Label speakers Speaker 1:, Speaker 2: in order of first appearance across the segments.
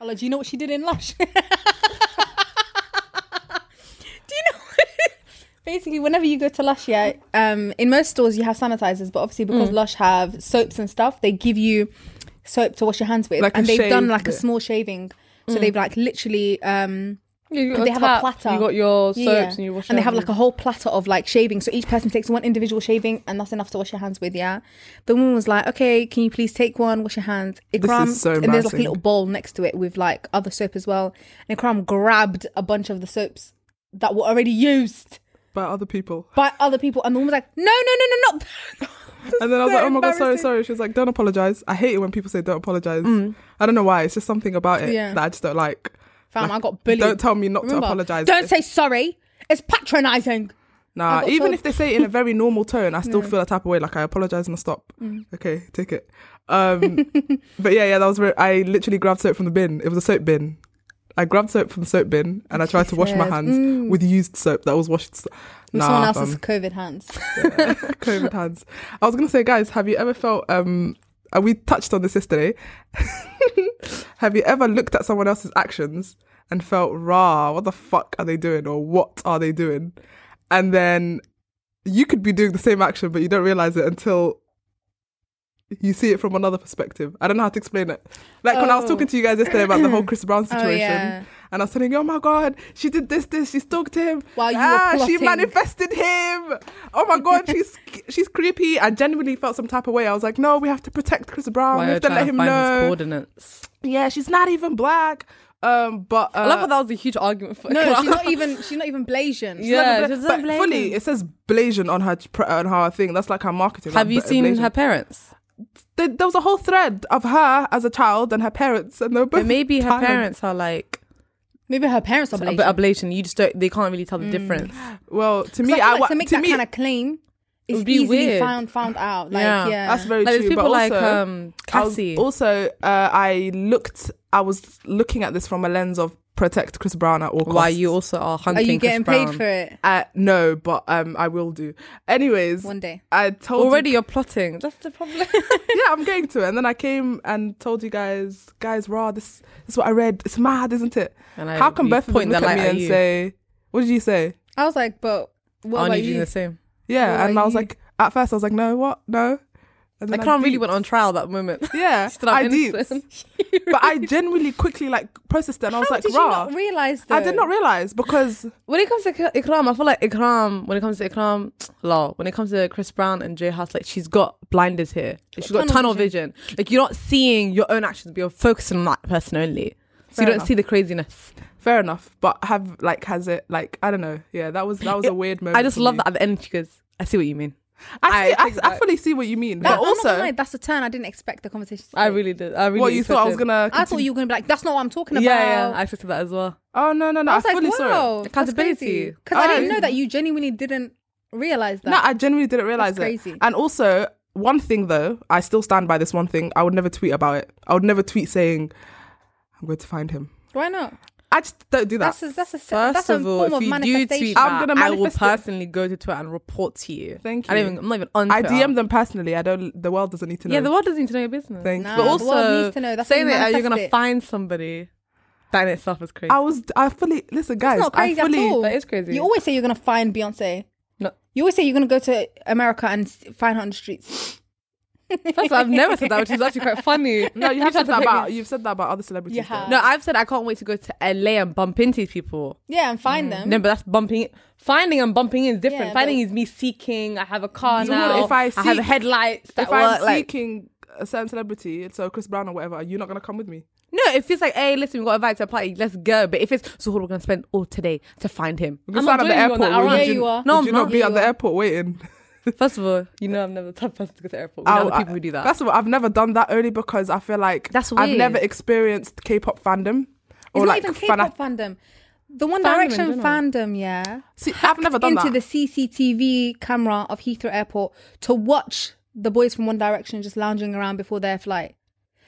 Speaker 1: Ella, do you know what she did in Lush? do you know what Basically, whenever you go to Lush, yeah, um, in most stores you have sanitizers, but obviously
Speaker 2: Mm.
Speaker 1: because Lush have soaps and stuff, they give you soap to wash your hands with,
Speaker 2: Like a
Speaker 1: and they've done
Speaker 2: shave Mm.
Speaker 1: like a
Speaker 2: bit.
Speaker 1: small shaving. So they've like literally um,
Speaker 2: You
Speaker 1: They have a
Speaker 2: tap,
Speaker 1: platter.
Speaker 2: You got your soaps
Speaker 1: yeah.
Speaker 2: and you wash.
Speaker 1: they have like a whole platter of like shaving. So each person takes one individual shaving, and that's enough to wash your hands with. Yeah. The woman was like, "Okay, can you please take one, wash your hands?" Ikram,
Speaker 2: is so
Speaker 1: and there's like a
Speaker 2: embarrassing.
Speaker 1: little bowl next to it with like other soap as well. And Ikram grabbed a bunch of the soaps that were already used
Speaker 2: by other people.
Speaker 1: by other people, and the woman was like, "No, no, no, no, not."
Speaker 2: And then I was
Speaker 1: so
Speaker 2: like, oh my god, sorry,
Speaker 1: embarrassing. Mm.
Speaker 2: sorry. She was like, don't apologize. I hate it when people say don't apologize. I don't know why. It's just something about it
Speaker 1: Yeah.
Speaker 2: that I just don't like.
Speaker 1: Fam, I got bullied.
Speaker 2: Don't tell me not
Speaker 1: Remember,
Speaker 2: to apologize.
Speaker 1: Don't say sorry. It's patronizing. I
Speaker 2: Nah,
Speaker 1: got
Speaker 2: even
Speaker 1: told-
Speaker 2: if they say it in a very normal tone, I still feel that type of way. Like I apologize and I stop.
Speaker 1: Mm.
Speaker 2: Okay, take it. Um, but yeah, yeah, that was. Re- I literally grabbed soap from the bin. It was a soap bin. I grabbed soap from the soap bin and I tried to wash my
Speaker 1: said,
Speaker 2: hands with used soap that was washed. s-
Speaker 1: Mm. With
Speaker 2: Nah,
Speaker 1: someone else's
Speaker 2: fam.
Speaker 1: COVID hands. Oh,
Speaker 2: COVID hands. I was gonna say, guys, have you ever felt? Um, uh, we touched on this yesterday. have you ever looked at someone else's actions and felt, "Rah, what the fuck are they doing?" or "What are they doing?" And then you could be doing the same action, but you don't realize it until you see it from another perspective. I don't know how to explain it. Like when I was
Speaker 1: Oh.
Speaker 2: talking to you guys yesterday about the whole Chris Brown situation,
Speaker 1: yeah.
Speaker 2: and I was telling you, "Oh my god, she did this, this, she stalked him."
Speaker 1: While you were
Speaker 2: Ah, she
Speaker 1: plotting.
Speaker 2: manifested him. Oh my god, she's she's creepy. I genuinely felt some type of way. I was like, "No, we have to protect Chris Brown. we
Speaker 3: Why are
Speaker 2: have to
Speaker 3: trying
Speaker 2: let
Speaker 3: Oh, to
Speaker 2: him
Speaker 3: find his
Speaker 2: know."
Speaker 3: coordinates?
Speaker 2: Yeah, she's not even black. Um, but uh,
Speaker 3: I love how that was a huge argument for.
Speaker 1: No, she's not even. She's not even Blasian. She's
Speaker 3: Yeah,
Speaker 1: not even
Speaker 3: she doesn't
Speaker 2: but
Speaker 3: blame
Speaker 2: fully,
Speaker 3: him.
Speaker 2: it says Blasian on her pr- on her thing. That's like her marketing.
Speaker 3: Have
Speaker 2: like,
Speaker 3: you
Speaker 2: Bla-
Speaker 3: seen
Speaker 2: Blasian.
Speaker 3: her parents?
Speaker 2: There, there was a whole thread of her as a child and her parents, and they were both.
Speaker 3: But maybe her
Speaker 2: tired.
Speaker 3: parents are like
Speaker 1: Maybe her parents are
Speaker 3: a
Speaker 1: Blasian.
Speaker 3: bit ablation. You just don't. They can't really tell the difference.
Speaker 2: Well, to
Speaker 1: Because
Speaker 2: me,
Speaker 1: I feel
Speaker 2: I,
Speaker 1: like
Speaker 2: wa-
Speaker 1: to make
Speaker 2: to
Speaker 1: that
Speaker 2: me,
Speaker 1: kind of claim is
Speaker 3: would be
Speaker 1: easily
Speaker 3: weird.
Speaker 1: found found out. Like yeah,
Speaker 3: Yeah.
Speaker 2: that's very
Speaker 3: Like,
Speaker 2: true.
Speaker 3: there's people
Speaker 2: but
Speaker 3: like
Speaker 2: also,
Speaker 3: um,
Speaker 2: I was-
Speaker 3: Cassie.
Speaker 2: Also, uh, I looked. I was looking at this from a lens of protect Chris Brown at all costs.
Speaker 3: why you also are
Speaker 1: Are
Speaker 3: hunting?
Speaker 1: you getting
Speaker 3: Chris
Speaker 1: paid
Speaker 3: Brown.
Speaker 1: for it
Speaker 2: Uh, no, but um, I will do. Anyways,
Speaker 1: one day?
Speaker 2: I told you-
Speaker 3: Already, you're plotting. That's the problem.
Speaker 2: yeah, I'm getting to it. And then I came and told you guys, guys, raw. This, this is what I read. It's mad, isn't it?
Speaker 3: And I-
Speaker 2: How can
Speaker 3: Uh, you
Speaker 2: both of them
Speaker 3: point
Speaker 2: look
Speaker 3: that
Speaker 2: at
Speaker 3: light
Speaker 2: me
Speaker 3: at
Speaker 2: and
Speaker 3: you.
Speaker 2: say, "What did you say?"
Speaker 1: I was like, but what
Speaker 3: Aren't
Speaker 1: about
Speaker 3: you doing
Speaker 1: you?
Speaker 3: the same?
Speaker 2: Yeah,
Speaker 1: What
Speaker 2: and I
Speaker 1: about
Speaker 2: was
Speaker 1: you?
Speaker 2: like, at first I was like, "No, what? No." And
Speaker 3: Like,
Speaker 2: I
Speaker 3: Karen really
Speaker 2: deeped.
Speaker 3: went on trial that moment.
Speaker 2: Yeah,
Speaker 3: Stood up
Speaker 2: I did,
Speaker 3: innocent.
Speaker 2: but I genuinely quickly like processed it, and I was
Speaker 1: How
Speaker 2: like,
Speaker 1: did you
Speaker 2: "Raw."
Speaker 1: not realize?
Speaker 2: I did not realize because
Speaker 3: When it comes to Ikra- Ikram, I feel like Ikram, when it comes to Ikram, lol, when it comes to Chris Brown and Jay House, like she's got blinders here. Like, she's got
Speaker 1: tunnel
Speaker 3: tunnel vision. Like you're not seeing your own actions, but you're focusing on that person only. So
Speaker 2: Fair
Speaker 3: you don't
Speaker 2: enough.
Speaker 3: see the craziness.
Speaker 2: fair enough, but have like has it like I don't know. Yeah, that was that was a weird moment.
Speaker 3: I just
Speaker 2: for
Speaker 3: love
Speaker 2: me.
Speaker 3: that at the end she goes, I see what you mean.
Speaker 2: I see,
Speaker 3: I
Speaker 2: I,
Speaker 3: take
Speaker 2: I,
Speaker 3: back.
Speaker 2: fully see what you mean,
Speaker 1: That,
Speaker 2: but also
Speaker 1: lie. that's a turn I didn't expect the conversation. To
Speaker 3: I
Speaker 1: take.
Speaker 3: really did. I really
Speaker 2: what you thought I was
Speaker 3: expected-
Speaker 2: gonna.
Speaker 1: I thought you were gonna be like, that's not what I'm talking about.
Speaker 3: Yeah, yeah, I expected that as well.
Speaker 2: Oh no no no!
Speaker 1: I
Speaker 2: I,
Speaker 1: was
Speaker 2: fully
Speaker 1: like,
Speaker 2: saw it.
Speaker 1: wow,
Speaker 3: Accountability.
Speaker 1: Because I
Speaker 2: Oh.
Speaker 1: didn't know that you genuinely didn't realize that.
Speaker 2: No, I genuinely didn't realize
Speaker 1: That's
Speaker 2: it.
Speaker 1: crazy.
Speaker 2: And also, one thing though, I still stand by this one thing. I would never tweet about it. I would never tweet saying, "I'm going to find him."
Speaker 1: Why not?
Speaker 2: I just don't do that.
Speaker 1: That's a, that's a
Speaker 3: First
Speaker 1: that's a
Speaker 3: of all,
Speaker 1: form
Speaker 3: if
Speaker 1: of
Speaker 3: you do
Speaker 1: manifestation.
Speaker 3: tweet
Speaker 2: I'm
Speaker 3: that,
Speaker 2: gonna
Speaker 3: I will
Speaker 2: manifest it.
Speaker 3: personally go to Twitter and report to you.
Speaker 2: Thank
Speaker 3: I don't
Speaker 2: you.
Speaker 3: even, I'm not even on
Speaker 2: I
Speaker 3: Twitter.
Speaker 2: DM them personally. I don't. The world doesn't need to know.
Speaker 3: Yeah, the world doesn't need to know your business.
Speaker 2: Thank
Speaker 1: Nah,
Speaker 2: you.
Speaker 3: But
Speaker 1: the
Speaker 3: also,
Speaker 1: world needs to know. That's how
Speaker 3: saying
Speaker 1: you
Speaker 3: that you're
Speaker 1: manifest
Speaker 3: gonna
Speaker 1: it.
Speaker 3: find somebody, that in itself is crazy.
Speaker 2: I was. I fully listen, guys.
Speaker 1: not crazy
Speaker 2: I
Speaker 1: at
Speaker 2: fully.
Speaker 1: all.
Speaker 3: that is crazy.
Speaker 1: You always say you're gonna find Beyonce.
Speaker 3: No.
Speaker 1: You always say you're gonna go to America and s- find her on the streets.
Speaker 3: First, I've never said that, which is actually quite funny.
Speaker 2: No, you have said
Speaker 3: tried to
Speaker 2: that
Speaker 3: make me-
Speaker 2: about. You've said that about other celebrities.
Speaker 1: You
Speaker 2: though.
Speaker 1: have.
Speaker 3: No, I've said I can't wait to go to LA and bump into these people.
Speaker 1: Yeah, and find them.
Speaker 3: Mm. No, but that's bumping. Finding and bumping is different.
Speaker 1: Yeah,
Speaker 3: Finding
Speaker 1: but-
Speaker 3: is me seeking. I have a car
Speaker 2: So what
Speaker 3: now.
Speaker 2: if I
Speaker 3: have
Speaker 2: seek-
Speaker 3: headlights. That
Speaker 2: if I'm
Speaker 3: work, like-
Speaker 2: seeking a certain celebrity, so Chris Brown or whatever, are you not gonna come with me?
Speaker 3: no, if it's like, hey, listen, we got invited to a party, let's go. But if it's so, we're gonna spend all today to find him.
Speaker 2: We're gonna stand at the
Speaker 3: joining you on
Speaker 2: airport.
Speaker 3: that
Speaker 2: Would
Speaker 1: Yeah,
Speaker 3: run.
Speaker 1: you are.
Speaker 3: No,
Speaker 2: Would you
Speaker 3: I'm
Speaker 2: not
Speaker 3: not.
Speaker 2: be
Speaker 1: Yeah,
Speaker 2: at
Speaker 1: you
Speaker 2: the
Speaker 1: are.
Speaker 2: airport waiting?
Speaker 3: First of all, you know I'm never the type of person to go to the airport. We know
Speaker 2: I'll-
Speaker 3: the people who do that.
Speaker 2: That's what I've never done that only because I feel like
Speaker 3: That's
Speaker 2: I've
Speaker 3: weird.
Speaker 2: never experienced K-pop fandom
Speaker 1: it's
Speaker 2: or
Speaker 1: not
Speaker 2: like
Speaker 1: even K-pop
Speaker 2: fanat-
Speaker 1: fandom. The One
Speaker 3: Fandom in
Speaker 1: Direction
Speaker 3: general.
Speaker 1: fandom, yeah.
Speaker 2: See, I've never done
Speaker 1: Into
Speaker 2: that.
Speaker 1: the CCTV camera of Heathrow Airport to watch the boys from One Direction just lounging around before their flight.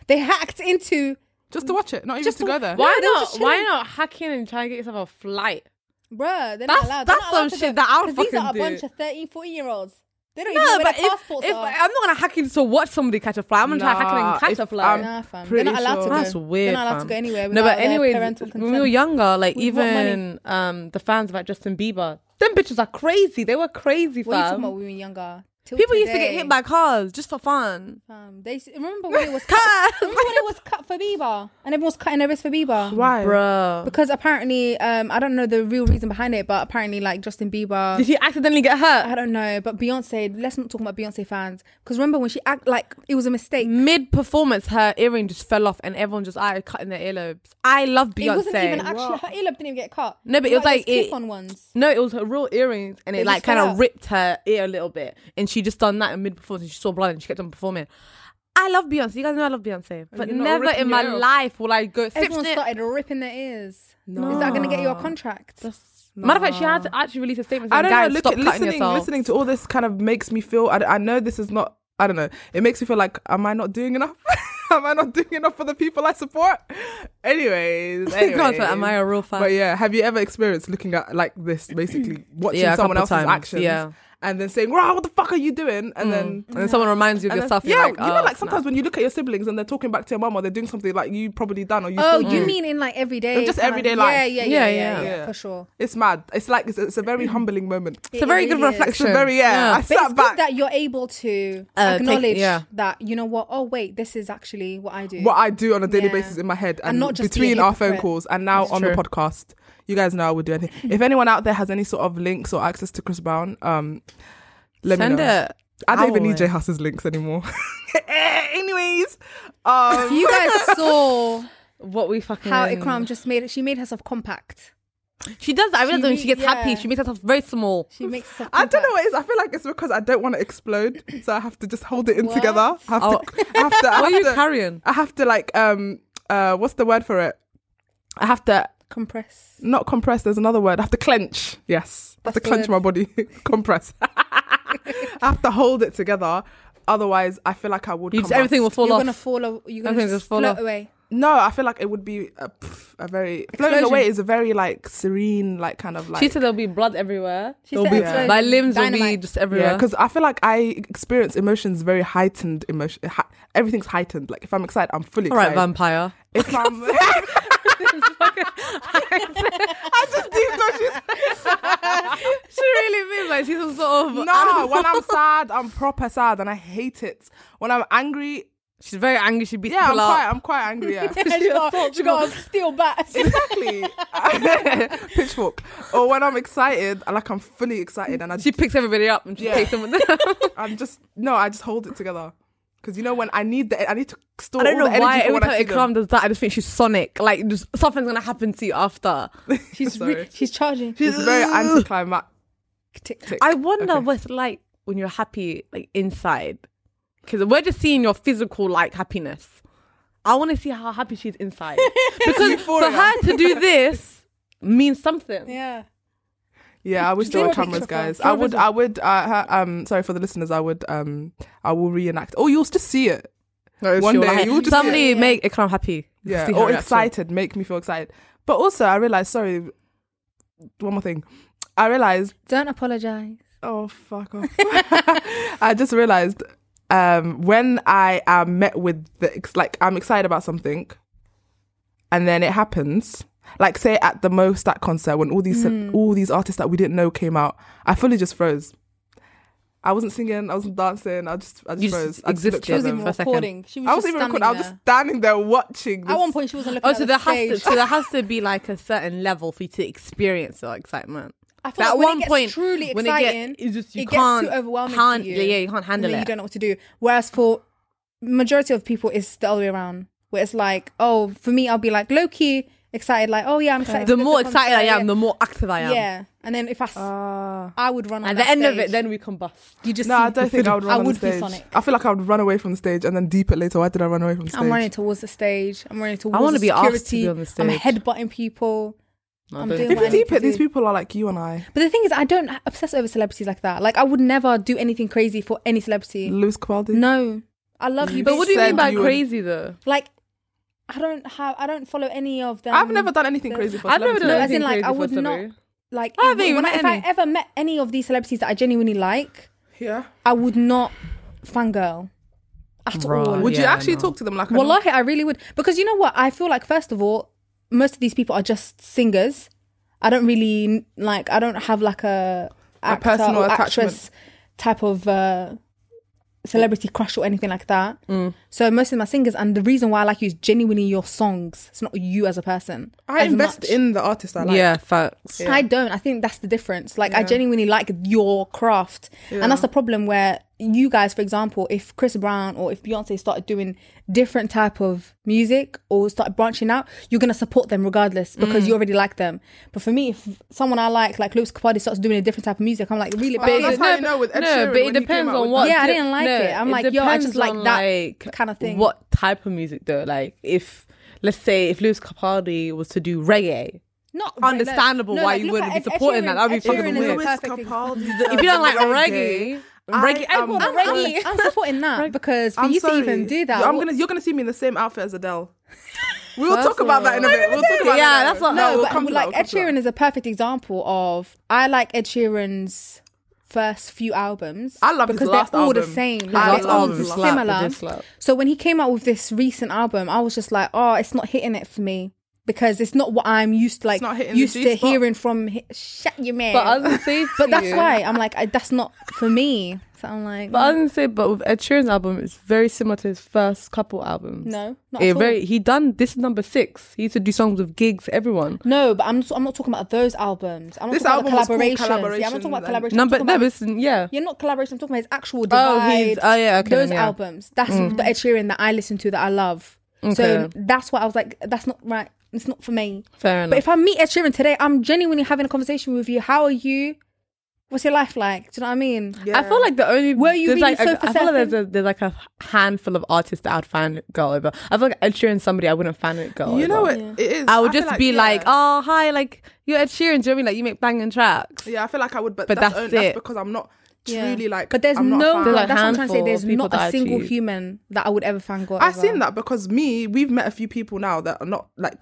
Speaker 1: They hacked into
Speaker 2: Just to watch it, not even
Speaker 1: Just
Speaker 2: to
Speaker 1: to-
Speaker 2: go there.
Speaker 3: Why
Speaker 1: they were just
Speaker 3: not? Why
Speaker 1: chilling.
Speaker 3: not hacking and trying to get yourself a flight?
Speaker 1: bruh, they're
Speaker 3: That's-
Speaker 1: not allowed.
Speaker 3: that's
Speaker 1: They're not allowed
Speaker 3: some
Speaker 1: to
Speaker 3: shit
Speaker 1: go-
Speaker 3: that I would
Speaker 1: 'cause These
Speaker 3: fucking
Speaker 1: are a
Speaker 3: do.
Speaker 1: bunch of 13, 14 year olds. They don't
Speaker 3: No,
Speaker 1: even know where
Speaker 3: but
Speaker 1: their
Speaker 3: if,
Speaker 1: passports
Speaker 3: if
Speaker 1: are.
Speaker 3: I'm not gonna hack in to watch somebody catch a fly, I'm gonna try hacking
Speaker 2: Nah,
Speaker 3: and catch
Speaker 2: if
Speaker 3: a fly.
Speaker 2: I'm
Speaker 1: Nah, fam. They're
Speaker 2: pretty
Speaker 1: not allowed
Speaker 2: sure.
Speaker 1: to go.
Speaker 3: That's weird.
Speaker 1: They're not allowed
Speaker 3: fam.
Speaker 1: to go anywhere
Speaker 3: No, but
Speaker 1: without their
Speaker 3: anyway,
Speaker 1: parental
Speaker 3: when we were
Speaker 1: consent.
Speaker 3: younger, like
Speaker 1: With what money?
Speaker 3: even um the fans about Justin Bieber, them bitches are crazy. They were crazy,
Speaker 1: What are you talking
Speaker 3: fam.
Speaker 1: about when we were younger? Till
Speaker 3: People used to get
Speaker 1: today,
Speaker 3: hit by cars just for fun.
Speaker 1: fam, they s- remember when it was cut.
Speaker 3: Cars.
Speaker 1: remember when it was cut for Bieber, and everyone was cutting their wrist for Bieber.
Speaker 2: Why?
Speaker 3: Bro,
Speaker 1: Because apparently, um, I don't know the real reason behind it, but apparently, like Justin Bieber,
Speaker 3: did he accidentally get
Speaker 1: I
Speaker 3: hurt?
Speaker 1: don't know, but Beyonce. Let's not talk about Beyonce fans because remember when she act like it was a mistake.
Speaker 3: Mid performance, her earring just fell off, and everyone just started cutting their earlobes. I love Beyonce.
Speaker 1: It wasn't even actually her earlobe didn't even get cut.
Speaker 3: No, but it was like
Speaker 1: those
Speaker 3: it-
Speaker 1: clip-on ones.
Speaker 3: No, it was her real earrings, and
Speaker 1: They
Speaker 3: it like
Speaker 1: just fell
Speaker 3: kind
Speaker 1: out.
Speaker 3: of ripped her ear a little bit, and she just done that in mid performance. And she saw blood, and she kept on performing. I love Beyonce. You guys know I love Beyonce, but
Speaker 2: you're not
Speaker 3: never
Speaker 2: ripping
Speaker 3: in my
Speaker 2: your ear off.
Speaker 3: life will I go. Snip,
Speaker 1: Everyone
Speaker 3: snip.
Speaker 1: started ripping their ears.
Speaker 2: No.
Speaker 1: Is that going to get you a contract?
Speaker 3: Matter of fact, she had to actually release a statement
Speaker 2: I
Speaker 3: saying,
Speaker 2: don't
Speaker 3: "Guys,
Speaker 2: know. Look,
Speaker 3: stop
Speaker 2: at-
Speaker 3: cutting
Speaker 2: listening,
Speaker 3: yourself."
Speaker 2: listening to all this kind of makes me feel. I, I know this is not. I don't know. It makes me feel like, am I not doing enough? am I not doing enough for the people I support? Anyways, anyways.
Speaker 3: God, but am I a real fan?
Speaker 2: But yeah, have you ever experienced looking at like this, basically watching
Speaker 3: Yeah, a
Speaker 2: someone
Speaker 3: couple
Speaker 2: else's
Speaker 3: times,
Speaker 2: actions,
Speaker 3: yeah.
Speaker 2: and then saying, "Wow, what the fuck are you doing?" And then
Speaker 3: And then someone reminds you of
Speaker 2: and then-
Speaker 3: yourself.
Speaker 2: yeah,
Speaker 3: you're like,
Speaker 2: you know,
Speaker 3: "Oh,
Speaker 2: like
Speaker 3: snap."
Speaker 2: sometimes when you look at your siblings and they're talking back to your mum or they're doing something like you probably done or you.
Speaker 1: Oh,
Speaker 2: still
Speaker 1: you
Speaker 2: do.
Speaker 1: mean in like everyday,
Speaker 2: Just
Speaker 1: kinda-
Speaker 2: everyday life.
Speaker 1: Yeah yeah yeah,
Speaker 3: Yeah,
Speaker 1: yeah, yeah,
Speaker 3: yeah.
Speaker 1: yeah,
Speaker 2: Yeah.
Speaker 1: for sure.
Speaker 2: It's mad. It's like it's, it's a very humbling moment.
Speaker 3: it's a very good
Speaker 1: really is.
Speaker 2: It's a
Speaker 3: reflection.
Speaker 2: very yeah. I
Speaker 1: But it's
Speaker 2: sat
Speaker 1: good
Speaker 2: back.
Speaker 1: that you're able to
Speaker 3: Uh, take-
Speaker 1: acknowledge
Speaker 3: yeah.
Speaker 1: that you know what. Oh wait, this is actually what I do.
Speaker 2: what I do on a daily
Speaker 1: Yeah.
Speaker 2: basis in my head and,
Speaker 1: And not just
Speaker 2: between
Speaker 1: be a
Speaker 2: our phone
Speaker 1: hypocrite.
Speaker 2: calls and now
Speaker 3: It's
Speaker 2: on the
Speaker 3: true.
Speaker 2: podcast. You guys know I would do anything. if anyone out there has any sort of links or access to Chris Brown, um, let
Speaker 3: Send
Speaker 2: me know.
Speaker 3: it.
Speaker 2: I don't even
Speaker 3: Ow.
Speaker 2: need J Huss's links anymore. Eh, Anyways, um,
Speaker 1: you guys saw
Speaker 3: What we fucking
Speaker 1: how Ikram just made it. She made herself compact.
Speaker 3: She does that. I realize
Speaker 1: She
Speaker 3: when she
Speaker 1: re-
Speaker 3: gets
Speaker 1: yeah.
Speaker 3: happy, she makes herself very small.
Speaker 1: She makes herself.
Speaker 2: I
Speaker 1: Compact.
Speaker 2: don't know what it is. I feel like it's because I don't want to explode, so I have to just hold it in
Speaker 1: What?
Speaker 2: together. I have to. I have to. I
Speaker 3: What are
Speaker 2: have
Speaker 3: you
Speaker 2: to,
Speaker 3: carrying?
Speaker 2: I have to like um uh what's the word for it? I have to
Speaker 1: Compress.
Speaker 2: not compress. There's another word. I have to clench. Yes, I have
Speaker 1: That's
Speaker 2: to clench
Speaker 1: good.
Speaker 2: my body. compress. I have to hold it together. Otherwise, I feel like I would.
Speaker 3: You
Speaker 2: come
Speaker 3: just, everything will
Speaker 2: out.
Speaker 3: fall
Speaker 1: you're
Speaker 3: off.
Speaker 1: gonna fall. o- You're gonna
Speaker 3: Everything
Speaker 1: just,
Speaker 3: just fall
Speaker 1: float
Speaker 3: off.
Speaker 1: away.
Speaker 2: No, I feel like it would be a, pff, a very floating
Speaker 1: Explosion.
Speaker 2: away is a very like serene, like kind of like.
Speaker 3: she said there'll be blood everywhere.
Speaker 1: She
Speaker 2: It'll
Speaker 1: said
Speaker 2: be-
Speaker 1: explosion,
Speaker 3: My limbs will be
Speaker 1: dynamite.
Speaker 3: just
Speaker 2: yeah,
Speaker 3: everywhere.
Speaker 2: because I feel like I experience emotions very heightened. Emotion, hi- everything's heightened. Like if I'm excited, I'm fully
Speaker 3: All right,
Speaker 2: excited.
Speaker 3: vampire.
Speaker 2: if I'm, I just deep she's
Speaker 3: she really means like she's some sort of.
Speaker 2: No, when I'm sad, I'm proper sad, and I hate it. When I'm angry,
Speaker 3: She's very angry. She beats
Speaker 2: yeah, I'm
Speaker 3: people
Speaker 2: quite,
Speaker 3: up.
Speaker 2: I'm quite angry. Yeah.
Speaker 1: Yeah, she got, she got a steel bat.
Speaker 2: exactly. Pitchfork. Or when I'm excited, like I'm fully excited, and I,
Speaker 3: She picks everybody up and she
Speaker 2: Yeah.
Speaker 3: takes them. With them.
Speaker 2: I'm just no, I just hold it together. Because you know when I need the, I need to store
Speaker 3: I don't
Speaker 2: all
Speaker 3: know
Speaker 2: the energy
Speaker 3: why
Speaker 2: for
Speaker 3: every
Speaker 2: when I
Speaker 3: time
Speaker 2: see them.
Speaker 3: Ikram does that, I just think she's Sonic. Like just, something's gonna happen to you after.
Speaker 1: She's
Speaker 2: Sorry.
Speaker 1: re- she's charging.
Speaker 2: It's very anticlimactic.
Speaker 3: I wonder
Speaker 2: Okay.
Speaker 3: what it's like when you're happy, like inside, because we're just seeing your physical like happiness. I want to see how happy she's inside because for
Speaker 2: Euphoria.
Speaker 3: her to do this means something.
Speaker 1: yeah.
Speaker 2: Yeah, I wish
Speaker 1: Just
Speaker 2: there were
Speaker 1: draw a picture
Speaker 2: cameras,
Speaker 1: for us.
Speaker 2: guys.
Speaker 1: Draw
Speaker 2: I
Speaker 1: a
Speaker 2: would,
Speaker 1: picture.
Speaker 2: I would, uh, ha- um, sorry for the listeners, I would, um, I will reenact. Oh, you'll just see it. One
Speaker 3: She'll,
Speaker 2: day
Speaker 3: like,
Speaker 2: you will just
Speaker 3: somebody
Speaker 2: see it.
Speaker 1: yeah.
Speaker 3: make Ikram happy. Just
Speaker 2: yeah,
Speaker 3: see her
Speaker 2: or
Speaker 3: reaction.
Speaker 2: excited, make me feel excited. But also, I realized, sorry, one more thing. I realized,
Speaker 1: Don't apologize.
Speaker 2: oh, fuck off. I just realized um, when I am met with the, ex- like, I'm excited about something and then it happens. Like say at the most that concert when all these
Speaker 1: Hmm.
Speaker 2: all these artists that we didn't know came out, I fully just froze. I wasn't singing, I wasn't dancing, I just I just
Speaker 3: You just
Speaker 2: froze. I
Speaker 3: existed.
Speaker 2: looked
Speaker 1: She
Speaker 2: at
Speaker 1: was
Speaker 2: them.
Speaker 1: even
Speaker 3: For a second.
Speaker 1: recording. She was
Speaker 2: I wasn't
Speaker 1: just
Speaker 2: even
Speaker 1: standing
Speaker 2: recording, I was
Speaker 1: there.
Speaker 2: just standing there watching. This
Speaker 1: At one point, she wasn't looking.
Speaker 3: Oh,
Speaker 1: at
Speaker 3: so
Speaker 1: the
Speaker 3: there has
Speaker 1: stage.
Speaker 3: to, so there has to be like a certain level for you to experience your excitement.
Speaker 1: I
Speaker 3: So
Speaker 1: feel like
Speaker 3: at
Speaker 1: when
Speaker 3: one
Speaker 1: it gets
Speaker 3: point,
Speaker 1: truly
Speaker 3: when it get-
Speaker 1: exciting,
Speaker 3: it's just- you
Speaker 1: it
Speaker 3: can't
Speaker 1: gets too overwhelming
Speaker 3: hand-
Speaker 1: for you.
Speaker 3: yeah, yeah, you can't handle
Speaker 1: and then You
Speaker 3: it.
Speaker 1: don't know what to do. Whereas for majority of people, it's the other way around. Where it's like, oh, for me, I'll be like low key excited, like, oh yeah, I'm excited.
Speaker 3: The
Speaker 1: for this
Speaker 3: more
Speaker 1: concert.
Speaker 3: excited I am, the more active I am.
Speaker 1: yeah. And then if I, s-
Speaker 2: Ah.
Speaker 1: I would run. On
Speaker 3: At
Speaker 1: that
Speaker 3: the end of
Speaker 1: stage.
Speaker 3: it, then we combust.
Speaker 1: you just
Speaker 2: No,
Speaker 1: see
Speaker 2: I don't think I would run
Speaker 1: I
Speaker 2: on
Speaker 1: would
Speaker 2: the
Speaker 1: be
Speaker 2: stage.
Speaker 1: Sonic.
Speaker 2: I feel like I would run away from the stage and then deep it later. Why did I run away from the stage?
Speaker 1: I'm running towards the stage. I'm running towards.
Speaker 3: wanna
Speaker 1: the
Speaker 3: be asked to be
Speaker 1: security.
Speaker 3: on the
Speaker 1: I'm
Speaker 3: stage.
Speaker 1: headbutting people. I'm doing
Speaker 3: don't think
Speaker 2: if
Speaker 1: what
Speaker 2: you
Speaker 1: I need
Speaker 2: deep
Speaker 1: to
Speaker 2: it, these
Speaker 1: do.
Speaker 2: people are like you and I.
Speaker 1: But the thing is, I don't obsess over celebrities like that. Like, I would never do anything crazy for any celebrity.
Speaker 2: Lewis Capaldi.
Speaker 1: No, I love you.
Speaker 3: But what do you
Speaker 2: said
Speaker 3: mean by
Speaker 2: you would-
Speaker 3: crazy though?
Speaker 1: like? I don't have. I don't follow any of them.
Speaker 2: I've never done anything
Speaker 1: the-
Speaker 2: crazy for
Speaker 3: I've never
Speaker 2: celebrities.
Speaker 3: done
Speaker 1: No, as in,
Speaker 3: anything
Speaker 1: like,
Speaker 3: crazy
Speaker 1: I
Speaker 3: for
Speaker 1: would not-
Speaker 3: celebrity.
Speaker 1: like.
Speaker 3: I
Speaker 1: if-
Speaker 3: haven't even
Speaker 1: when I-
Speaker 3: met
Speaker 1: if
Speaker 3: any.
Speaker 1: I ever met any of these celebrities that I genuinely like,
Speaker 2: Yeah.
Speaker 1: I would not fangirl at
Speaker 3: Right.
Speaker 1: all.
Speaker 2: Would you
Speaker 3: Yeah,
Speaker 2: actually
Speaker 3: no.
Speaker 2: talk to them like? a
Speaker 1: Wallahi, I really would. Because you know what? I feel like, first of all, most of these people are just singers. I don't really, like, I don't have like a, actor
Speaker 2: personal
Speaker 1: or
Speaker 2: attachment.
Speaker 1: actress type of uh, celebrity crush or anything like that.
Speaker 2: Mm.
Speaker 1: So most of my singers, and the reason why I like you is genuinely your songs. It's not you as a person.
Speaker 2: I
Speaker 1: as
Speaker 2: invest
Speaker 1: much.
Speaker 2: in the artist I like.
Speaker 3: yeah, facts.
Speaker 1: I don't. I think that's the difference. Like, I genuinely like your craft. And that's the problem where you guys, for example, if Chris Brown or if Beyonce started doing different type of music or started branching out, you're going to support them regardless
Speaker 3: Mm.
Speaker 1: because you already like them. But for me, if someone I like, like Lewis Capaldi, starts doing a different type of music, I'm like, really?
Speaker 2: Well,
Speaker 1: babe?
Speaker 2: that's how you know with Ed Sheeran
Speaker 3: no, but
Speaker 2: when he
Speaker 3: it
Speaker 2: came
Speaker 3: depends
Speaker 2: out
Speaker 3: on
Speaker 2: with
Speaker 3: what.
Speaker 1: that. Yeah, I
Speaker 3: di-
Speaker 1: didn't like it. I'm like, yo, I just
Speaker 3: depends
Speaker 1: like
Speaker 3: on,
Speaker 1: that
Speaker 3: like,
Speaker 1: kind of thing.
Speaker 3: What type of music though? Like, if let's say if Lewis Capaldi was to do reggae,
Speaker 1: Not
Speaker 3: Understandable why
Speaker 1: like,
Speaker 3: you
Speaker 1: look at
Speaker 3: wouldn't be
Speaker 1: Ed- Ed
Speaker 3: supporting that. That'd be
Speaker 1: Sheeran- Ed
Speaker 3: fucking
Speaker 1: Sheeran is a
Speaker 3: weird.
Speaker 1: perfect example.
Speaker 3: if you don't like reggae,
Speaker 2: I
Speaker 3: reggae,
Speaker 2: am
Speaker 3: everyone-
Speaker 1: I'm,
Speaker 3: reggae.
Speaker 1: reggae. I'm supporting that because for
Speaker 2: I'm
Speaker 1: you to
Speaker 2: sorry.
Speaker 1: even do that,
Speaker 2: I'm
Speaker 1: what-
Speaker 2: gonna, you're gonna see me in the same outfit as Adele. We will
Speaker 3: That's
Speaker 2: talk about that in a
Speaker 3: not-
Speaker 2: bit. We'll talk about
Speaker 3: Yeah,
Speaker 2: that.
Speaker 3: that's not-
Speaker 1: No,
Speaker 3: we'll
Speaker 1: but like Ed Sheeran is a perfect example of I like Ed Sheeran's first few albums.
Speaker 2: I love his
Speaker 1: because
Speaker 2: last
Speaker 1: they're all the
Speaker 2: album.
Speaker 1: same.
Speaker 2: His
Speaker 1: Like,
Speaker 3: last
Speaker 1: they're all
Speaker 3: album slapped, it did
Speaker 1: similar.
Speaker 3: slap.
Speaker 1: So when he came out with this recent album, I was just like, oh, it's not hitting it for me because it's not what I'm used to like
Speaker 2: not hitting the
Speaker 1: used to
Speaker 2: G-spot.
Speaker 1: hearing from. hi- Shut your man.
Speaker 3: But I was gonna say to
Speaker 1: But that's
Speaker 3: you-
Speaker 1: why I'm like, I, that's not for me. So I'm like,
Speaker 3: But I was gonna say, but with Ed Sheeran's album, it's very similar to his first couple albums.
Speaker 1: No, not
Speaker 3: It
Speaker 1: at all.
Speaker 3: very. He done this is number six. He used to do songs with gigs. Everyone
Speaker 1: no, but I'm not, I'm not talking about those albums. I'm not
Speaker 2: This
Speaker 1: talking about the
Speaker 2: album
Speaker 1: collaborations.
Speaker 2: was called
Speaker 1: Yeah, I'm not talking about
Speaker 2: Collaborations and-
Speaker 1: collaborations. I'm
Speaker 3: number
Speaker 1: talking
Speaker 3: no,
Speaker 1: about-
Speaker 3: but it's- yeah.
Speaker 1: Yeah, not collaboration. I'm talking about his actual
Speaker 3: Oh,
Speaker 1: divide.
Speaker 3: his- oh, yeah, okay,
Speaker 1: those
Speaker 3: then, yeah. Mm.
Speaker 1: albums. That's the Ed Sheeran that I listen to that I love. So
Speaker 3: Okay.
Speaker 1: that's what I was like. That's not right. It's not for me.
Speaker 3: Fair
Speaker 1: But
Speaker 3: enough.
Speaker 1: if I meet Ed Sheeran today, I'm genuinely having a conversation with you. How are you? What's your life like? Do you know what I mean?
Speaker 3: I feel like the only
Speaker 1: Were you really
Speaker 3: there's like a-
Speaker 1: so for
Speaker 3: I feel like
Speaker 1: certain?
Speaker 3: there's, a, there's like a handful of artists that I'd fan girl over. I feel like Ed Sheeran's somebody I wouldn't fan it girl.
Speaker 2: You know
Speaker 3: over.
Speaker 2: it, it is.
Speaker 3: I would just be like,
Speaker 2: yeah.
Speaker 3: oh hi, like you're Ed Sheeran. Do you know what I mean? Like you make banging tracks.
Speaker 2: yeah, I feel like I would, but,
Speaker 3: But
Speaker 2: that's,
Speaker 3: that's
Speaker 2: only, that's
Speaker 3: it.
Speaker 2: because I'm not
Speaker 1: Yeah.
Speaker 2: truly like.
Speaker 1: but there's
Speaker 2: I'm not a
Speaker 1: no.
Speaker 2: fan.
Speaker 3: There's like
Speaker 1: that's what I'm trying to say.
Speaker 3: handful
Speaker 1: There's
Speaker 3: of people
Speaker 1: not a
Speaker 3: that I
Speaker 1: single
Speaker 3: choose.
Speaker 1: human that I would ever fangirl.
Speaker 2: I've
Speaker 1: over.
Speaker 2: seen that because me, we've met a few people now that are not like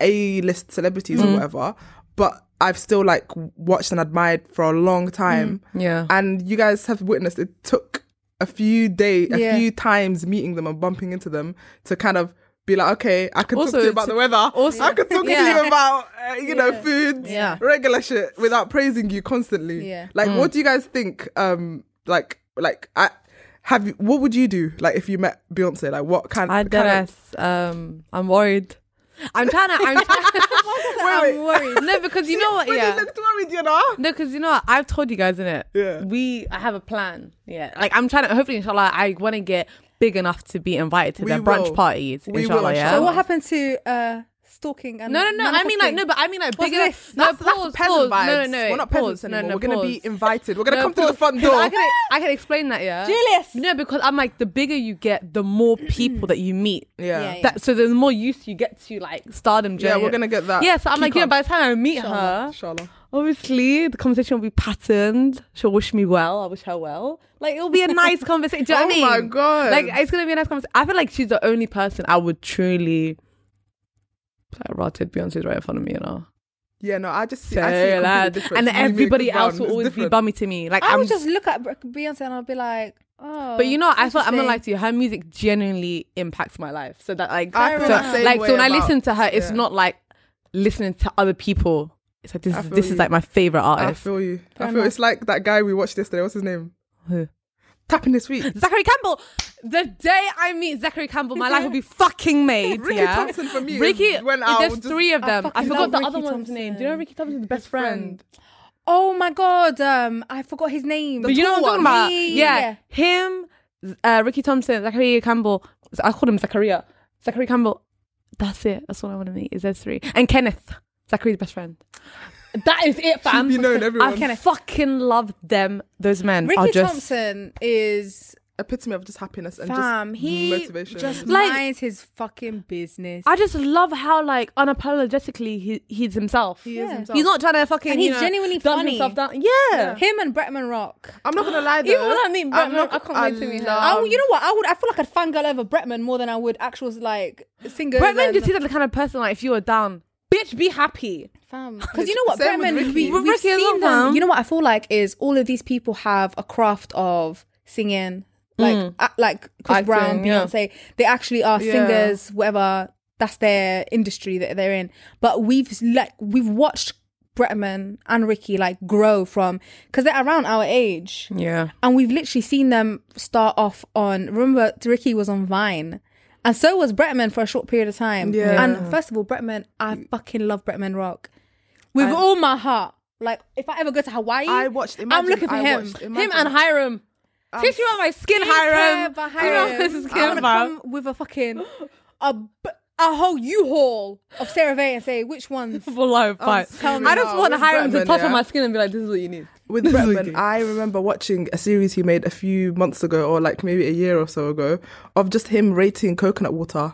Speaker 2: A list celebrities or whatever, but I've still like watched and admired for a long time.
Speaker 3: Yeah.
Speaker 2: And you guys have witnessed it took a few day, a
Speaker 1: Yeah.
Speaker 2: few times meeting them and bumping into them to kind of be like, okay, I could
Speaker 3: Also,
Speaker 2: talk to you about
Speaker 3: to-
Speaker 2: the weather.
Speaker 3: also-
Speaker 2: I could talk to
Speaker 3: Yeah.
Speaker 2: you about, uh, you know, foods,
Speaker 3: Yeah. Mm.
Speaker 2: regular shit without praising you constantly.
Speaker 1: Yeah.
Speaker 2: Like, what do you guys think? Um, like, like, I, have you, what would you do? Like, if you met Beyonce, like, what kind,
Speaker 3: I
Speaker 2: kind of,
Speaker 3: digress. Um, I'm worried. I'm trying to. I'm, trying,
Speaker 2: Wait,
Speaker 3: I'm worried. No, because you know what?
Speaker 2: Really
Speaker 3: Yeah.
Speaker 2: looked worried, you know?
Speaker 3: No, because you know what? I've told you guys in it.
Speaker 2: Yeah.
Speaker 3: We. I have a plan. Yeah. Like I'm trying to. Hopefully, inshallah, I want to get big enough to be invited to
Speaker 2: We
Speaker 3: their brunch
Speaker 2: will.
Speaker 3: parties.
Speaker 2: We
Speaker 3: inshallah.
Speaker 2: will,
Speaker 3: Yeah.
Speaker 1: So
Speaker 2: inshallah.
Speaker 1: what happened to uh, stalking? And
Speaker 3: no, no, no. I mean, like,
Speaker 1: manifesting?
Speaker 3: no, but I mean, like,
Speaker 1: What's
Speaker 3: big enough.
Speaker 1: this?
Speaker 3: No,
Speaker 2: That's, that's
Speaker 3: pause,
Speaker 2: peasant
Speaker 3: pause.
Speaker 2: vibes.
Speaker 3: No, no, no.
Speaker 2: We're not
Speaker 3: pause.
Speaker 2: peasants
Speaker 3: No,
Speaker 2: anymore.
Speaker 3: no,
Speaker 2: We're going to
Speaker 3: pause.
Speaker 2: be invited. We're going to
Speaker 3: No,
Speaker 2: come to the
Speaker 3: pause.
Speaker 2: front
Speaker 3: No,
Speaker 2: door.
Speaker 3: I can, I can explain that, yeah.
Speaker 1: Julius!
Speaker 3: No, because I'm like, the bigger you get, the more people that you meet.
Speaker 2: Yeah.
Speaker 1: Yeah, yeah.
Speaker 3: That, so the more used you get to like stardom
Speaker 2: Yeah,
Speaker 3: journey.
Speaker 2: we're gonna get that.
Speaker 3: Yeah, so I'm like,
Speaker 2: Keep
Speaker 3: you know,
Speaker 2: up.
Speaker 3: by the time I meet her,
Speaker 2: Inshallah.
Speaker 3: obviously the conversation will be patterned. She'll wish me well. I wish her well. Like it'll be a nice conversation. Do you know what I
Speaker 2: Oh my
Speaker 3: mean?
Speaker 2: God.
Speaker 3: Like it's gonna be a nice conversation. I feel like she's the only person I would truly. Like, rotted Beyonce's right in front of me, you know.
Speaker 2: Yeah, no, I just see, I see
Speaker 3: Say
Speaker 2: a
Speaker 3: that.
Speaker 2: completely different-
Speaker 3: and
Speaker 2: you being
Speaker 3: everybody
Speaker 2: brown
Speaker 3: else will
Speaker 2: is
Speaker 3: always be
Speaker 2: different.
Speaker 3: bummy to me. Like
Speaker 1: I
Speaker 3: I'm
Speaker 1: would just look at Beyonce and I'd be like, oh.
Speaker 3: But you know, I thought I'm gonna
Speaker 1: interesting.
Speaker 3: lie to you. Her music genuinely impacts my life. So that like,
Speaker 2: I
Speaker 1: feel
Speaker 3: so,
Speaker 1: the same
Speaker 3: like, so
Speaker 2: way
Speaker 3: when I
Speaker 2: about-
Speaker 3: listen to her, it's
Speaker 2: yeah.
Speaker 3: not like listening to other people. It's like this.
Speaker 2: I
Speaker 3: Is,
Speaker 2: feel
Speaker 3: this
Speaker 2: you.
Speaker 3: is like my favorite
Speaker 2: I
Speaker 3: artist,
Speaker 2: feel you.
Speaker 1: Fair
Speaker 2: I feel
Speaker 1: enough.
Speaker 2: it's like that guy we watched yesterday. What's his name?
Speaker 3: Who?
Speaker 2: Tapping this week.
Speaker 3: Zachary Campbell. The day I meet Zachary Campbell, my life will be fucking made.
Speaker 2: Ricky
Speaker 3: yeah.
Speaker 2: Thompson for me.
Speaker 3: Ricky,
Speaker 2: is when I
Speaker 3: there's
Speaker 2: will just-
Speaker 3: three of
Speaker 1: I
Speaker 3: them. I,
Speaker 1: fucking love
Speaker 3: forgot the
Speaker 1: Ricky
Speaker 3: other one's name. Do you know
Speaker 1: Thompson.
Speaker 3: Ricky Thompson's best friend?
Speaker 1: Oh my god, um, I forgot his name.
Speaker 3: But you know what I'm talking about? Yeah,
Speaker 1: yeah.
Speaker 3: him, Z- uh, Ricky Thompson, Zachary Campbell. I called him Zachariah. Zachary Campbell. That's it. That's all I want to meet. Is those three and Kenneth, Zachary's best friend. That is it, fam.
Speaker 2: be known, everyone.
Speaker 3: I can fucking love them. Those men are
Speaker 1: Ricky
Speaker 3: just
Speaker 1: Thompson is
Speaker 2: Epitome of just happiness and
Speaker 1: fam.
Speaker 2: just
Speaker 1: He
Speaker 2: motivation.
Speaker 1: just
Speaker 3: Like-
Speaker 1: minds his fucking business.
Speaker 3: I just love how like unapologetically he, he's himself.
Speaker 2: He is
Speaker 1: Yeah.
Speaker 2: himself.
Speaker 3: He's not trying to fucking.
Speaker 1: And he's
Speaker 3: you know,
Speaker 1: genuinely
Speaker 3: dumb
Speaker 1: funny.
Speaker 3: Himself down. Yeah.
Speaker 1: him and Bretman Rock.
Speaker 2: I'm not gonna lie though.
Speaker 3: Even when I meet
Speaker 2: I'm
Speaker 3: Batman,
Speaker 2: not-
Speaker 3: I can't wait to Oh, meet her.
Speaker 1: I,
Speaker 2: love-
Speaker 1: would- you know what? I would. I feel like I'd fangirl over Bretman more than I would actual like singers.
Speaker 3: Bretman
Speaker 1: and-
Speaker 3: just seems like the kind of person like if you were down, Bitch, be happy.
Speaker 1: Fam, because you know what,
Speaker 2: Same with
Speaker 1: Bremen,
Speaker 2: Ricky.
Speaker 1: we,
Speaker 3: With
Speaker 1: we've
Speaker 3: Ricky as
Speaker 1: seen
Speaker 3: well,
Speaker 1: them.
Speaker 3: fam.
Speaker 1: You know what I feel like is all of these people have a craft of singing, like a- like Chris
Speaker 3: Acting,
Speaker 1: Brown,
Speaker 3: yeah.
Speaker 1: Beyonce. They actually are
Speaker 2: Yeah.
Speaker 1: singers, whatever. That's their industry that they're in. But we've like we've watched Bretman and Ricky like grow from because they're around our age,
Speaker 3: Yeah.
Speaker 1: and we've literally seen them start off on. Remember, Ricky was on Vine. And so was Bretman for a short period of time.
Speaker 2: Yeah.
Speaker 1: And first of all, Bretman, I fucking love Bretman Rock with all my heart. Like if I ever go to Hawaii,
Speaker 2: I watched-
Speaker 1: I'm
Speaker 2: imagine
Speaker 1: looking for
Speaker 2: I
Speaker 1: him.
Speaker 2: watched-
Speaker 1: him
Speaker 2: imagine-
Speaker 1: and Hiram.
Speaker 3: Kiss you on my skin, Hiram.
Speaker 1: Behind
Speaker 3: You know
Speaker 1: Hiram.
Speaker 3: this is
Speaker 1: I want to
Speaker 3: Hiram.
Speaker 1: come with a fucking a b- a whole U-Haul of Sarah Vey and say which ones.
Speaker 3: For life, but
Speaker 1: tell me.
Speaker 3: I just
Speaker 2: Nah,
Speaker 3: want
Speaker 2: with
Speaker 3: Hiram to
Speaker 2: Bretman,
Speaker 3: touch
Speaker 2: Oh, yeah.
Speaker 3: on my skin and be like, "This is what you need."
Speaker 2: with
Speaker 3: This is
Speaker 2: Bretman,
Speaker 3: wicked.
Speaker 2: I remember watching a series he made a few months ago, or like maybe a year or so ago, of just him rating coconut water.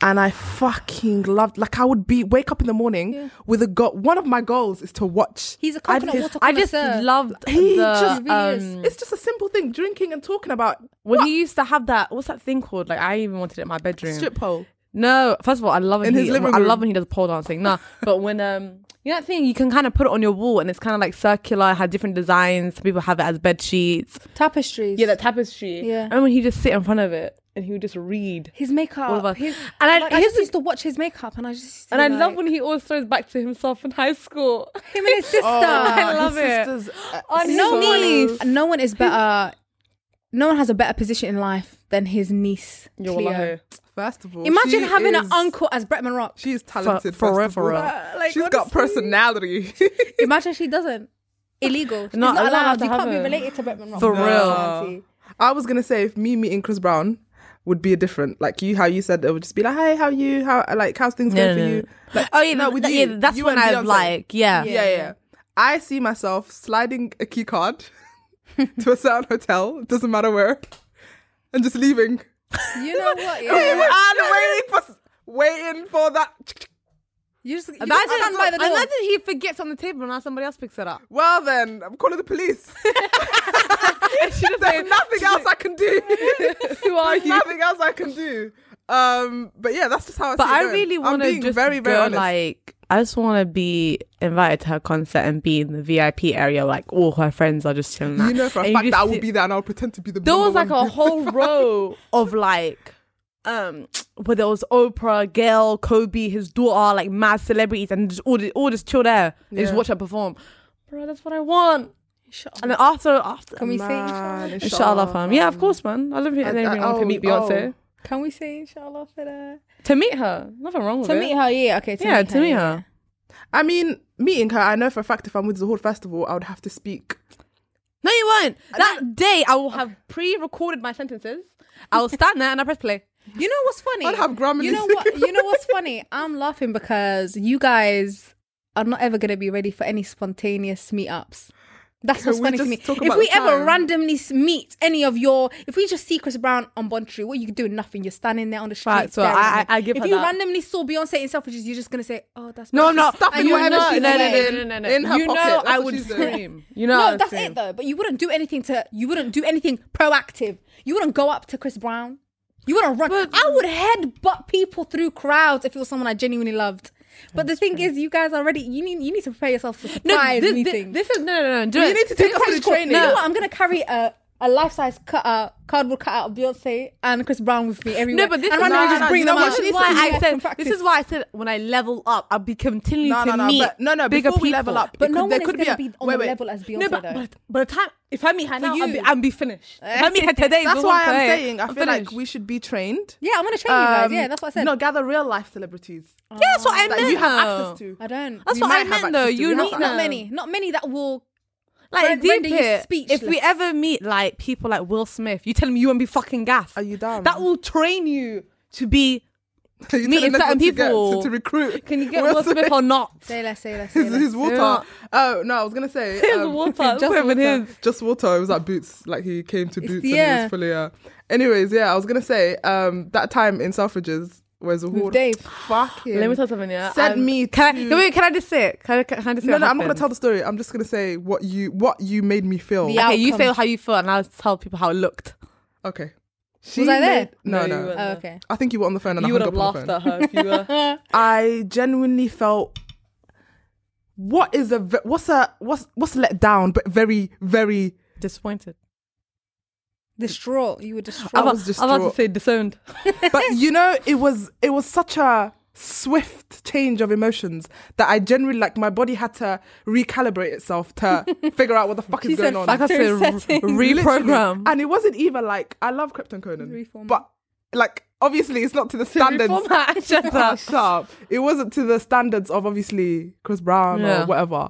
Speaker 2: And I fucking loved. Like I would be wake up in the morning with a goal. One of my goals is to watch.
Speaker 1: He's a
Speaker 2: I-
Speaker 1: coconut
Speaker 2: his-
Speaker 1: water
Speaker 3: I just
Speaker 1: connoisseur.
Speaker 3: loved
Speaker 2: He
Speaker 3: the,
Speaker 2: just
Speaker 1: really is.
Speaker 3: um,
Speaker 2: It's just a simple thing: drinking and talking about
Speaker 3: when he used to have that. What's that thing called? Like I even wanted it in my bedroom.
Speaker 2: strip pole.
Speaker 3: No, first of all, I love when
Speaker 2: In
Speaker 3: he,
Speaker 2: his living
Speaker 3: I
Speaker 2: room.
Speaker 3: love when he does pole dancing. Nah, but when um, you know that thing you can kind of put it on your wall and it's kind of like circular, had different designs. Some people have it as bed sheets.
Speaker 1: tapestries.
Speaker 3: Yeah, that tapestry.
Speaker 1: Yeah.
Speaker 3: and when he just sit in front of it and he would just read.
Speaker 1: his makeup.
Speaker 3: All of us.
Speaker 1: His,
Speaker 3: And I-
Speaker 1: like, I
Speaker 3: here's
Speaker 1: just
Speaker 3: the-
Speaker 1: used to watch his makeup, and I just used to
Speaker 3: And I
Speaker 1: be
Speaker 3: love
Speaker 1: like,
Speaker 3: when he always throws back to himself in high school.
Speaker 1: him and his sister.
Speaker 3: I love
Speaker 2: his
Speaker 3: it.
Speaker 2: Oh, Sisters, uh,
Speaker 3: Oh,
Speaker 1: no
Speaker 3: So-
Speaker 1: one, no one is better. No one has a better position in life than his niece.
Speaker 3: Yo,
Speaker 1: Cleo.
Speaker 3: wallahi.
Speaker 2: First of all,
Speaker 1: Imagine
Speaker 2: she
Speaker 1: having
Speaker 2: is-
Speaker 1: an uncle as Bretman Rock.
Speaker 2: She is talented.
Speaker 3: For- for
Speaker 2: first
Speaker 3: real,
Speaker 2: of
Speaker 3: for
Speaker 2: all.
Speaker 3: real.
Speaker 2: She's got personality.
Speaker 1: Imagine she doesn't. Illegal. She's
Speaker 3: Not
Speaker 1: not,
Speaker 3: allowed
Speaker 1: allowed.
Speaker 3: to
Speaker 1: You
Speaker 3: have
Speaker 1: can't be
Speaker 3: her.
Speaker 1: related to Bretman Rock.
Speaker 3: For
Speaker 1: No.
Speaker 3: real.
Speaker 1: auntie.
Speaker 2: I was gonna say if me meeting Chris Brown would be a different, like you, how you said it would just be like, hey, how you, how like how's things
Speaker 3: No,
Speaker 2: going
Speaker 3: no,
Speaker 2: for
Speaker 3: no.
Speaker 2: you? Like,
Speaker 3: Oh yeah,
Speaker 2: no,
Speaker 3: th-
Speaker 2: with
Speaker 3: th-
Speaker 2: you,
Speaker 3: yeah, that's
Speaker 2: you
Speaker 3: when
Speaker 2: and
Speaker 3: I
Speaker 2: Beyonce.
Speaker 3: like, yeah.
Speaker 2: yeah, yeah, I see myself sliding a key card to a certain hotel, doesn't matter where, and just leaving.
Speaker 1: You know what?
Speaker 2: And
Speaker 1: Yeah.
Speaker 2: waiting for waiting for that.
Speaker 1: you just you just
Speaker 3: Imagine,
Speaker 1: stand by the door.
Speaker 3: imagine he forgets on the table and now somebody else picks it up.
Speaker 2: Well then, I'm calling the police.
Speaker 3: And she just
Speaker 2: There's
Speaker 3: like,
Speaker 2: nothing else I can do.
Speaker 3: who are you?
Speaker 2: nothing else I can do. Um, but yeah, that's just how. I
Speaker 3: But
Speaker 2: see it
Speaker 3: I
Speaker 2: going.
Speaker 3: really
Speaker 2: I'm
Speaker 3: want to
Speaker 2: being
Speaker 3: just
Speaker 2: very, very
Speaker 3: go,
Speaker 2: honest.
Speaker 3: like I just want to be invited to her concert and be in the VIP area, like all her friends are just chilling.
Speaker 2: You know for
Speaker 3: And
Speaker 2: a
Speaker 3: you
Speaker 2: fact
Speaker 3: just
Speaker 2: that I will
Speaker 3: sit-
Speaker 2: be there and I'll pretend to be the.
Speaker 3: There was
Speaker 2: number
Speaker 3: like
Speaker 2: one
Speaker 3: a whole row of like, um, where there was Oprah, Gail, Kobe, his daughter, like mad celebrities, and just all all just chill there and just
Speaker 2: Yeah.
Speaker 3: watch her perform. Bro, that's what I want.
Speaker 1: Shut up.
Speaker 3: And then after after
Speaker 1: Can we say?
Speaker 2: Man,
Speaker 3: inshallah, fam. Yeah, of course, man. I don't think
Speaker 2: um, I-
Speaker 3: anyone
Speaker 2: I-
Speaker 3: can meet
Speaker 2: oh,
Speaker 3: Beyonce.
Speaker 1: Can we say inshallah for that?
Speaker 3: To meet her, nothing wrong with
Speaker 1: To
Speaker 3: it.
Speaker 1: meet her, yeah. Okay. To
Speaker 3: yeah,
Speaker 1: meet her,
Speaker 3: to meet
Speaker 1: yeah.
Speaker 3: her.
Speaker 2: I mean, meeting her, I know for a fact if I'm with Zahor Festival, I would have to speak.
Speaker 3: No, you won't. That day, I will have pre-recorded my sentences. I will stand there and I press play.
Speaker 1: You know what's funny?
Speaker 2: I'd have Grammarly
Speaker 1: You know
Speaker 2: singing.
Speaker 1: what? You know what's funny? I'm laughing because you guys are not ever gonna be ready for any spontaneous meetups. That's
Speaker 2: Can
Speaker 1: what's
Speaker 2: we
Speaker 1: funny to
Speaker 2: just
Speaker 1: me.
Speaker 2: talk
Speaker 1: If
Speaker 2: about
Speaker 1: we
Speaker 2: the
Speaker 1: ever
Speaker 2: time?
Speaker 1: randomly s- meet any of your, if we just see Chris Brown on Bond Street, what are you doing? Nothing. You're standing there on the street.
Speaker 3: Right, so
Speaker 1: staring
Speaker 3: I-
Speaker 1: at
Speaker 3: I-
Speaker 1: her.
Speaker 3: I give
Speaker 1: If
Speaker 3: her
Speaker 1: you
Speaker 3: that.
Speaker 1: randomly saw Beyonce in Selfridges, you're just gonna say, "Oh, that's
Speaker 3: No,
Speaker 1: not
Speaker 3: no,
Speaker 1: she's-
Speaker 2: Stuff
Speaker 1: I
Speaker 2: in
Speaker 1: know,
Speaker 2: whatever
Speaker 1: no,
Speaker 2: she's
Speaker 1: no, no,
Speaker 2: wearing.
Speaker 1: no, no,
Speaker 2: no, no, no. In her
Speaker 3: you know
Speaker 2: pocket, that's
Speaker 3: I
Speaker 2: what
Speaker 3: would
Speaker 2: she's doing.
Speaker 3: scream. You know, I
Speaker 1: No,
Speaker 3: would
Speaker 1: that's
Speaker 3: scream.
Speaker 1: it though. But you wouldn't do anything to. You wouldn't do anything proactive. You wouldn't go up to Chris Brown. You wouldn't run. I would headbutt people through crowds if it was someone I genuinely loved. But the thing is, you guys already you need you need to prepare yourself for surprise
Speaker 3: this, thi-
Speaker 1: meetings.
Speaker 3: this is no, no, no. Do it.
Speaker 2: need to take us to the
Speaker 1: Practical.
Speaker 2: training.
Speaker 1: You know what? I'm gonna carry a. A life-size cut, uh, cardboard cutout of Beyonce and Chris Brown with me everywhere.
Speaker 3: no, but this
Speaker 1: and
Speaker 3: is
Speaker 1: right now I
Speaker 2: no,
Speaker 1: just
Speaker 2: no,
Speaker 1: bring
Speaker 2: you
Speaker 1: them
Speaker 2: know
Speaker 1: up.
Speaker 2: what?
Speaker 3: This is
Speaker 2: This
Speaker 3: why
Speaker 2: is
Speaker 3: I
Speaker 1: Can
Speaker 3: said.
Speaker 1: practice.
Speaker 3: This is why I said when I level up, I'll be continuing
Speaker 2: No,
Speaker 3: to
Speaker 2: no, no,
Speaker 3: meet.
Speaker 2: but- no, no,
Speaker 3: bigger
Speaker 2: before we
Speaker 3: people.
Speaker 2: level up,
Speaker 1: But
Speaker 2: It
Speaker 1: no
Speaker 2: could-
Speaker 1: one
Speaker 2: there
Speaker 1: is
Speaker 2: could
Speaker 1: gonna
Speaker 2: be
Speaker 1: be,
Speaker 2: a-
Speaker 1: on
Speaker 2: wait,
Speaker 1: the
Speaker 2: wait.
Speaker 1: level as Beyonce
Speaker 3: No, but,
Speaker 1: though.
Speaker 3: but by the time if I meet her now, I'll be,
Speaker 1: you.
Speaker 3: I'll be finished. If I meet her today,
Speaker 2: That's
Speaker 3: the
Speaker 2: why
Speaker 3: one
Speaker 2: I'm
Speaker 3: today,
Speaker 2: saying I
Speaker 3: I'm
Speaker 2: feel like
Speaker 3: finished.
Speaker 2: we should be trained.
Speaker 1: yeah, I'm gonna train you guys.
Speaker 2: Um,
Speaker 1: Yeah, that's what I said.
Speaker 2: No, gather real life celebrities
Speaker 3: Yeah, that's what I
Speaker 2: that you
Speaker 3: meant.
Speaker 2: have
Speaker 3: though.
Speaker 2: access to.
Speaker 1: I don't.
Speaker 3: That's
Speaker 2: We
Speaker 3: what
Speaker 2: might
Speaker 3: I
Speaker 2: have
Speaker 3: meant
Speaker 2: access
Speaker 3: though.
Speaker 2: to. We
Speaker 3: You
Speaker 2: have
Speaker 3: need
Speaker 2: access.
Speaker 1: not many. Not many that will
Speaker 3: Like
Speaker 1: Render- render
Speaker 3: deep
Speaker 1: you
Speaker 3: it. If we
Speaker 1: speechless.
Speaker 3: ever meet like people like Will Smith, you tell him you won't be fucking gas.
Speaker 2: Are you down?
Speaker 3: That will train you to be.
Speaker 2: Are you
Speaker 3: meeting
Speaker 2: telling us what
Speaker 3: certain
Speaker 2: to get-
Speaker 3: people.
Speaker 2: to, to recruit.
Speaker 3: Can you get
Speaker 2: Will
Speaker 3: Will Smith or not?
Speaker 1: say less, say less, say
Speaker 2: His,
Speaker 1: less.
Speaker 2: his water.
Speaker 3: Yeah.
Speaker 2: Oh no, I was gonna say
Speaker 3: His
Speaker 2: um,
Speaker 3: water,
Speaker 2: Just
Speaker 3: women
Speaker 2: water.
Speaker 3: his.
Speaker 2: Just water. It was like boots. Like he came to boots. and he
Speaker 1: yeah.
Speaker 2: was fully. Uh, anyways, yeah, I was gonna say um, that time in Selfridges where's the
Speaker 1: With Dave.
Speaker 2: Fucking.
Speaker 3: Let me tell you something. Yeah,
Speaker 2: Send me
Speaker 3: Can I,
Speaker 2: to-
Speaker 3: no, wait, can I just say it? Can I, can I just say
Speaker 2: No,
Speaker 3: what
Speaker 2: no, I'm not gonna
Speaker 3: happened?
Speaker 2: tell the story. I'm just gonna say what you what you made me feel.
Speaker 1: Yeah.
Speaker 3: Okay, you
Speaker 1: outcome.
Speaker 3: say how you felt, and I'll tell people how it looked.
Speaker 2: Okay. She
Speaker 1: Was I there?
Speaker 2: made- No,
Speaker 3: No,
Speaker 2: no.
Speaker 3: you weren't.
Speaker 1: Oh, okay.
Speaker 2: I think you were on the phone and
Speaker 3: You
Speaker 2: I
Speaker 3: would
Speaker 2: hung up
Speaker 3: have
Speaker 2: on the phone.
Speaker 3: laughed at her if you were.
Speaker 2: I genuinely felt what is a ve- what's a what's what's let down, but very very.
Speaker 3: Disappointed.
Speaker 1: Distraught. You were distraught.
Speaker 2: I
Speaker 3: I
Speaker 2: was
Speaker 3: was about to
Speaker 2: distraught.
Speaker 3: say disowned.
Speaker 2: But you know, it was it was such a swift change of emotions that I generally like my body had to recalibrate itself to figure out what the fuck
Speaker 1: She
Speaker 2: is
Speaker 1: said
Speaker 2: going on.
Speaker 1: fuck
Speaker 3: Like I said,
Speaker 1: Factory settings.
Speaker 3: re- reprogram.
Speaker 2: And it wasn't even like I love Krypton Conan,
Speaker 1: Reformat.
Speaker 2: but like obviously it's not to the
Speaker 3: Oh
Speaker 2: standards.
Speaker 3: Reformat. Shut up.
Speaker 2: Shut up. It wasn't to the standards of obviously Chris Brown
Speaker 3: Yeah.
Speaker 2: or whatever.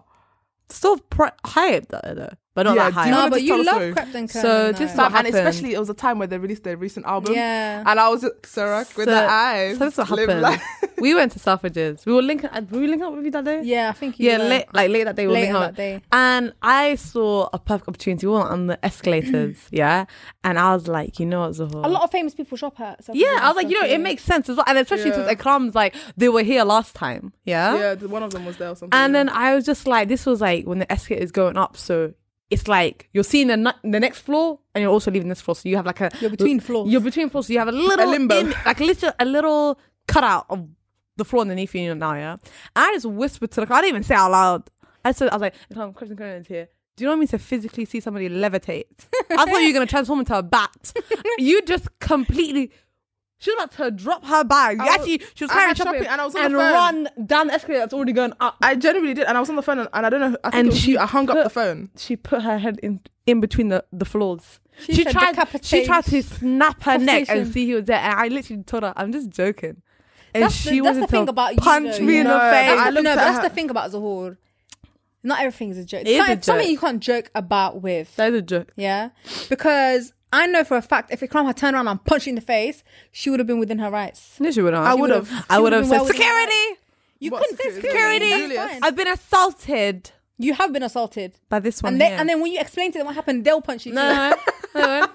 Speaker 3: Still pr- hype though, though, but not
Speaker 2: Yeah,
Speaker 3: that
Speaker 2: do you
Speaker 3: hype.
Speaker 2: wanna
Speaker 1: no, but
Speaker 2: just tell
Speaker 1: you
Speaker 2: us
Speaker 1: love
Speaker 2: though?
Speaker 1: Krypton Conan.
Speaker 3: So
Speaker 1: though.
Speaker 3: this is
Speaker 2: Fam,
Speaker 3: what
Speaker 2: and
Speaker 3: happened.
Speaker 2: especially it was a time where they released their recent album.
Speaker 1: yeah.
Speaker 2: And I was Sarah with
Speaker 3: So-
Speaker 2: the eyes.
Speaker 3: so this is what
Speaker 2: live
Speaker 3: happened.
Speaker 2: life.
Speaker 3: we went to Selfridges. We were linking. uh, Were we linking up with you that day?
Speaker 1: yeah, I think you
Speaker 3: Yeah,
Speaker 1: were.
Speaker 3: late, like late that day. We were
Speaker 1: Late
Speaker 3: linking
Speaker 1: on
Speaker 3: up.
Speaker 1: that day.
Speaker 3: And I saw a perfect opportunity. We were on the escalators, yeah. And I was like, you know what, Zohar?
Speaker 1: A lot of famous people shop at. Selfridges
Speaker 3: yeah, I
Speaker 1: and
Speaker 3: was like, you know,
Speaker 1: stuff,
Speaker 3: it
Speaker 1: yeah.
Speaker 3: makes sense as well. And especially
Speaker 2: Yeah.
Speaker 3: since Ikram's like, they were here last time,
Speaker 2: Yeah, the- one of them was there or something.
Speaker 3: And
Speaker 2: yeah.
Speaker 3: then I was just like, this was like when the escalator is going up, so it's like you're seeing the, nu- the next floor and you're also leaving this floor, so you have like a
Speaker 1: You're between floors.
Speaker 3: you're between floors, so you have a little
Speaker 2: limbo.
Speaker 3: in- like literally a little cutout of the floor underneath you now. Yeah, and I just whispered to the car. I didn't even say it out loud. I said, I was like, "Ikram, Christian Conan's here." Do you know what I mean to physically see somebody levitate? I thought you were gonna transform into a bat. you just completely. She was about to drop her bag.
Speaker 2: I
Speaker 3: You
Speaker 2: was-
Speaker 3: actually, she was
Speaker 2: I
Speaker 3: carrying
Speaker 2: had
Speaker 3: shopping,
Speaker 2: shopping and I was on the
Speaker 3: and
Speaker 2: phone.
Speaker 3: run down the escalator that's already going up.
Speaker 2: I genuinely did, and I was on the phone, and, and I don't know. I think
Speaker 3: And
Speaker 2: it was
Speaker 3: she
Speaker 2: you. I hung up
Speaker 3: put-
Speaker 2: the phone.
Speaker 3: she put her head in in between the, the floors.
Speaker 1: She
Speaker 3: She,
Speaker 1: said
Speaker 3: tried she
Speaker 1: decapitation.
Speaker 3: tried to snap her neck and
Speaker 1: Decapitation.
Speaker 3: see he was there. And I literally told her, I'm just joking. And
Speaker 1: That's the-
Speaker 3: she
Speaker 1: that's the
Speaker 3: was
Speaker 1: thing about you,
Speaker 3: punch
Speaker 1: though,
Speaker 3: me
Speaker 1: you
Speaker 3: in
Speaker 2: know.
Speaker 3: the
Speaker 2: That's
Speaker 3: face.
Speaker 2: I
Speaker 1: That's,
Speaker 2: looked
Speaker 1: no,
Speaker 2: at
Speaker 1: but that's
Speaker 2: her-
Speaker 1: the thing about Zahor. Not everything's a joke.
Speaker 3: It is
Speaker 1: Some-
Speaker 3: a
Speaker 1: it's Something
Speaker 3: joke.
Speaker 1: you can't joke about with.
Speaker 3: That is a joke.
Speaker 1: Yeah. Because I know for a fact if Ikram had turned around and punched you in the face, she would have been within her rights.
Speaker 3: No, she would not. I
Speaker 1: would have.
Speaker 3: I
Speaker 1: She
Speaker 3: would
Speaker 1: would've been
Speaker 3: have said,
Speaker 1: well within her
Speaker 3: Security!
Speaker 1: You
Speaker 2: What
Speaker 1: couldn't say
Speaker 2: security?
Speaker 1: security.
Speaker 2: Security.
Speaker 1: That's fine.
Speaker 3: I've been assaulted
Speaker 1: You have been assaulted.
Speaker 3: by this one.
Speaker 1: And, they,
Speaker 3: here.
Speaker 1: and then when you explain to them what happened, they'll punch you. too.
Speaker 3: no, no, no.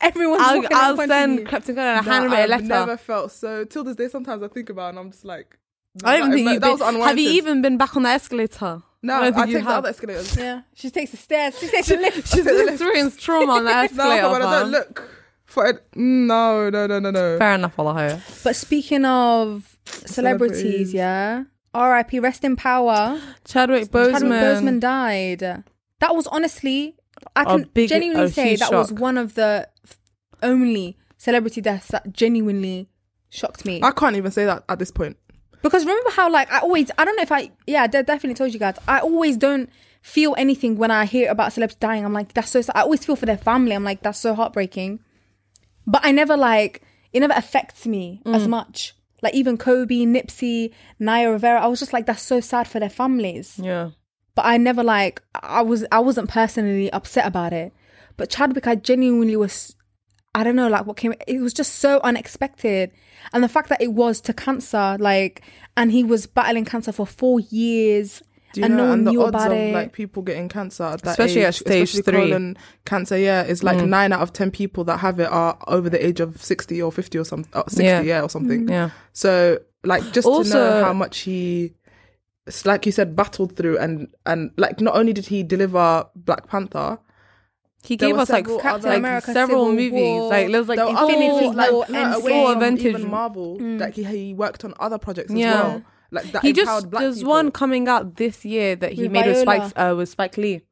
Speaker 1: Everyone's
Speaker 3: I'll,
Speaker 1: walking around
Speaker 3: I'll
Speaker 1: punching
Speaker 3: send
Speaker 1: you.
Speaker 3: Captain Conan
Speaker 2: Nah,
Speaker 3: a handwritten
Speaker 2: I've
Speaker 3: letter.
Speaker 2: never felt so. Till this day, sometimes I think about, it and I'm just like,
Speaker 3: I don't
Speaker 2: that-
Speaker 3: even think
Speaker 2: that
Speaker 3: you've been.
Speaker 2: was unwarranted.
Speaker 3: Have you even been back on the escalator?
Speaker 2: No,
Speaker 3: I
Speaker 2: I,
Speaker 3: don't think
Speaker 2: take
Speaker 3: you
Speaker 2: the
Speaker 3: have.
Speaker 2: other escalators.
Speaker 1: Yeah. She takes the stairs. She takes the lift.
Speaker 3: She's experienced trauma on the
Speaker 2: No,
Speaker 3: escalator.
Speaker 2: but I
Speaker 3: fam.
Speaker 2: don't look for it. No, no, no, no, no.
Speaker 3: Fair enough, Olaho.
Speaker 1: But speaking of celebrities,
Speaker 2: Celebrities.
Speaker 1: yeah. R.I.P. Rest in power.
Speaker 3: Chadwick Boseman.
Speaker 1: Chadwick Boseman died. That was honestly, I
Speaker 3: A
Speaker 1: can
Speaker 3: big- oh,
Speaker 1: genuinely
Speaker 3: a
Speaker 1: say
Speaker 3: huge
Speaker 1: that was
Speaker 3: shock.
Speaker 1: one of the f- only celebrity deaths that genuinely shocked me.
Speaker 2: I can't even say that at this point.
Speaker 1: Because remember how like I always I don't know if I yeah I de- definitely told you guys I always don't feel anything when I hear about celebs dying. I'm like that's so sad. I always feel for their family. I'm like that's so heartbreaking. But I never like it never affects me as much. Like even Kobe, Nipsey, Naya Rivera, I was just like that's so sad for their families.
Speaker 3: Yeah.
Speaker 1: But I never like I was I wasn't personally upset about it. But Chadwick, I genuinely was. I don't know, like what came. It was just so unexpected, and the fact that it was to cancer, like, and he was battling cancer for four years,
Speaker 2: Do you
Speaker 1: and
Speaker 2: know,
Speaker 1: no one
Speaker 2: and the
Speaker 1: knew
Speaker 2: odds
Speaker 1: about
Speaker 2: of
Speaker 1: it.
Speaker 2: like people getting cancer at that
Speaker 3: Especially
Speaker 2: age,
Speaker 3: at stage
Speaker 2: especially
Speaker 3: three. Mm.
Speaker 2: colon cancer, yeah, it's like nine out of ten people that have it are over the age of sixty or fifty or something, uh, sixty, yeah.
Speaker 3: Yeah. Mm-hmm.
Speaker 2: or something.
Speaker 3: Yeah.
Speaker 2: So, like, just to know
Speaker 3: Also-
Speaker 2: how much he, it's like you said, battled through, and and like, not only did he deliver Black Panther,
Speaker 3: He
Speaker 2: There
Speaker 3: gave
Speaker 2: were
Speaker 3: us like,
Speaker 2: several
Speaker 3: like,
Speaker 2: other-
Speaker 1: America,
Speaker 3: several
Speaker 1: Civil
Speaker 3: movies.
Speaker 1: War.
Speaker 3: Like there was like
Speaker 2: there were other
Speaker 3: Infinity
Speaker 2: things, like,
Speaker 1: War, Mm.
Speaker 2: no, away
Speaker 1: Endgame.
Speaker 2: from
Speaker 3: Avengers.
Speaker 2: even Marvel, like he he worked on other projects as
Speaker 3: Yeah.
Speaker 2: well, like that
Speaker 3: He
Speaker 2: empowered
Speaker 3: just
Speaker 2: Black
Speaker 3: there's
Speaker 2: people.
Speaker 3: one coming out this year that he
Speaker 1: With
Speaker 3: made with
Speaker 1: Viola.
Speaker 3: Spike uh, with Spike Lee,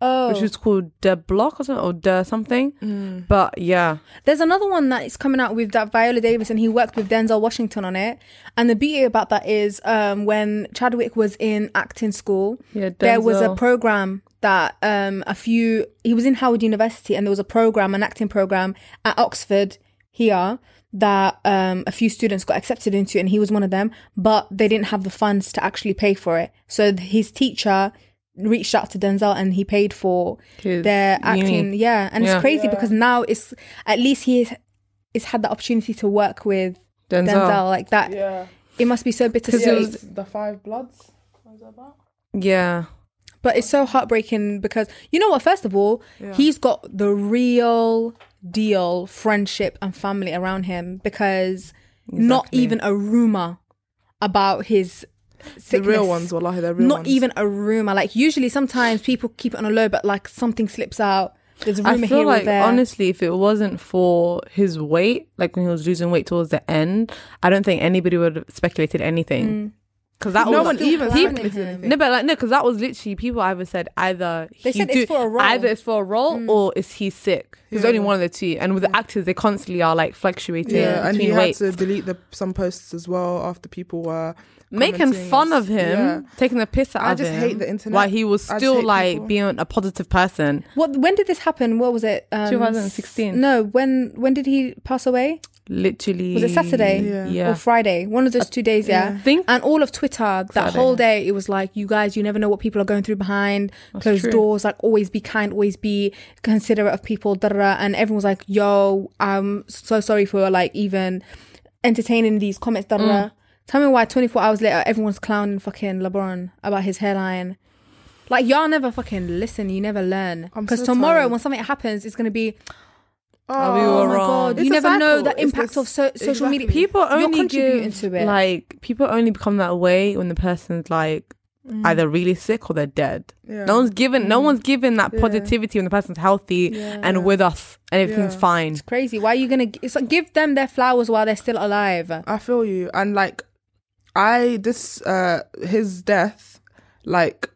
Speaker 1: oh,
Speaker 3: which was called The Block or something or The something. But yeah,
Speaker 1: There's another one that is coming out with that Viola Davis, and he worked with Denzel Washington on it. And the beauty about that is, um, when Chadwick was in acting school,
Speaker 3: Yeah,
Speaker 1: there was a
Speaker 3: Denzel.
Speaker 1: program that um, a few he was in Howard University, and there was a program, an acting program at Oxford here that um, a few students got accepted into, and he was one of them. But they didn't have the funds to actually pay for it, so th- his teacher reached out to Denzel, and he paid for
Speaker 3: His
Speaker 1: their
Speaker 3: uni.
Speaker 1: acting. Yeah, and
Speaker 3: Yeah.
Speaker 1: it's crazy because now it's at least he is had the opportunity to work with
Speaker 3: Denzel.
Speaker 1: Denzel, like that.
Speaker 2: yeah,
Speaker 1: It must be so
Speaker 3: Because it
Speaker 1: bittersweet,
Speaker 3: was-
Speaker 2: the Five Bloods. What was that about?
Speaker 3: Yeah,
Speaker 1: but it's so heartbreaking because you know what? First of all, he's got the real deal friendship and family around him because not
Speaker 3: Exactly.
Speaker 1: even a rumor about his
Speaker 2: The
Speaker 1: sickness.
Speaker 2: real ones, wallahi, they're real
Speaker 1: not
Speaker 2: ones.
Speaker 1: even a rumor. Like usually, sometimes people keep it on a low, but like something slips out. There's room
Speaker 3: I feel
Speaker 1: here
Speaker 3: like
Speaker 1: or there.
Speaker 3: honestly, if it wasn't for his weight, like when he was losing weight towards the end, I don't think anybody would have speculated
Speaker 1: Mm.
Speaker 3: anything. Because that
Speaker 2: No
Speaker 3: was
Speaker 2: one
Speaker 1: Still
Speaker 2: even
Speaker 1: planning
Speaker 2: speculated
Speaker 1: him.
Speaker 2: anything.
Speaker 3: no, but like no, because that was literally people either said either
Speaker 1: They
Speaker 3: he
Speaker 1: said it's for a role.
Speaker 3: either it's for a role or is he sick. There's
Speaker 2: Mm. Yeah.
Speaker 3: only one of the two, and with the actors, they constantly are like fluctuating
Speaker 2: Yeah, and he
Speaker 3: between
Speaker 2: had
Speaker 3: weights,
Speaker 2: to delete the, some posts as well after people were
Speaker 3: making
Speaker 2: commenting
Speaker 3: fun
Speaker 2: us.
Speaker 3: of him,
Speaker 2: Yeah.
Speaker 3: taking the piss out
Speaker 2: I
Speaker 3: of
Speaker 2: just
Speaker 3: him.
Speaker 2: hate the internet.
Speaker 3: While he was
Speaker 2: I just
Speaker 3: still
Speaker 2: hate
Speaker 3: like
Speaker 2: people.
Speaker 3: being a positive person.
Speaker 1: What? When did this happen? What was it? Um,
Speaker 3: 2016.
Speaker 1: No. When? When did he pass away?
Speaker 3: Literally,
Speaker 1: Was it Saturday?
Speaker 2: Yeah.
Speaker 3: Yeah.
Speaker 1: Or Friday? One of those two days. Yeah.
Speaker 3: I think
Speaker 1: And all of Twitter that
Speaker 3: Friday.
Speaker 1: whole day, it was like, you guys, you never know what people are going through behind closed
Speaker 3: true.
Speaker 1: doors. Like, always be kind, always be considerate of people. Da, da, da. And everyone was like, yo, I'm so sorry for like even entertaining these comments. Da, da,
Speaker 3: Mm.
Speaker 1: da. Tell me why 24 hours later, everyone's clowning fucking LeBron about his hairline. Like, y'all never fucking listen. You never learn.
Speaker 2: I'm
Speaker 1: Because
Speaker 2: so
Speaker 1: tomorrow,
Speaker 2: tired.
Speaker 1: when something happens, it's going to be,
Speaker 2: Oh,
Speaker 3: we
Speaker 1: oh
Speaker 3: were
Speaker 1: my
Speaker 3: wrong.
Speaker 1: God.
Speaker 2: It's
Speaker 1: you
Speaker 2: a
Speaker 1: never know
Speaker 2: cycle.
Speaker 1: the
Speaker 2: It's
Speaker 1: impact
Speaker 2: this-
Speaker 1: of so- social
Speaker 2: exactly.
Speaker 1: media.
Speaker 3: people only
Speaker 1: contributing
Speaker 3: give,
Speaker 1: to it.
Speaker 3: like people only become that way when the person's like either really sick or they're dead.
Speaker 2: Mm. Yeah. Mm.
Speaker 3: No one's given no one's given that
Speaker 2: Yeah.
Speaker 3: positivity when the person's healthy
Speaker 1: Yeah.
Speaker 3: and with us and everything's
Speaker 2: Yeah.
Speaker 3: fine.
Speaker 1: It's crazy. Why are you gonna? It's like give them their flowers while they're still alive.
Speaker 2: I feel you. And like I this uh his death, like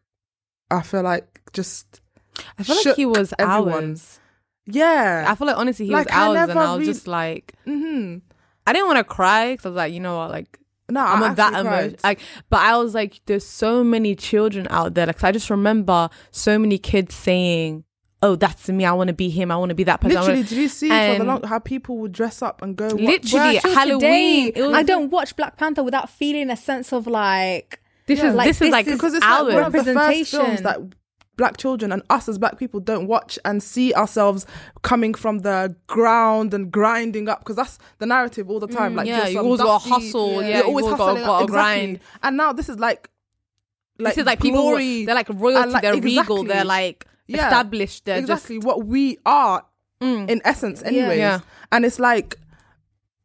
Speaker 2: I feel like just
Speaker 3: I feel like he
Speaker 2: Shook
Speaker 3: was
Speaker 2: everyone.
Speaker 3: ours.
Speaker 2: yeah.
Speaker 3: I feel like honestly he
Speaker 2: Like,
Speaker 3: was
Speaker 2: I
Speaker 3: ours and
Speaker 2: never
Speaker 3: I was
Speaker 2: read-
Speaker 3: just like
Speaker 2: mm-hmm.
Speaker 3: I didn't want to cry because I was like, you know what, like
Speaker 2: No,
Speaker 3: I'm
Speaker 2: I
Speaker 3: not that
Speaker 2: actually
Speaker 3: emotional.
Speaker 2: cried.
Speaker 3: Like, but I was like, there's so many children out there. Like, 'cause I just remember so many kids saying, "Oh, that's me. I want to be him. I want to be that person." I wanna-"
Speaker 2: Literally, did you see for the
Speaker 3: and-
Speaker 2: long how people would dress up and go? what-
Speaker 3: Literally,
Speaker 1: Till
Speaker 3: Halloween.
Speaker 1: today,
Speaker 3: it was-
Speaker 1: I don't watch Black Panther without feeling a sense of like.
Speaker 3: This
Speaker 2: Yeah.
Speaker 3: is
Speaker 1: Like,
Speaker 3: this,
Speaker 1: this
Speaker 3: is like
Speaker 1: is-
Speaker 2: because it's like one of
Speaker 3: ours.
Speaker 2: the first films
Speaker 1: Representation.
Speaker 2: that black children and us as black people don't watch and see ourselves coming from the ground and grinding up because that's the narrative all the time. like
Speaker 3: Mm, yeah,
Speaker 2: you're
Speaker 3: you
Speaker 2: some
Speaker 3: always gotta
Speaker 2: dusty-
Speaker 3: hustle, yeah,
Speaker 2: you're
Speaker 3: you
Speaker 2: always
Speaker 3: always gotta-
Speaker 2: hustling
Speaker 3: gotta
Speaker 2: up, exactly.
Speaker 3: grind.
Speaker 2: And now this is like, like
Speaker 3: this is like people.
Speaker 2: glory.
Speaker 3: They're like royalty.
Speaker 2: And, like,
Speaker 3: they're regal.
Speaker 2: exactly.
Speaker 3: They're like
Speaker 2: Yeah.
Speaker 3: established. They're
Speaker 2: exactly what we are
Speaker 3: just. Mm.
Speaker 2: in essence, anyways.
Speaker 3: Yeah.
Speaker 2: And it's like,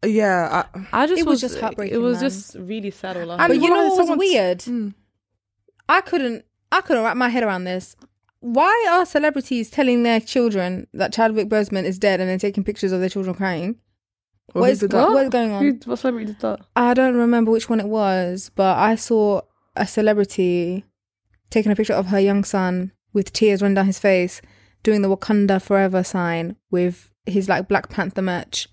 Speaker 2: yeah, I,
Speaker 3: I just
Speaker 1: It was just heartbreaking,
Speaker 3: It was
Speaker 1: man.
Speaker 3: just really sad. All
Speaker 2: And
Speaker 1: But you
Speaker 2: why
Speaker 1: know what was
Speaker 2: someone's- Mm.
Speaker 1: weird? I couldn't. I couldn't wrap my head around this. Why are celebrities telling their children that Chadwick Boseman is dead and then taking pictures of their children crying?
Speaker 2: Well,
Speaker 1: what
Speaker 2: who
Speaker 1: is
Speaker 2: did
Speaker 1: what-
Speaker 2: that?
Speaker 1: what is going on?
Speaker 3: what celebrity did that?
Speaker 1: I don't remember which one it was, but I saw a celebrity taking a picture of her young son with tears running down his face, doing the Wakanda Forever sign with his like Black Panther merch.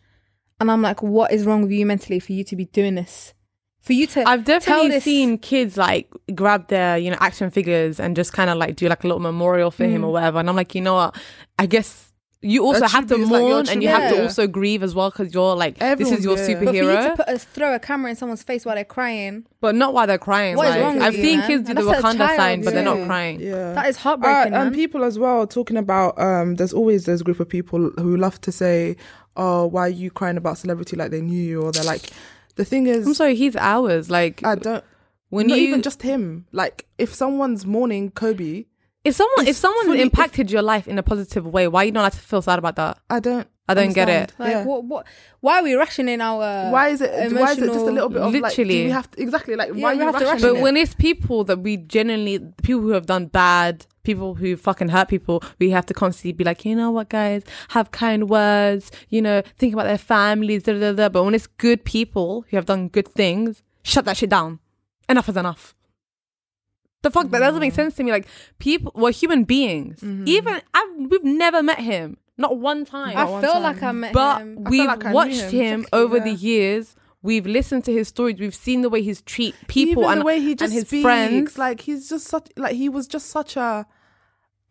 Speaker 1: And I'm like, what is wrong with you mentally for you to be doing this? For you to
Speaker 3: I've definitely
Speaker 1: tell this-
Speaker 3: seen kids like grab their, you know, action figures and just kind of like do like a little memorial for
Speaker 1: Mm.
Speaker 3: him or whatever. And I'm like, you know what? I guess you also
Speaker 2: That
Speaker 3: have to
Speaker 2: tribute is, like, your
Speaker 3: mourn and you have to
Speaker 1: tribute.
Speaker 3: also grieve as well because you're like, this
Speaker 2: Everyone-
Speaker 3: is your
Speaker 2: yeah.
Speaker 1: but for you to
Speaker 3: superhero, but,
Speaker 1: put a, throw a camera in someone's face while they're crying,
Speaker 3: not while they're crying.
Speaker 1: What is
Speaker 3: like,
Speaker 1: wrong with
Speaker 3: I've
Speaker 1: you,
Speaker 3: seen
Speaker 1: man?
Speaker 3: kids do
Speaker 1: And
Speaker 3: the
Speaker 1: that's a
Speaker 3: Wakanda
Speaker 1: child,
Speaker 3: sign, but they're
Speaker 1: yeah.
Speaker 3: not crying.
Speaker 2: yeah.
Speaker 1: that is
Speaker 2: Uh,
Speaker 1: heartbreaking. man.
Speaker 2: and people as well talking about um there's always those group of people who love to say oh why are you crying about celebrity like they knew you or they're like the thing
Speaker 3: I'm
Speaker 2: is
Speaker 3: sorry, he's ours. Like
Speaker 1: Uh,
Speaker 2: i don't
Speaker 3: when
Speaker 2: not
Speaker 3: you
Speaker 2: even just him like if someone's mourning kobe
Speaker 3: if someone if
Speaker 2: it's
Speaker 3: someone
Speaker 2: fully- if-
Speaker 3: impacted your life in a positive way, why you not allowed to feel sad about that?
Speaker 2: i don't
Speaker 3: I don't get
Speaker 2: understand.
Speaker 3: it.
Speaker 1: like,
Speaker 2: yeah.
Speaker 1: what, what? Why are we rationing our?
Speaker 2: why is it why is it just a
Speaker 1: emotional-
Speaker 2: little bit of like do
Speaker 3: Literally.
Speaker 2: we have to, exactly like
Speaker 1: Yeah,
Speaker 2: why
Speaker 1: you
Speaker 2: are you
Speaker 1: have to
Speaker 2: rationing
Speaker 1: ration
Speaker 3: But
Speaker 2: it?
Speaker 3: when it's people that we genuinely, people who have done bad, people who fucking hurt people, we have to constantly be like, you know what, guys, have kind words, you know, think about their families, da da da. da. But when it's good people who have done good things, shut that shit down. Enough is enough. The fuck that doesn't
Speaker 2: Mm-hmm.
Speaker 3: make sense to me. Like people, we're human beings. Even I've, we've never met him, not one time
Speaker 1: I
Speaker 2: one
Speaker 1: feel
Speaker 2: time.
Speaker 1: like I met
Speaker 3: but
Speaker 1: him.
Speaker 2: I
Speaker 3: we've
Speaker 2: feel like I knew
Speaker 3: watched
Speaker 2: him,
Speaker 3: him,
Speaker 2: exactly,
Speaker 3: over
Speaker 2: yeah.
Speaker 3: the years. We've listened to his stories. We've seen the way he's treat people
Speaker 2: Even
Speaker 3: and
Speaker 2: the way he just
Speaker 3: and his
Speaker 2: speaks,
Speaker 3: friends.
Speaker 2: like he's just such like he was just such a,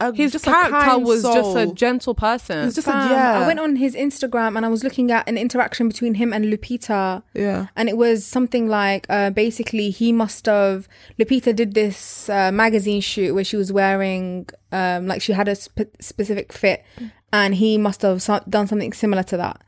Speaker 2: a
Speaker 3: his
Speaker 2: just a
Speaker 3: character
Speaker 2: kind
Speaker 3: was just a
Speaker 2: soul.
Speaker 3: gentle person.
Speaker 2: he's just a,
Speaker 1: Fam,
Speaker 2: yeah
Speaker 1: Um, I went on his Instagram and I was looking at an interaction between him and Lupita.
Speaker 2: yeah
Speaker 1: And it was something like uh, basically he must have Lupita did this uh, magazine shoot where she was wearing um, like she had a sp- specific fit, and he must have so- done something similar to that.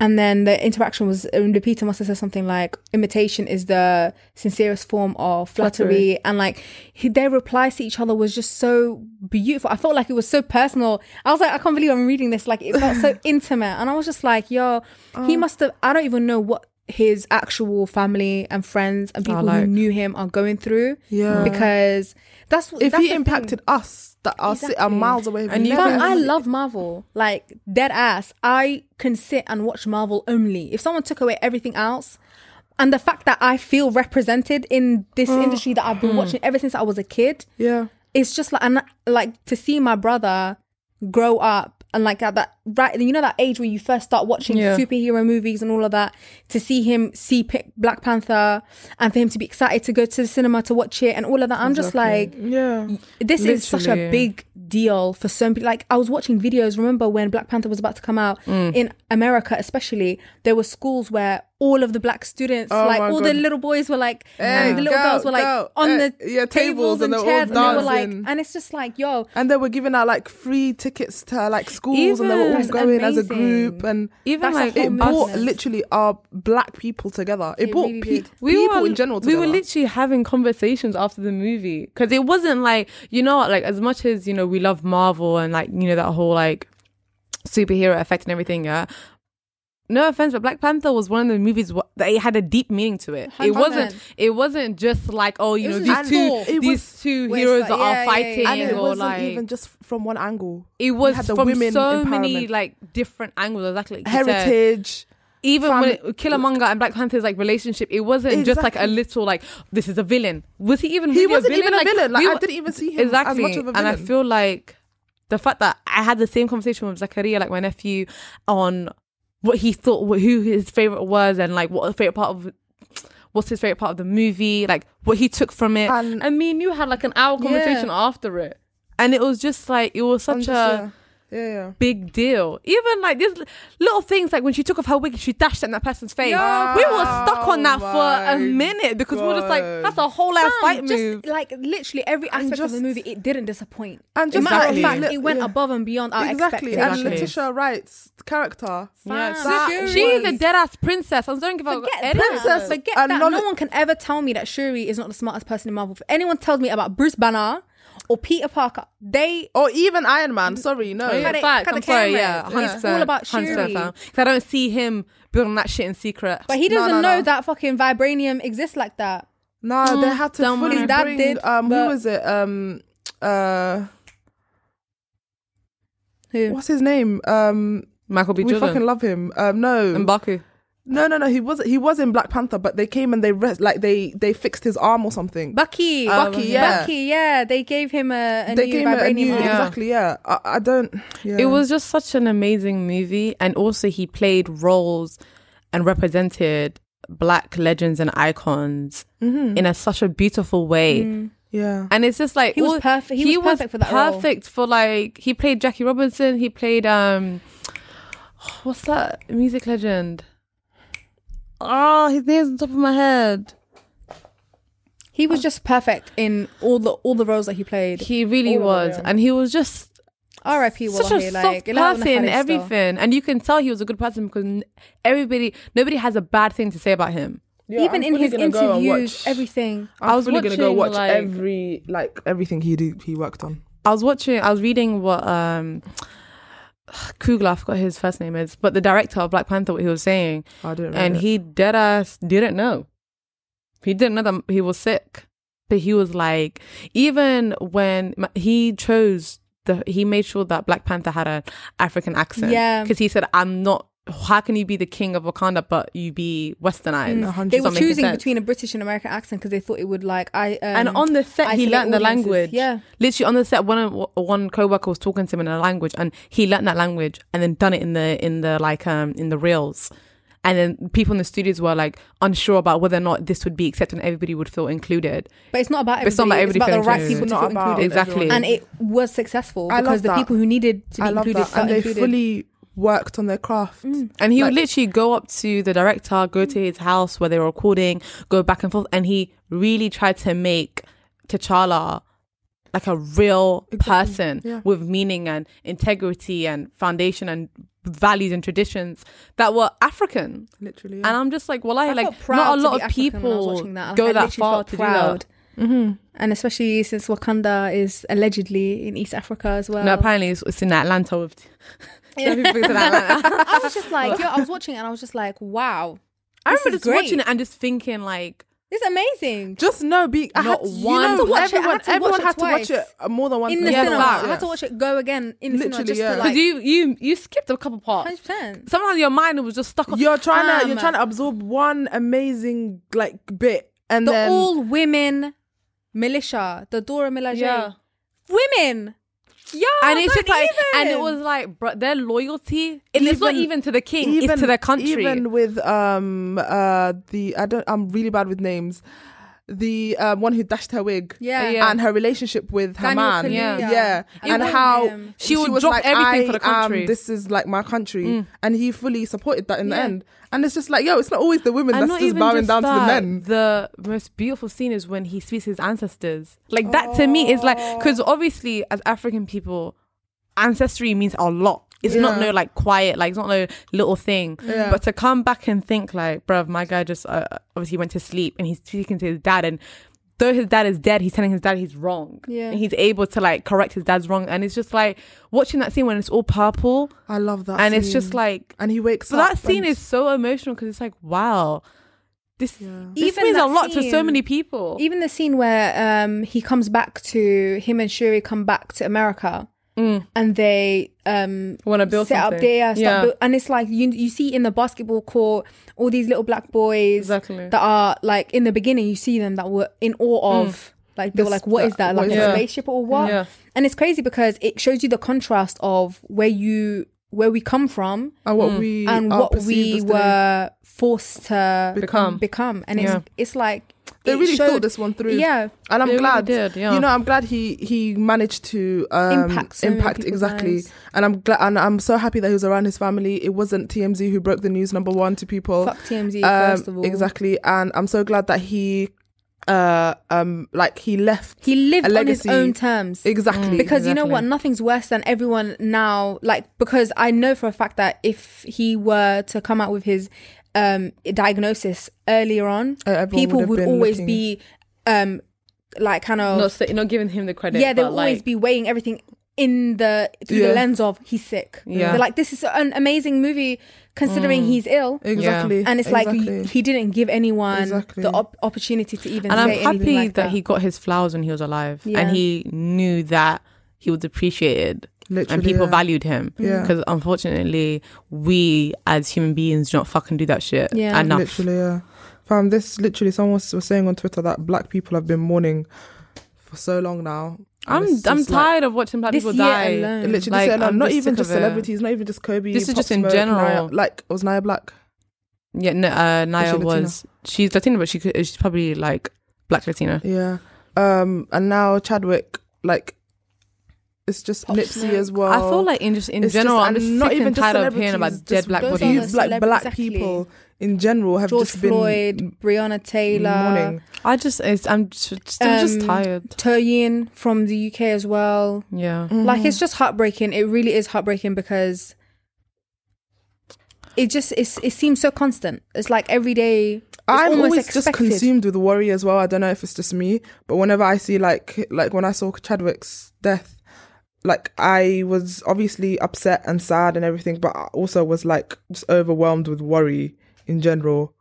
Speaker 1: And then the interaction was um, Lupita must have said something like imitation is the sincerest form of flattery, and like he, their replies to each other was just so beautiful. I felt like it was so personal. I was like, I
Speaker 2: Oh.
Speaker 1: can't believe I'm reading this. Like it felt so intimate, and I was just like, yo, he must have. I don't even know what his actual family and friends and people
Speaker 3: like-
Speaker 1: who knew him are going through
Speaker 2: Yeah.
Speaker 1: because that's
Speaker 2: Uh. if
Speaker 1: that's
Speaker 2: he
Speaker 1: the
Speaker 2: impacted us that are, sit, are
Speaker 1: Exactly.
Speaker 2: miles away
Speaker 3: And
Speaker 2: we
Speaker 3: you
Speaker 2: never
Speaker 1: Fam, I
Speaker 2: see.
Speaker 1: love Marvel. Like dead ass. I can sit and watch Marvel only. If someone took away everything else, and the fact that I feel represented in this industry that I've been watching ever since I was a kid,
Speaker 2: yeah
Speaker 1: it's just like and like to see my brother grow up and like at that right you know that age where you first start watching
Speaker 3: Yeah.
Speaker 1: superhero movies and all of that to see him see Pi- Black Panther and for him to be excited to go to the cinema to watch it and all of that I'm just like
Speaker 2: yeah
Speaker 1: this is such a
Speaker 3: Literally.
Speaker 1: big deal for some people. Like I was watching videos. Remember when Black Panther was about to come out
Speaker 3: Mm.
Speaker 1: in America, especially there were schools where all of the black students,
Speaker 2: Oh
Speaker 1: like
Speaker 2: my
Speaker 1: all the
Speaker 2: God.
Speaker 1: little boys were like,
Speaker 2: Hey,
Speaker 1: and the little
Speaker 2: go,
Speaker 1: girls were like
Speaker 2: go.
Speaker 1: on
Speaker 2: Eh,
Speaker 1: the
Speaker 2: yeah,
Speaker 1: tables
Speaker 2: tables
Speaker 1: and,
Speaker 2: and they're all
Speaker 1: chairs, and they were like,
Speaker 2: dancing.
Speaker 1: and it's just like, yo,
Speaker 2: and they were giving out like free tickets to like schools and they were all
Speaker 1: Even-
Speaker 2: going as a
Speaker 1: That's
Speaker 2: group
Speaker 1: amazing.
Speaker 2: and
Speaker 3: Even
Speaker 1: That's a
Speaker 3: like
Speaker 1: whole
Speaker 2: it
Speaker 1: Homelessness.
Speaker 2: brought
Speaker 1: movement.
Speaker 2: literally our black people together it,
Speaker 1: It
Speaker 2: brought
Speaker 1: really
Speaker 2: pe-
Speaker 1: did.
Speaker 2: people in general together
Speaker 3: We were literally having conversations after the movie because it wasn't like you know, what, like as much as you know, we love Marvel and like you know that whole like superhero effect and everything. Yeah. No offense, but Black Panther was one of the movies wh- that it had a deep meaning to it.
Speaker 1: 100%.
Speaker 3: It wasn't. It wasn't just like oh,
Speaker 1: It
Speaker 3: you know,
Speaker 1: was
Speaker 3: these
Speaker 1: just
Speaker 3: two,
Speaker 1: thought.
Speaker 2: It
Speaker 3: these
Speaker 2: was-
Speaker 3: two
Speaker 1: where it's
Speaker 3: heroes
Speaker 1: like,
Speaker 3: that are
Speaker 1: yeah, yeah, yeah.
Speaker 3: fighting,
Speaker 2: and it
Speaker 3: or
Speaker 2: wasn't
Speaker 3: like
Speaker 2: even just from one angle
Speaker 3: it was
Speaker 2: had the
Speaker 3: from
Speaker 2: women
Speaker 3: so many
Speaker 2: empowerment.
Speaker 3: like different angles. Exactly, like you said
Speaker 2: heritage
Speaker 3: even
Speaker 2: Fam-
Speaker 3: when it, Killmonger and Black Panther's like relationship, it wasn't just like a
Speaker 2: Exactly.
Speaker 3: little like this is a villain. Was he even?
Speaker 2: he
Speaker 3: really
Speaker 2: wasn't
Speaker 3: a villain?
Speaker 2: even a villain like
Speaker 3: we
Speaker 2: I
Speaker 3: were-
Speaker 2: didn't even see him
Speaker 3: exactly.
Speaker 2: as much of a
Speaker 3: And
Speaker 2: villain
Speaker 3: I feel like the fact that I had the same conversation with Zachariah, like my nephew, on what he thought, wh- who his favorite was, and like what the favorite part of. What's his favorite part of the movie? Like what he took from it,
Speaker 2: And-
Speaker 3: and, me and you had like an hour
Speaker 1: Yeah.
Speaker 3: conversation after it, and it was just like it was
Speaker 2: I'm
Speaker 3: such
Speaker 2: just,
Speaker 3: a
Speaker 2: yeah yeah, yeah.
Speaker 3: big deal. Even like these l- little things, like when she took off her wig and she dashed it in that person's face. we were stuck on that for
Speaker 2: my
Speaker 3: a minute because we were just like,
Speaker 2: God.
Speaker 3: that's a whole ass
Speaker 1: Oh Fam,
Speaker 3: fight
Speaker 1: just
Speaker 3: move.
Speaker 1: like literally every aspect of the
Speaker 2: just-
Speaker 1: movie, it didn't disappoint.
Speaker 2: and
Speaker 1: As a matter of
Speaker 3: Exactly.
Speaker 1: fact, it went
Speaker 2: Yeah.
Speaker 1: above and beyond our
Speaker 2: exactly and
Speaker 1: expectations.
Speaker 3: Exactly.
Speaker 2: Letitia Wright's character
Speaker 1: Fam,
Speaker 2: that
Speaker 3: She-
Speaker 2: was-
Speaker 3: She's a dead ass princess. I was don't give a
Speaker 1: Forget
Speaker 3: any-
Speaker 1: that.
Speaker 2: Princess
Speaker 1: Forget
Speaker 2: and
Speaker 1: that.
Speaker 2: Lola-
Speaker 1: no one can ever tell me that Shuri is not the smartest person in Marvel. If anyone tells me about Bruce Banner or Peter Parker, they
Speaker 2: or even Iron Man sorry no
Speaker 3: Oh, yeah,
Speaker 1: Cut it-
Speaker 3: fact,
Speaker 1: cut
Speaker 3: I'm
Speaker 1: the
Speaker 3: sorry,
Speaker 1: cameras.
Speaker 3: yeah,
Speaker 1: It's
Speaker 3: 100%.
Speaker 1: all about Shuri.
Speaker 3: Because I don't see him building that shit in secret.
Speaker 1: but he
Speaker 2: No,
Speaker 1: doesn't
Speaker 2: no,
Speaker 1: know
Speaker 2: no.
Speaker 1: that fucking vibranium exists like that.
Speaker 2: No, they had to
Speaker 3: don't
Speaker 2: fully
Speaker 3: wanna-
Speaker 1: Mm, That
Speaker 2: bring.
Speaker 1: did,
Speaker 2: um, who
Speaker 1: but-
Speaker 2: was it? Um, uh,
Speaker 1: Who?
Speaker 2: what's his name? Um,
Speaker 3: Michael B.
Speaker 2: we
Speaker 3: Jordan
Speaker 2: fucking love him. Um, no,
Speaker 3: and Baku.
Speaker 2: no, no, no. He was he was in Black Panther, but they came and they rest like they they fixed his arm or something.
Speaker 1: Bucky.
Speaker 2: Um, Bucky, yeah.
Speaker 1: Bucky, yeah. They gave him a, a
Speaker 2: they
Speaker 1: new
Speaker 2: gave him
Speaker 1: vibranium.
Speaker 2: a new
Speaker 1: arm.
Speaker 3: Yeah.
Speaker 2: exactly. Yeah, I, I don't. Yeah.
Speaker 3: It was just such an amazing movie, and also he played roles and represented black legends and icons
Speaker 1: Mm.
Speaker 2: Mhm.
Speaker 3: in a, such a beautiful way.
Speaker 2: yeah.
Speaker 3: And it's just like
Speaker 1: He was
Speaker 3: all-
Speaker 1: perfect- he was perfect for that role.
Speaker 3: Perfect for like he played Jackie Robinson. He played um, what's that music legend? Oh, his name's on top of my head.
Speaker 1: He was just perfect in all the all the roles that he played.
Speaker 3: He really
Speaker 1: All of
Speaker 3: was,
Speaker 1: them.
Speaker 3: and he was just
Speaker 1: R.I.P.
Speaker 3: such a
Speaker 1: Wallahi, like,
Speaker 3: soft person, everything, and you can tell he was a good person because n- everybody, nobody has a bad thing to say about him.
Speaker 1: Even in his interviews, everything.
Speaker 2: i
Speaker 3: I was
Speaker 2: was really gonna go
Speaker 3: watching,
Speaker 2: watch
Speaker 3: like-
Speaker 2: every like everything he did he worked on.
Speaker 3: I was watching, I was reading what um Kugler, I forgot his first name is, but the director of Black Panther, what he was saying,
Speaker 2: I didn't.
Speaker 3: and he dead ass didn't know. He didn't know that he was sick, but he was like, even when m- he chose the, he made sure that Black Panther had an African accent.
Speaker 1: Yeah.
Speaker 3: because he said, "I'm not. How can you be the king of Wakanda but you be Westernized?"
Speaker 2: A hundred
Speaker 1: Mm. They were
Speaker 3: Doesn't make
Speaker 1: choosing
Speaker 3: sense.
Speaker 1: between a British and American accent because they thought it would like I um,
Speaker 3: and on the set, he
Speaker 1: isolate
Speaker 3: learned the
Speaker 1: audiences.
Speaker 3: language.
Speaker 1: Yeah.
Speaker 3: literally on the set, one of- one coworker was talking to him in a language, and he learned that language, and then done it in the in the like um in the reels, and then people in the studios were like unsure about whether or not this would be accepted, and everybody would feel included.
Speaker 1: But it's not about everybody.
Speaker 3: It's not about everybody
Speaker 1: the right
Speaker 3: feeling
Speaker 1: people to feel
Speaker 3: included.
Speaker 2: Not about
Speaker 1: included.
Speaker 3: Exactly.
Speaker 1: And it was successful
Speaker 2: I love
Speaker 1: because the
Speaker 2: that.
Speaker 1: people who needed to be
Speaker 2: I love
Speaker 1: included
Speaker 2: that,
Speaker 1: felt
Speaker 2: and they
Speaker 1: included.
Speaker 2: fully worked on their craft.
Speaker 3: And he would
Speaker 2: Like-
Speaker 3: literally go up to the director, go to his house where they were recording, go back and forth, and he really tried to make T'Challa like a real person
Speaker 2: yeah.
Speaker 3: with meaning and integrity and foundation and values and traditions that were African.
Speaker 2: Literally,
Speaker 3: And I'm just like, well, I,
Speaker 1: I felt
Speaker 3: like
Speaker 1: proud
Speaker 3: not a
Speaker 1: to
Speaker 3: lot
Speaker 1: be
Speaker 3: of
Speaker 1: African when I was
Speaker 3: people
Speaker 1: watching that. I- I
Speaker 3: go that
Speaker 1: literally
Speaker 3: far
Speaker 1: felt
Speaker 3: to do
Speaker 1: proud.
Speaker 3: that.
Speaker 2: Mm-hmm.
Speaker 1: And especially since Wakanda is allegedly in East Africa as well.
Speaker 3: No, apparently it's, it's in Atlanta. With,
Speaker 1: Yeah.
Speaker 3: People go to Atlanta.
Speaker 1: I was just like, yo, I was watching it and I was just like, wow.
Speaker 3: I
Speaker 1: This
Speaker 3: remember
Speaker 1: is
Speaker 3: just
Speaker 1: great.
Speaker 3: watching it and just thinking like
Speaker 1: It's amazing.
Speaker 2: Just no, be I had
Speaker 3: Not
Speaker 2: to, you
Speaker 3: one- I had
Speaker 2: know,
Speaker 1: to watch it- I
Speaker 2: everyone,
Speaker 1: had to watch
Speaker 2: everyone
Speaker 1: it
Speaker 2: had to
Speaker 1: twice.
Speaker 2: watch it uh, more than once.
Speaker 1: in the
Speaker 3: Yeah,
Speaker 1: cinema.
Speaker 3: facts.
Speaker 1: I had to watch it go again in the cinema
Speaker 2: Literally,
Speaker 1: just
Speaker 2: yeah.
Speaker 1: to
Speaker 2: 'Cause
Speaker 1: like
Speaker 3: because you you you skipped a couple parts.
Speaker 1: 100%.
Speaker 3: Sometimes your mind was just stuck on.
Speaker 2: You're trying to
Speaker 1: Um,
Speaker 2: you're trying to absorb one amazing like bit, and
Speaker 1: The
Speaker 2: then
Speaker 1: all women militia, the Dora Milaje.
Speaker 3: yeah.
Speaker 1: Women. Yeah.
Speaker 3: And it's just
Speaker 1: Oh, don't
Speaker 3: like, and it
Speaker 1: even.
Speaker 3: was like, bro, their loyalty. It's not
Speaker 2: Even-
Speaker 3: even to the king; it's to their country.
Speaker 2: Even with um uh the I don't I'm really bad with names. The um, one who dashed her wig.
Speaker 1: Yeah.
Speaker 3: Yeah.
Speaker 2: And her relationship with her
Speaker 1: Daniel
Speaker 2: man,
Speaker 1: Kaluuya.
Speaker 2: yeah,
Speaker 1: It
Speaker 2: and
Speaker 1: was
Speaker 2: how
Speaker 1: him.
Speaker 3: She would drop everything
Speaker 2: I
Speaker 3: for the
Speaker 2: am-
Speaker 3: country."
Speaker 2: this is like my country, and he fully supported that in the
Speaker 1: Yeah.
Speaker 2: end. And it's just like, yo, it's not always the women that's just bowing down to the men.
Speaker 3: The most beautiful scene is when he speaks to his ancestors. Like that to me is like because obviously as African people, ancestry means a lot. It's not
Speaker 2: Yeah.
Speaker 3: no like quiet, like it's not no little thing.
Speaker 2: Yeah.
Speaker 3: But to come back and think like, bruv, my guy just uh, obviously went to sleep and he's speaking to his dad and. Though his dad is dead, he's telling his dad he's wrong.
Speaker 1: Yeah.
Speaker 3: And he's able to like correct his dad's wrong. And it's just like watching that scene when it's all purple
Speaker 2: I love that,
Speaker 3: and it's just
Speaker 2: scene.
Speaker 3: like
Speaker 2: and he wakes
Speaker 3: so
Speaker 2: up.
Speaker 3: that scene
Speaker 2: and-
Speaker 3: is so emotional because it's like, wow, this this
Speaker 1: Even
Speaker 3: means a
Speaker 1: that
Speaker 3: lot to so
Speaker 1: scene-
Speaker 3: many people.
Speaker 1: Even the scene where um, he comes back to him and Shuri come back to America and they um,
Speaker 3: Want to build
Speaker 1: set
Speaker 3: something?
Speaker 1: up there,
Speaker 3: Mm. yeah,
Speaker 1: and it's like you you see in the basketball court all these little black boys
Speaker 3: Exactly.
Speaker 1: that are like in the beginning you see them that were in awe of like they were
Speaker 2: This-
Speaker 1: like what
Speaker 2: that-
Speaker 1: is that
Speaker 2: what
Speaker 1: like
Speaker 2: is
Speaker 1: a
Speaker 3: that?
Speaker 1: spaceship or what?
Speaker 3: Mm. Yeah.
Speaker 1: And it's crazy because it shows you the contrast of where you where we come from
Speaker 2: and what we
Speaker 1: and
Speaker 2: are
Speaker 1: what
Speaker 2: perceived
Speaker 1: we
Speaker 2: as today.
Speaker 1: were forced to
Speaker 3: Become.
Speaker 1: become and
Speaker 3: Yeah.
Speaker 1: it's it's like
Speaker 2: They
Speaker 1: it
Speaker 2: really
Speaker 1: showed-
Speaker 2: thought this one through.
Speaker 1: yeah
Speaker 2: and I'm
Speaker 3: They really
Speaker 2: glad.
Speaker 3: did, yeah.
Speaker 2: You know, I'm glad he he managed to um,
Speaker 1: Impact
Speaker 2: impact
Speaker 1: so many people's
Speaker 2: exactly,
Speaker 1: lives.
Speaker 2: and I'm glad, and I'm so happy that he was around his family. It wasn't TMZ who broke the news number one to people.
Speaker 1: fuck TMZ
Speaker 2: Um,
Speaker 1: first of all
Speaker 2: Exactly, and I'm so glad that he, uh, um, like he left
Speaker 1: he lived
Speaker 2: a
Speaker 1: on his
Speaker 2: legacy.
Speaker 1: own terms
Speaker 2: exactly
Speaker 1: Mm. because you know
Speaker 3: Exactly.
Speaker 1: what nothing's worse than everyone now like because i know for a fact that if he were to come out with his um diagnosis earlier on
Speaker 2: Uh, everyone
Speaker 1: people
Speaker 2: would have
Speaker 1: would
Speaker 2: been
Speaker 1: always
Speaker 2: looking.
Speaker 1: be um like kind of
Speaker 3: not say, not giving him the credit.
Speaker 1: yeah they'll
Speaker 3: but,
Speaker 1: always
Speaker 3: like,
Speaker 1: be weighing everything in the through
Speaker 2: Yeah.
Speaker 1: the lens of he's sick
Speaker 3: Yeah. Mm.
Speaker 1: they're like this is an amazing movie considering he's ill
Speaker 2: exactly,
Speaker 1: and it's like
Speaker 2: exactly.
Speaker 1: he, he didn't give anyone
Speaker 2: Exactly.
Speaker 1: the op- opportunity to even
Speaker 3: And I'm
Speaker 1: say
Speaker 3: happy
Speaker 1: anything like
Speaker 3: that, he got his flowers when he was alive,
Speaker 1: Yeah.
Speaker 3: and he knew that he was appreciated,
Speaker 2: Literally,
Speaker 3: and people
Speaker 2: yeah.
Speaker 3: valued him.
Speaker 2: Yeah.
Speaker 3: Because unfortunately, we as human beings do not fucking do that shit.
Speaker 1: Yeah.
Speaker 3: Enough.
Speaker 2: Literally, yeah. Fam, this literally someone was was saying on Twitter that black people have been mourning for so long now. and
Speaker 3: I'm
Speaker 2: it's
Speaker 3: I'm
Speaker 2: just like-
Speaker 3: tired of watching black
Speaker 1: this
Speaker 3: people
Speaker 1: year
Speaker 3: die.
Speaker 1: alone.
Speaker 2: It literally
Speaker 3: Mm, Like,
Speaker 2: said, like,
Speaker 3: I'm
Speaker 2: not
Speaker 3: just
Speaker 2: even
Speaker 3: sick
Speaker 2: just
Speaker 3: of it.
Speaker 2: celebrities, not even just Kobe.
Speaker 3: This is
Speaker 2: Pop
Speaker 3: just in
Speaker 2: Smoke,
Speaker 3: general.
Speaker 2: Nia- like was Nia Black.
Speaker 3: Yeah, no, uh, Naya
Speaker 2: Latina?
Speaker 3: was she's Latina, but she could, she's probably like black Latina.
Speaker 2: Yeah. Um, and now Chadwick. Like, it's just
Speaker 1: Pop
Speaker 2: Nipsey
Speaker 1: Smoke.
Speaker 2: as well.
Speaker 3: I feel like in just in
Speaker 2: It's just-
Speaker 3: general,
Speaker 2: and
Speaker 3: I'm just
Speaker 2: not
Speaker 3: not sick
Speaker 2: even
Speaker 3: and
Speaker 2: just
Speaker 3: tired of hearing
Speaker 2: celebrities,
Speaker 3: about dead
Speaker 2: just
Speaker 3: black
Speaker 1: those
Speaker 2: But
Speaker 1: are
Speaker 3: bodies.
Speaker 1: the
Speaker 2: these like
Speaker 1: celeb-
Speaker 2: black
Speaker 1: exactly.
Speaker 2: people in general have
Speaker 1: George
Speaker 2: just
Speaker 1: Floyd, Breonna
Speaker 2: been
Speaker 1: Taylor,
Speaker 2: mourning.
Speaker 3: I just, it's, I'm just, just- I'm just
Speaker 1: Um,
Speaker 3: tired.
Speaker 1: Toyin from the UK as well.
Speaker 3: Yeah,
Speaker 1: Like it's just heartbreaking. It really is heartbreaking because it just it's, it seems so constant. It's like every day. It's
Speaker 2: I'm
Speaker 1: almost
Speaker 2: always just
Speaker 1: expected.
Speaker 2: consumed with worry as well. I don't know if it's just me, but whenever I see like like when I saw Chadwick's death, like I was obviously upset and sad and everything, but I also was like just overwhelmed with worry in general.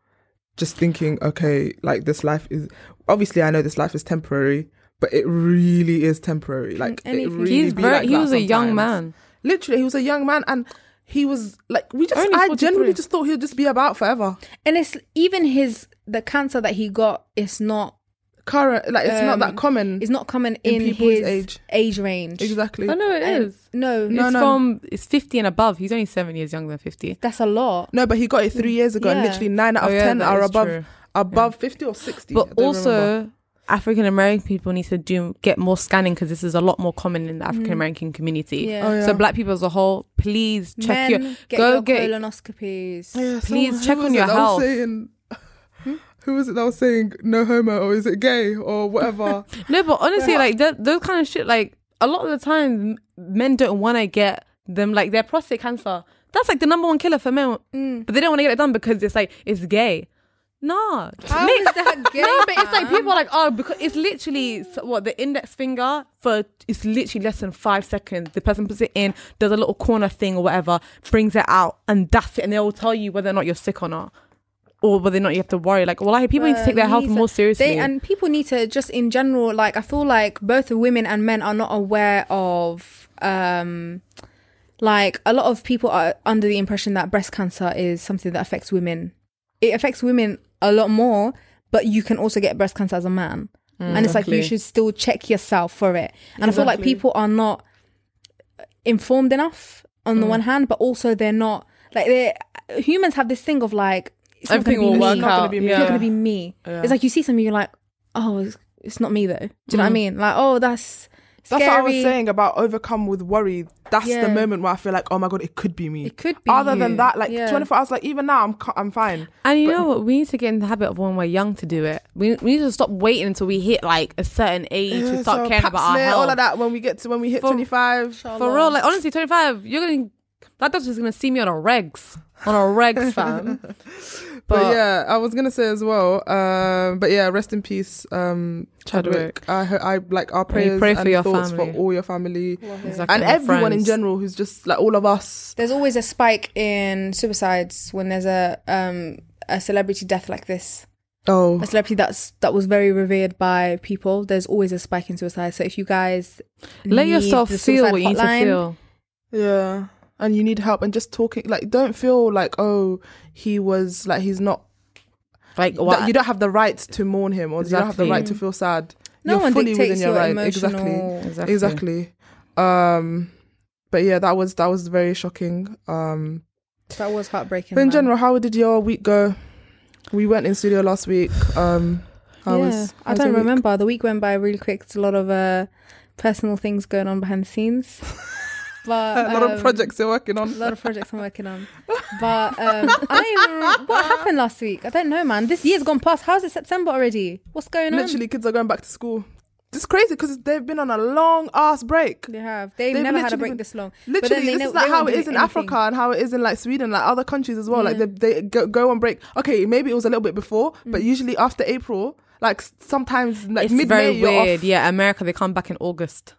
Speaker 2: Just thinking, okay, like this life is obviously I know this life is temporary, but it really is temporary. Like it
Speaker 1: anything.
Speaker 2: really
Speaker 3: he's
Speaker 2: be
Speaker 3: very,
Speaker 2: like
Speaker 3: he
Speaker 2: that
Speaker 3: was a young
Speaker 2: sometimes.
Speaker 3: man.
Speaker 2: Literally, he was a young man and he was like we just
Speaker 3: Only
Speaker 2: I
Speaker 3: 43.
Speaker 2: generally just thought he'd just be about forever.
Speaker 1: And it's even his the cancer that he got is not
Speaker 2: Current like it's not
Speaker 1: Um,
Speaker 2: that common.
Speaker 1: is not common in,
Speaker 2: In people's
Speaker 1: his age.
Speaker 2: age.
Speaker 1: range.
Speaker 2: Exactly.
Speaker 3: I know it
Speaker 1: And-
Speaker 3: is.
Speaker 1: No,
Speaker 2: No,
Speaker 3: it's
Speaker 2: no.
Speaker 3: from it's 50 and above. He's only seven years younger than 50.
Speaker 1: that's a lot.
Speaker 2: No, but he got it three years ago, and
Speaker 1: Yeah.
Speaker 2: literally nine out
Speaker 3: Oh,
Speaker 2: of
Speaker 3: yeah,
Speaker 2: ten
Speaker 3: that
Speaker 2: are
Speaker 3: is
Speaker 2: above
Speaker 3: true.
Speaker 2: above fifty or sixty. I
Speaker 3: But
Speaker 2: don't remember.
Speaker 3: also, African American people need to do get more scanning because this is a lot more common in the African American community.
Speaker 1: Yeah.
Speaker 2: Oh, yeah.
Speaker 3: So black people as a whole, please check
Speaker 1: Men,
Speaker 3: your
Speaker 1: get
Speaker 3: go
Speaker 1: your
Speaker 3: get-
Speaker 1: colonoscopies.
Speaker 2: Oh, Yeah, so
Speaker 3: please
Speaker 2: who
Speaker 3: check
Speaker 2: was
Speaker 3: on
Speaker 2: it
Speaker 3: your
Speaker 2: that was
Speaker 3: health.
Speaker 2: saying- who was it that was saying no homo or is it gay or whatever?
Speaker 3: No, but honestly,
Speaker 2: Yeah.
Speaker 3: like that, those kind of shit, like a lot of the time, m- men don't want to get them like their prostate cancer. That's like the number one killer for men,
Speaker 1: Mm.
Speaker 3: but they don't want to get it done because it's like it's gay. Nah,
Speaker 1: How
Speaker 3: Nick-
Speaker 1: is that gay?
Speaker 3: no, but it's like
Speaker 1: fam?
Speaker 3: people are like oh because it's literally s- what the index finger for it's literally less than five seconds. The person puts it in, does a little corner thing or whatever, brings it out, and that's it. And they will tell you whether or not you're sick or not. or whether or not you have to worry. Like, well, I people need to take their health more seriously.
Speaker 1: They and people need to just in general, like I feel like both women and men are not aware of um like a lot of people are under the impression that breast cancer is something that affects women. It affects women a lot more, but you can also get breast cancer as a man.
Speaker 3: Mm.
Speaker 1: and it's like you
Speaker 3: exactly.
Speaker 1: should still check yourself for it. And I feel like
Speaker 2: Exactly.
Speaker 1: people are not informed enough on
Speaker 3: Mm.
Speaker 1: the one hand, but also they're not like they humans have this thing of like it's not gonna
Speaker 3: Everything
Speaker 1: be
Speaker 3: will
Speaker 1: me.
Speaker 3: work
Speaker 1: It's not
Speaker 3: out.
Speaker 1: gonna be me. It's not
Speaker 3: Yeah.
Speaker 1: gonna be me.
Speaker 3: Yeah.
Speaker 1: It's like you see something, you're like, oh, it's, it's not me though. Do you know what
Speaker 3: Mm.
Speaker 1: I mean? Like, oh, that's scary.
Speaker 2: That's what I was saying about overcome with worry. That's the
Speaker 1: Yeah.
Speaker 2: moment where I feel like, oh my god, it could be me.
Speaker 1: It could be
Speaker 2: Other
Speaker 1: you.
Speaker 2: than that, like
Speaker 1: Yeah.
Speaker 2: 24 hours, like even now, I'm cu- I'm fine.
Speaker 3: And you
Speaker 2: But-
Speaker 3: know what? We need to get in the habit of when we're young to do it. We, we need to stop waiting until we hit like a certain age to
Speaker 2: Yeah,
Speaker 3: start
Speaker 2: so
Speaker 3: caring
Speaker 2: pap
Speaker 3: about our
Speaker 2: smear,
Speaker 3: health.
Speaker 2: all of that when we get to when we hit
Speaker 3: For-
Speaker 2: 25.
Speaker 3: For real, like honestly, 25, you're gonna that doctor's gonna see me on a regs, on a regs, fam. but,
Speaker 2: But, yeah, I was gonna say as well. Um, but yeah, rest in peace, um,
Speaker 3: Chadwick.
Speaker 2: Chadwick. I, ho- I like our prayers
Speaker 3: pray for
Speaker 2: and
Speaker 3: your
Speaker 2: thoughts
Speaker 3: family.
Speaker 2: for all your family
Speaker 3: Exactly,
Speaker 2: and
Speaker 3: my
Speaker 2: everyone in
Speaker 3: friends.
Speaker 2: general who's just like all of us.
Speaker 1: There's always a spike in suicides when there's a um a celebrity death like this.
Speaker 2: Oh,
Speaker 1: A celebrity that's that was very revered by people. There's always a spike in suicide. So if you guys
Speaker 3: Let
Speaker 1: need
Speaker 3: yourself
Speaker 1: the
Speaker 3: feel
Speaker 1: suicide
Speaker 3: what you need
Speaker 1: hotline,
Speaker 3: to feel.
Speaker 2: yeah. And you need help and just talking. Like, don't feel like oh, he was like he's not.
Speaker 3: Like
Speaker 2: that
Speaker 3: what?
Speaker 2: you don't have the right to mourn him, or you don't have the
Speaker 3: Exactly.
Speaker 2: right to feel sad.
Speaker 1: No
Speaker 2: You're
Speaker 1: one
Speaker 2: fully
Speaker 1: dictates
Speaker 2: within your
Speaker 1: your,
Speaker 2: right.
Speaker 1: emotional.
Speaker 2: Exactly.
Speaker 3: exactly.
Speaker 2: Exactly. Um, but yeah, that was that was very shocking. Um,
Speaker 1: That was heartbreaking.
Speaker 2: But in
Speaker 1: man.
Speaker 2: general, how did your week go? We went in studio last week. Um, how
Speaker 1: yeah,
Speaker 2: was?
Speaker 1: I
Speaker 2: how was
Speaker 1: don't
Speaker 2: your week?
Speaker 1: remember. The week went by really quick. It's a lot of uh, personal things going on behind the scenes, but
Speaker 2: A lot
Speaker 1: um,
Speaker 2: of projects you're working
Speaker 1: A
Speaker 2: on.
Speaker 1: lot of projects I'm working on, but um, I don't even remember what happened last week. I don't know, man. This year's gone past. How's it September already? What's going on?
Speaker 2: Literally, kids are going back to school. It's crazy because they've been on a long ass break.
Speaker 1: They have. They've,
Speaker 2: They've
Speaker 1: never had a
Speaker 2: literally
Speaker 1: break
Speaker 2: been-
Speaker 1: this long. But then
Speaker 2: Literally,
Speaker 1: they
Speaker 2: this
Speaker 1: know-
Speaker 2: is like
Speaker 1: they
Speaker 2: how
Speaker 1: won't
Speaker 2: it
Speaker 1: do
Speaker 2: is in
Speaker 1: anything.
Speaker 2: Africa and how it is in like Sweden, like other countries as well. Like
Speaker 1: Yeah. Mm.
Speaker 2: they, they go, go on break. Okay, maybe it was a little bit before, but usually after April, like s- sometimes like
Speaker 3: it's
Speaker 2: mid May
Speaker 3: very
Speaker 2: you're
Speaker 3: weird.
Speaker 2: off.
Speaker 3: Yeah, America, they come back in August.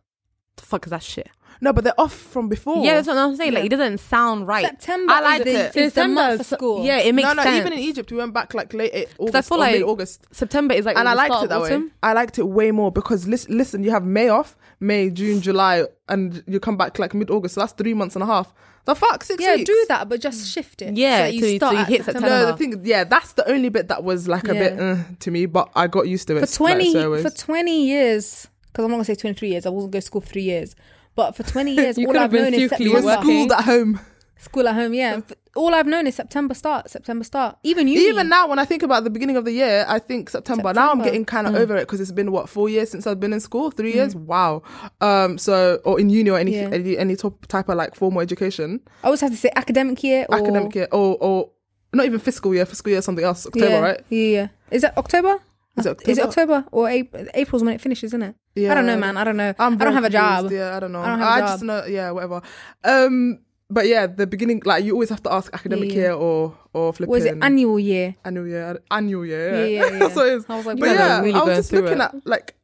Speaker 3: The fuck is that shit?
Speaker 2: No, but they're off from before.
Speaker 3: Yeah, that's what I'm saying.
Speaker 2: Oh.
Speaker 3: Like
Speaker 2: Yeah.
Speaker 3: it doesn't sound right.
Speaker 1: September
Speaker 3: I like
Speaker 1: is the,
Speaker 3: it.
Speaker 1: is the month
Speaker 3: September
Speaker 1: for
Speaker 3: is-
Speaker 1: school.
Speaker 3: Yeah, it makes
Speaker 2: no, no.
Speaker 3: sense.
Speaker 2: Even in Egypt, we went back like late eh, August,
Speaker 3: I feel
Speaker 2: or
Speaker 3: like-
Speaker 2: mid-August.
Speaker 3: September is like
Speaker 2: and
Speaker 3: the
Speaker 2: I liked
Speaker 3: start
Speaker 2: it
Speaker 3: of
Speaker 2: that
Speaker 3: autumn.
Speaker 2: way. I liked it way more because listen, listen, you have May off, May, June, July, and you come back like mid August. So that's three months and a half. The fuck, six
Speaker 1: Yeah,
Speaker 2: weeks.
Speaker 1: do that, but just shift it.
Speaker 3: Yeah,
Speaker 1: so that
Speaker 3: till
Speaker 1: you
Speaker 3: you-
Speaker 1: start
Speaker 3: till you
Speaker 1: at
Speaker 3: hit
Speaker 1: September.
Speaker 3: September.
Speaker 2: No, the thing, yeah, that's the only bit that was like a
Speaker 1: Yeah.
Speaker 2: bit uh, to me, but I got used to it.
Speaker 1: for
Speaker 2: It's like,
Speaker 1: 20
Speaker 2: so it
Speaker 1: for
Speaker 2: was-
Speaker 1: 20 years because i'm not gonna say 23 years i wasn't going to school for three years but for 20 years
Speaker 3: You
Speaker 1: all i've
Speaker 3: could have been
Speaker 1: known is
Speaker 3: secretly
Speaker 2: you were
Speaker 1: september
Speaker 3: working.
Speaker 1: school.
Speaker 2: schooled at home.
Speaker 1: at home yeah But all i've known is september start september start even you
Speaker 2: Even now, when I think about the beginning of the year, I think September. Now I'm
Speaker 1: September. Mm.
Speaker 2: getting kind of over it because it's been what four years since I've been in school, three years. Wow. Um. So or in uni or any
Speaker 1: Yeah.
Speaker 2: any, any top, type of like formal education.
Speaker 1: i always have to say academic year or
Speaker 2: academic year or or not even fiscal year, fiscal year is something else. October,
Speaker 1: yeah,
Speaker 2: right?
Speaker 1: yeah yeah is that october
Speaker 2: Is it
Speaker 1: is it
Speaker 2: October?
Speaker 1: october or April? april's when it finishes isn't it
Speaker 2: Yeah.
Speaker 1: i don't know man i don't know i
Speaker 2: I'm
Speaker 1: don't
Speaker 2: very
Speaker 1: have a job
Speaker 2: confused. Yeah, I don't know.
Speaker 1: I
Speaker 2: I,
Speaker 1: don't have a
Speaker 2: just
Speaker 1: job.
Speaker 2: know. Yeah, whatever. Um, but yeah, the beginning, like you always have to ask academic
Speaker 1: Yeah.
Speaker 2: year or or flipping
Speaker 1: what is it annual year
Speaker 2: annual year, annual year.
Speaker 1: yeah yeah, yeah.
Speaker 2: That's what it is.
Speaker 1: I was like,
Speaker 2: But
Speaker 3: guys are
Speaker 2: yeah,
Speaker 1: yeah,
Speaker 3: really
Speaker 2: I was
Speaker 3: going
Speaker 2: just
Speaker 3: through
Speaker 2: looking
Speaker 3: it.
Speaker 2: at like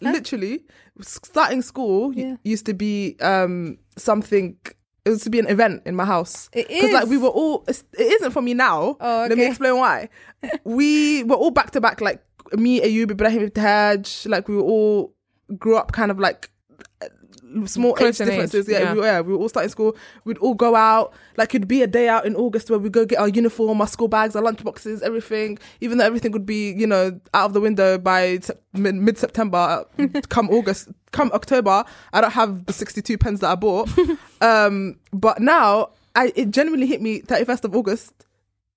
Speaker 2: literally starting school y-
Speaker 1: Yeah.
Speaker 2: used to be um something. It was to be an event in my house.
Speaker 1: It
Speaker 2: because like we
Speaker 1: is.
Speaker 2: were all. It isn't for me now.
Speaker 1: Oh,
Speaker 2: Let me
Speaker 1: okay.
Speaker 2: explain why. we were all back to back. Like me, Ayub, Ibrahim, Taj. Like we were all grew up kind of like uh, small
Speaker 3: Close
Speaker 2: age
Speaker 3: in age,
Speaker 2: differences. Yeah,
Speaker 3: yeah.
Speaker 2: We, yeah, we were all starting school. We'd all go out. Like it'd be a day out in August where we go get our uniform, our school bags, our lunchboxes, everything. Even though everything would be you know out of the window by sep- mid September, come August, come October, I don't have the sixty two pens that I bought. um, but now I it genuinely hit me thirty first of August.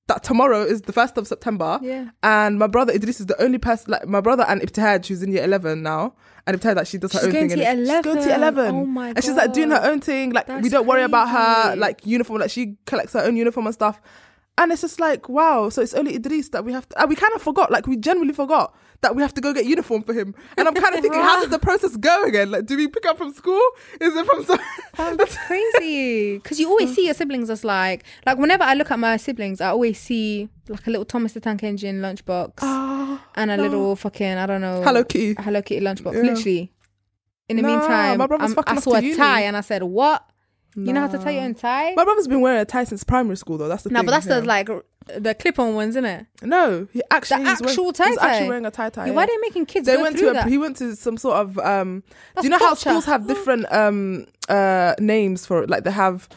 Speaker 2: That tomorrow is the first of September,
Speaker 1: Yeah.
Speaker 2: and my brother Idris is the only person. Like my brother and Ibtihad, who's in year eleven now, and Ibtihad like she does her
Speaker 1: She's
Speaker 2: own
Speaker 1: going
Speaker 2: thing.
Speaker 1: to
Speaker 2: innit?
Speaker 1: year
Speaker 2: She's going to year
Speaker 1: 11.
Speaker 2: eleven.
Speaker 1: Oh my
Speaker 2: And she's like doing her own thing. Like we
Speaker 1: That's
Speaker 2: don't worry about her
Speaker 1: crazy.
Speaker 2: like uniform. Like she collects her own uniform and stuff. And it's just like wow. So it's only Idris that we have. to... And we kind of forgot. Like we generally forgot that we have to go get uniform for him. And I'm kind of thinking, how does the process go again? Like, do we pick up from school? Is it from? Some...
Speaker 1: That's crazy. Because you always see your siblings as like, like whenever I look at my siblings, I always see like a little Thomas the Tank Engine lunchbox and a little fucking I don't know
Speaker 2: Oh, Hello Kitty.
Speaker 1: Hello Kitty lunchbox.
Speaker 2: Yeah.
Speaker 1: Literally. In the
Speaker 2: Nah,
Speaker 1: meantime,
Speaker 2: my brother's
Speaker 1: I'm-
Speaker 2: fucking
Speaker 1: I
Speaker 2: off
Speaker 1: saw
Speaker 2: to
Speaker 1: a
Speaker 2: uni.
Speaker 1: tie and I said, "What?" You know how to tie your own tie?
Speaker 2: My brother's been wearing a tie since primary school, though. That's the
Speaker 1: No,
Speaker 2: thing.
Speaker 1: but that's the
Speaker 2: yeah.
Speaker 1: like r- the clip-on ones, isn't it?
Speaker 2: No, he actually
Speaker 1: The
Speaker 2: he's wearing-
Speaker 1: actual tie
Speaker 2: He's
Speaker 1: tie.
Speaker 2: actually wearing a tie tie.
Speaker 1: Yeah, Why are
Speaker 2: Oh, yeah.
Speaker 1: they making kids
Speaker 2: they
Speaker 1: go
Speaker 2: went
Speaker 1: through
Speaker 2: to a,
Speaker 1: that?
Speaker 2: he went to some sort of um
Speaker 1: That's
Speaker 2: do you know how
Speaker 1: culture.
Speaker 2: schools have different um uh names for it like they have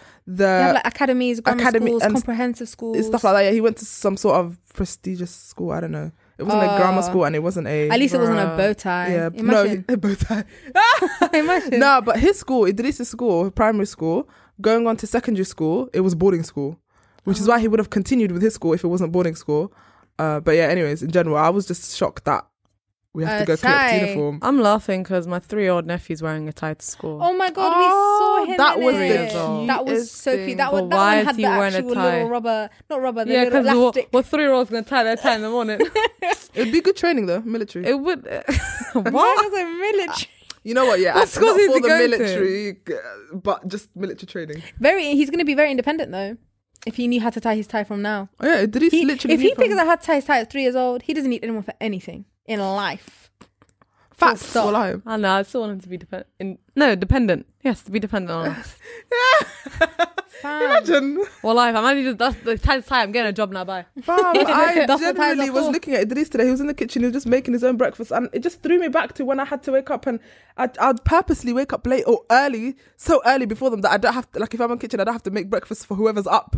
Speaker 1: They
Speaker 2: the
Speaker 1: have like academies, grammar
Speaker 2: uh, academy-
Speaker 1: schools,
Speaker 2: and s-
Speaker 1: comprehensive schools.
Speaker 2: it's stuff like that yeah he went to some sort of prestigious school i don't know it wasn't a grammar
Speaker 1: Oh.
Speaker 2: school and it wasn't a
Speaker 1: At least it wasn't a
Speaker 3: Bruh.
Speaker 1: bow tie.
Speaker 2: yeah
Speaker 1: Imagine.
Speaker 2: no both tie.
Speaker 1: Imagine.
Speaker 2: no but his school idris's school primary school going on to secondary school it was boarding school which is why he would have continued with his school if it wasn't boarding school uh but yeah anyways in general i was just shocked that we
Speaker 1: A
Speaker 2: have to go collect
Speaker 1: tie.
Speaker 2: uniform
Speaker 3: I'm laughing because my three-year-old nephew's wearing a tie to school.
Speaker 1: Oh my god,
Speaker 2: Oh,
Speaker 1: we saw him.
Speaker 2: that
Speaker 1: in
Speaker 2: was
Speaker 1: it.
Speaker 3: Ah, the cutest
Speaker 1: that was so
Speaker 2: thing.
Speaker 1: cute. That one,
Speaker 3: But
Speaker 1: that
Speaker 3: why
Speaker 1: one
Speaker 3: is
Speaker 1: had
Speaker 3: he
Speaker 1: the
Speaker 3: wearing a
Speaker 1: actual
Speaker 3: tie?
Speaker 1: little rubber, not rubber, the
Speaker 3: yeah,
Speaker 1: little
Speaker 3: because what,
Speaker 1: elastic.
Speaker 3: what three-year-old's gonna tie their tie in the morning?
Speaker 2: it'd be good training though military
Speaker 3: it would.
Speaker 1: Mine
Speaker 3: what?
Speaker 1: was a military.
Speaker 2: You know what? Yeah,
Speaker 3: What
Speaker 2: I-
Speaker 3: schools
Speaker 2: not
Speaker 3: is
Speaker 2: for
Speaker 3: he
Speaker 2: the
Speaker 3: going to?
Speaker 2: military, uh, but just military training.
Speaker 1: Very. He's gonna be very independent though. If he knew how to tie his tie from now,
Speaker 2: Oh yeah, did
Speaker 1: he,
Speaker 2: literally?
Speaker 1: if he figures out how to tie his tie at three years old, he doesn't need anyone for anything in life.
Speaker 2: facts,
Speaker 1: stop.
Speaker 2: well, I am.
Speaker 3: I know. I still want him to be dependent. No, dependent. Yes, to be dependent on us.
Speaker 1: Fam.
Speaker 2: Imagine,
Speaker 3: Well, life. I'm only just that's the tie to tie. I'm getting a job now. Bye.
Speaker 2: Fam, I
Speaker 1: That's what ties
Speaker 2: generally
Speaker 1: are
Speaker 2: was
Speaker 1: for.
Speaker 2: looking at Idris today. He was in the kitchen. He was just making his own breakfast, and it just threw me back to when I had to wake up, and I'd, I'd purposely wake up late or early, so early before them that I don't have to. Like if I'm in the kitchen, I don't have to make breakfast for whoever's up.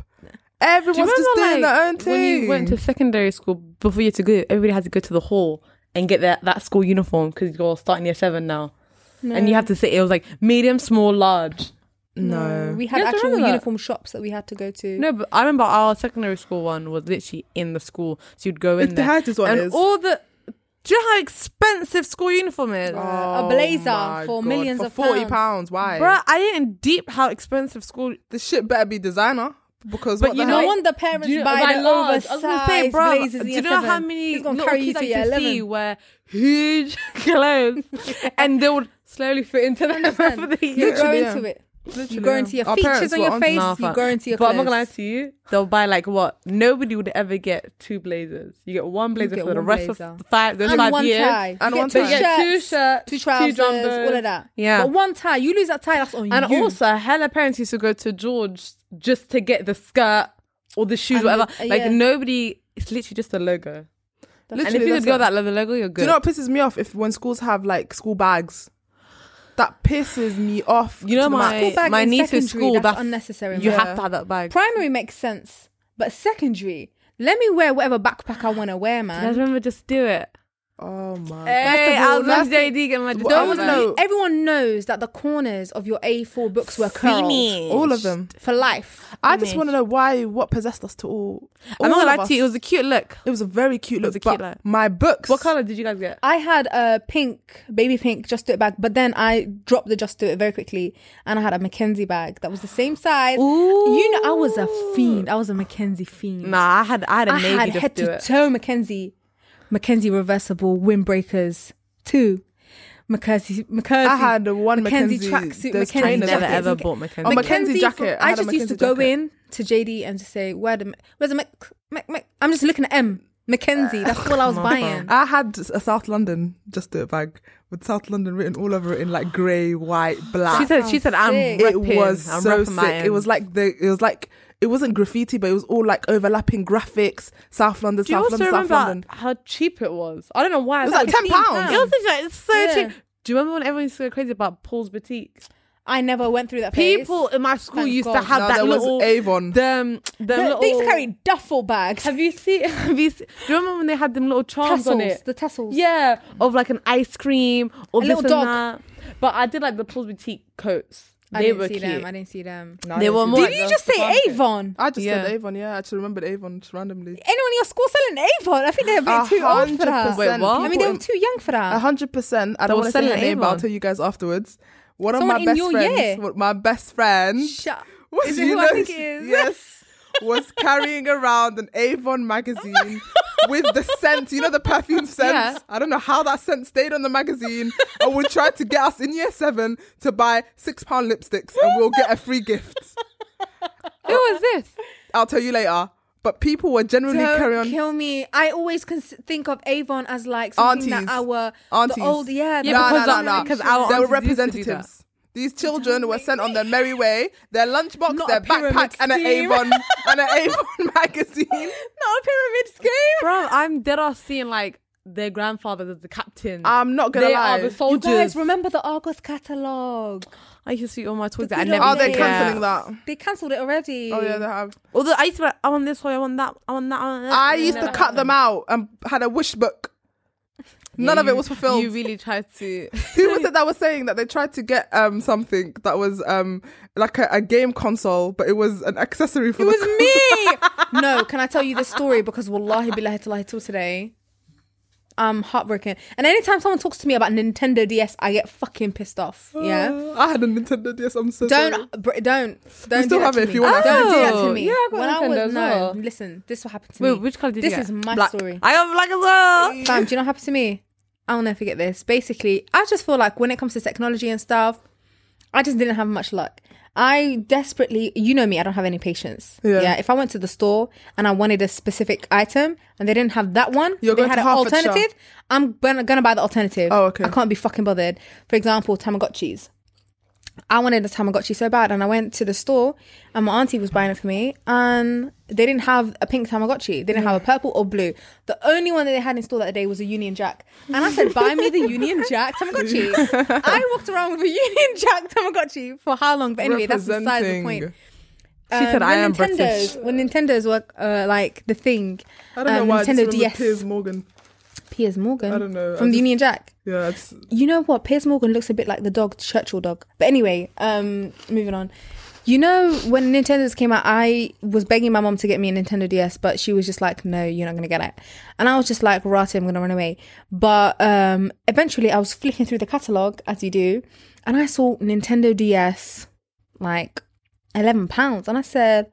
Speaker 2: Everyone's just doing their own thing.
Speaker 3: when you went to secondary school before you had to go? Everybody had to go to the hall and get that that school uniform because you're starting year seven now, and you have to sit. It was like medium, small, large.
Speaker 2: no,
Speaker 1: we had
Speaker 3: You have to
Speaker 1: actual
Speaker 3: remember that.
Speaker 1: uniform shops that we had to go to.
Speaker 3: No, but I remember our secondary school one was literally in the school, so you'd go in
Speaker 2: If the
Speaker 3: there.
Speaker 2: Hydras one
Speaker 3: and
Speaker 2: is-
Speaker 3: all the. Do you know how expensive school uniform is?
Speaker 1: a
Speaker 2: Oh
Speaker 1: blazer
Speaker 2: my
Speaker 1: for
Speaker 2: God,
Speaker 1: millions
Speaker 2: for
Speaker 1: of
Speaker 2: forty
Speaker 1: pounds.
Speaker 2: Why,
Speaker 3: Bruh, I didn't deep how expensive school.
Speaker 2: The shit better be designer because
Speaker 3: But
Speaker 2: what
Speaker 3: you
Speaker 2: the
Speaker 1: No
Speaker 2: hell?
Speaker 3: know-
Speaker 1: wonder parents
Speaker 3: Do you know-
Speaker 1: buy
Speaker 3: by
Speaker 1: the
Speaker 3: large, I was gonna
Speaker 1: oversized
Speaker 3: say, bruh,
Speaker 1: blazers. in
Speaker 3: do you
Speaker 1: year
Speaker 3: know how
Speaker 1: seven.
Speaker 3: many
Speaker 1: It's gonna
Speaker 3: little
Speaker 1: carry you
Speaker 3: kids
Speaker 1: to
Speaker 3: I
Speaker 1: year
Speaker 3: used to see
Speaker 1: 11.
Speaker 3: wear huge clothes, and they would slowly fit into them for the
Speaker 1: You
Speaker 3: year?
Speaker 1: go
Speaker 2: Literally, yeah.
Speaker 1: into it. You go into your
Speaker 2: Our
Speaker 1: features
Speaker 2: parents
Speaker 1: on
Speaker 2: were
Speaker 1: your
Speaker 2: on-
Speaker 1: face.
Speaker 3: Nah,
Speaker 1: you
Speaker 3: fuck.
Speaker 1: go into your.
Speaker 3: But I'm not gonna lie
Speaker 1: clothes.
Speaker 3: to you, they'll buy like what? Nobody would ever get two blazers. You get one blazer
Speaker 1: get
Speaker 3: for the
Speaker 1: one
Speaker 3: rest
Speaker 1: blazer.
Speaker 3: of the five those
Speaker 1: and
Speaker 3: five
Speaker 1: one
Speaker 3: years.
Speaker 1: tie. You
Speaker 2: And
Speaker 1: get
Speaker 2: one
Speaker 1: two
Speaker 2: tie.
Speaker 3: But you get two
Speaker 1: shirts,
Speaker 3: shirts,
Speaker 1: two trousers,
Speaker 3: jumpers.
Speaker 1: all of that.
Speaker 3: Yeah.
Speaker 1: But one tie, you lose that tie, that's on
Speaker 3: And
Speaker 1: you.
Speaker 3: also, hella parents used to go to George just to get the skirt or the shoes,
Speaker 1: And
Speaker 3: whatever.
Speaker 1: the- uh,
Speaker 3: like
Speaker 1: yeah.
Speaker 3: nobody. It's literally just a logo.
Speaker 2: Literally,
Speaker 3: and if you
Speaker 2: that's
Speaker 3: could go
Speaker 2: it.
Speaker 3: that leather logo, you're
Speaker 2: Do
Speaker 3: good.
Speaker 2: you know what pisses me off? If when schools have like school bags, that pisses me off.
Speaker 3: You know
Speaker 2: to the
Speaker 3: my-
Speaker 2: max.
Speaker 1: School bag in
Speaker 3: niece
Speaker 1: secondary,
Speaker 3: is school,
Speaker 1: That's,
Speaker 3: that's-
Speaker 1: unnecessary.
Speaker 3: you
Speaker 1: man.
Speaker 3: have to have that bag.
Speaker 1: Primary makes sense, but secondary, let me wear whatever backpack I want to wear,
Speaker 3: I
Speaker 1: man.
Speaker 3: remember just do it.
Speaker 2: Oh my!
Speaker 3: Hey,
Speaker 2: First of all,
Speaker 3: I was
Speaker 2: last
Speaker 3: with
Speaker 2: thing-
Speaker 3: JD getting my
Speaker 2: Well, I
Speaker 3: design
Speaker 2: was
Speaker 3: bag.
Speaker 2: no-
Speaker 1: Everyone knows that the corners of your A4 books were curled
Speaker 2: all of them.
Speaker 1: for life.
Speaker 2: I just want to know why. What possessed us to all?
Speaker 3: I'm not
Speaker 2: all
Speaker 3: gonna
Speaker 2: of
Speaker 3: lie to you. It
Speaker 2: us.
Speaker 3: was a cute look.
Speaker 2: It was a very cute
Speaker 3: It
Speaker 2: look.
Speaker 3: was a cute
Speaker 2: but
Speaker 3: look.
Speaker 2: My books.
Speaker 3: What color did you guys get?
Speaker 1: I had a pink, baby pink Just Do It bag, but then I dropped the Just Do It very quickly and I had a Mackenzie bag that was the same size. You know, I was a fiend. I was a Mackenzie fiend.
Speaker 3: Nah, I had I had a
Speaker 1: I
Speaker 3: navy
Speaker 1: had
Speaker 3: just
Speaker 1: head
Speaker 3: do
Speaker 1: to
Speaker 3: it.
Speaker 1: toe Mackenzie, Mackenzie reversible windbreakers two, Mackenzie Mackenzie.
Speaker 2: I had the one
Speaker 1: Mackenzie
Speaker 2: Mackenzie
Speaker 1: tracksuit,
Speaker 2: those
Speaker 1: Mackenzie
Speaker 2: trainers.
Speaker 1: jacket.
Speaker 3: Never ever
Speaker 1: Mackenzie-
Speaker 3: bought Mackenzie.
Speaker 2: Oh, Mackenzie
Speaker 1: from-
Speaker 2: jacket. I
Speaker 1: I
Speaker 2: had a
Speaker 1: just used to
Speaker 2: Mackenzie
Speaker 1: go
Speaker 2: jacket.
Speaker 1: in to JD and to say, "Where the where's the Mac, Mac, Mac? I'm just looking at M Mackenzie. That's
Speaker 2: Ah,
Speaker 1: all I was buying.
Speaker 2: I had a South London just do it bag with South London written all over it in like grey, white, black.
Speaker 3: She said she said I'm
Speaker 1: sick.
Speaker 2: it
Speaker 3: repping.
Speaker 2: was
Speaker 3: I'm
Speaker 2: so
Speaker 3: repping my
Speaker 2: sick. It was
Speaker 3: ends."
Speaker 2: like the it was like it wasn't graffiti, but it was all like overlapping graphics. South London,
Speaker 3: Do you
Speaker 2: South
Speaker 3: also
Speaker 2: London, South
Speaker 3: remember
Speaker 2: London.
Speaker 3: how cheap it was? I don't know why.
Speaker 2: It was like ten
Speaker 3: it
Speaker 2: pounds.
Speaker 3: was like, it's so
Speaker 1: Yeah.
Speaker 3: cheap. Do you remember when everyone used to go crazy about Paul's boutique?
Speaker 1: I never went through that. phase.
Speaker 3: People in my school
Speaker 1: Thank
Speaker 3: used
Speaker 1: God.
Speaker 3: to have
Speaker 2: No,
Speaker 3: that
Speaker 2: there was
Speaker 3: little
Speaker 2: Avon.
Speaker 3: Them, them
Speaker 1: They-
Speaker 3: little,
Speaker 1: they used to carry duffel bags,
Speaker 3: Have you seen? Have you? Seen, do you remember when they had them little charms on
Speaker 1: tassels,
Speaker 3: it?
Speaker 1: the tassels.
Speaker 3: Yeah, of like an ice cream or
Speaker 1: A
Speaker 3: this
Speaker 1: little
Speaker 3: and
Speaker 1: dog.
Speaker 3: that. But I did like the Paul's boutique coats.
Speaker 1: I
Speaker 3: they
Speaker 1: didn't
Speaker 3: were
Speaker 1: see
Speaker 3: cute.
Speaker 1: them. I didn't see them.
Speaker 2: No, I
Speaker 3: They
Speaker 2: didn't
Speaker 3: were
Speaker 2: see
Speaker 3: more-
Speaker 2: that.
Speaker 1: Did
Speaker 3: like
Speaker 1: you
Speaker 3: the-
Speaker 1: just
Speaker 3: the Ah.
Speaker 1: say
Speaker 3: basket.
Speaker 1: Avon?
Speaker 2: I just
Speaker 3: Yeah.
Speaker 2: said Avon. Yeah, I just remembered Avon just randomly.
Speaker 1: anyone in your school selling Avon. I think they're a bit too
Speaker 3: Ah,
Speaker 1: old for that.
Speaker 2: 100%
Speaker 3: Wait, what?
Speaker 1: I mean, they were
Speaker 2: people
Speaker 1: too young for
Speaker 2: in- a
Speaker 3: ah,
Speaker 1: that.
Speaker 2: hundred percent. I
Speaker 3: They
Speaker 2: don't
Speaker 3: were
Speaker 2: want to say her
Speaker 3: selling
Speaker 2: name, but I'll
Speaker 3: Avon.
Speaker 2: tell you guys afterwards. One
Speaker 1: Someone
Speaker 2: of
Speaker 1: in
Speaker 2: my best
Speaker 1: your
Speaker 2: friends,
Speaker 1: year.
Speaker 2: one- my best friend,
Speaker 1: Shut.
Speaker 3: ah.
Speaker 2: was
Speaker 1: Is it
Speaker 2: you
Speaker 1: who I
Speaker 2: know,
Speaker 1: think
Speaker 2: she-
Speaker 1: it is?
Speaker 2: yes, was carrying around an Avon magazine with the scent. You know the perfume scent.
Speaker 3: Yeah.
Speaker 2: I don't know how that scent stayed on the magazine, and would try to get us in year seven to buy six pound lipsticks, and we'll get a free gift.
Speaker 3: Who was this?
Speaker 2: I'll tell you later. But people were generally carrying
Speaker 1: Don't
Speaker 2: on.
Speaker 1: kill me. I always cons- think of Avon as like something
Speaker 2: Aunties.
Speaker 1: that our
Speaker 2: Aunties.
Speaker 1: the old yeah,
Speaker 3: Yeah,
Speaker 1: the
Speaker 2: Nah,
Speaker 3: because
Speaker 1: older
Speaker 2: nah, nah, nah.
Speaker 3: because
Speaker 1: generation.
Speaker 2: They
Speaker 3: our
Speaker 2: were
Speaker 3: aunties used to do that.
Speaker 2: representatives. These children were sent on their merry way, their lunchbox,
Speaker 1: Not
Speaker 2: their
Speaker 1: a pyramid
Speaker 2: backpack, and an
Speaker 1: scheme.
Speaker 2: Avon and an Avon magazine.
Speaker 1: Not a pyramid scheme.
Speaker 3: Bro, I'm dead ass seeing like their grandfathers as the captain.
Speaker 2: I'm not gonna
Speaker 3: they
Speaker 2: lie.
Speaker 3: are the
Speaker 1: You
Speaker 3: soldiers.
Speaker 1: guys remember the Argos catalogue?
Speaker 3: I used to see all my toys
Speaker 1: The
Speaker 3: that I
Speaker 1: good
Speaker 3: never
Speaker 1: old
Speaker 2: oh, they're
Speaker 1: Yeah.
Speaker 3: used to
Speaker 2: cancelling
Speaker 3: get.
Speaker 2: that.
Speaker 1: They cancelled it already.
Speaker 2: Oh yeah, they have.
Speaker 3: Although I used to be like, I want this toy, I want that, I want that. I, want that.
Speaker 2: I
Speaker 3: It
Speaker 2: used to
Speaker 3: never
Speaker 2: cut them
Speaker 3: happened.
Speaker 2: out and had a wish book. None of it was fulfilled.
Speaker 3: You really tried to.
Speaker 2: Who was it that was saying that they tried to get um something that was um like a, a game console, but it was an accessory for
Speaker 1: It
Speaker 2: the
Speaker 1: was me.
Speaker 2: console?
Speaker 1: no, can I tell you this story? Because wallahi billahi tillahi till today, I'm heartbroken. And anytime someone talks to me about Nintendo DS, I get fucking pissed off. Yeah.
Speaker 2: I had a Nintendo DS. I'm so Uh, sorry.
Speaker 1: Don't, br- don't, don't.
Speaker 2: still
Speaker 1: do that
Speaker 2: have
Speaker 1: to
Speaker 2: it if
Speaker 1: me.
Speaker 2: you want.
Speaker 1: Don't do that
Speaker 3: Oh,
Speaker 1: to me.
Speaker 3: yeah, I got
Speaker 1: when
Speaker 3: Nintendo
Speaker 1: I
Speaker 3: as
Speaker 1: was
Speaker 3: well.
Speaker 1: no, listen, this is what happened to
Speaker 3: Wait,
Speaker 1: me.
Speaker 3: which color did you
Speaker 1: this
Speaker 3: get?
Speaker 1: is my
Speaker 3: black.
Speaker 1: story.
Speaker 3: I am black as well.
Speaker 1: Fam, do you know what happened to me? I'll never forget this. Basically, I just feel like when it comes to technology and stuff, I just didn't have much luck. I desperately, you know me, I don't have any patience.
Speaker 2: Yeah.
Speaker 1: Yeah. If I went to the store and I wanted a specific item and they didn't have that one,
Speaker 2: You're
Speaker 1: they
Speaker 2: going
Speaker 1: had
Speaker 2: to
Speaker 1: an
Speaker 2: Hertfordshire.
Speaker 1: alternative, I'm gonna, gonna buy the alternative.
Speaker 2: Oh, okay.
Speaker 1: I can't be fucking bothered. For example, Tamagotchis. I wanted a Tamagotchi so bad, and I went to the store, and my auntie was buying it for me, and they didn't have a pink Tamagotchi. They didn't have a purple or blue. The only one that they had in store that day was a Union Jack, and I said, "Buy me the Union Jack Tamagotchi." I walked around with a Union Jack Tamagotchi for how long? But anyway, that's besides the point.
Speaker 2: Representing.
Speaker 1: Um,
Speaker 3: said,
Speaker 1: when
Speaker 3: "I am
Speaker 1: Nintendo's,
Speaker 3: British."
Speaker 1: When Nintendo's were uh, like the thing,
Speaker 2: I don't know
Speaker 1: um,
Speaker 2: why. I just
Speaker 1: Nintendo
Speaker 2: remember
Speaker 1: DS,
Speaker 2: Piers Morgan.
Speaker 1: Piers Morgan,
Speaker 2: I don't know, I
Speaker 1: from the
Speaker 2: just-
Speaker 1: Union Jack.
Speaker 2: Yeah, it's,
Speaker 1: You know what? Piers Morgan looks a bit like the dog, Churchill dog. But anyway, um, moving on. You know, when Nintendo's came out, I was begging my mom to get me a Nintendo DS, but she was just like, no, you're not going to get it. And I was just like, right, I'm going to run away. But um, eventually, I was flicking through the catalogue, as you do, and I saw Nintendo DS, like, £11. And I said,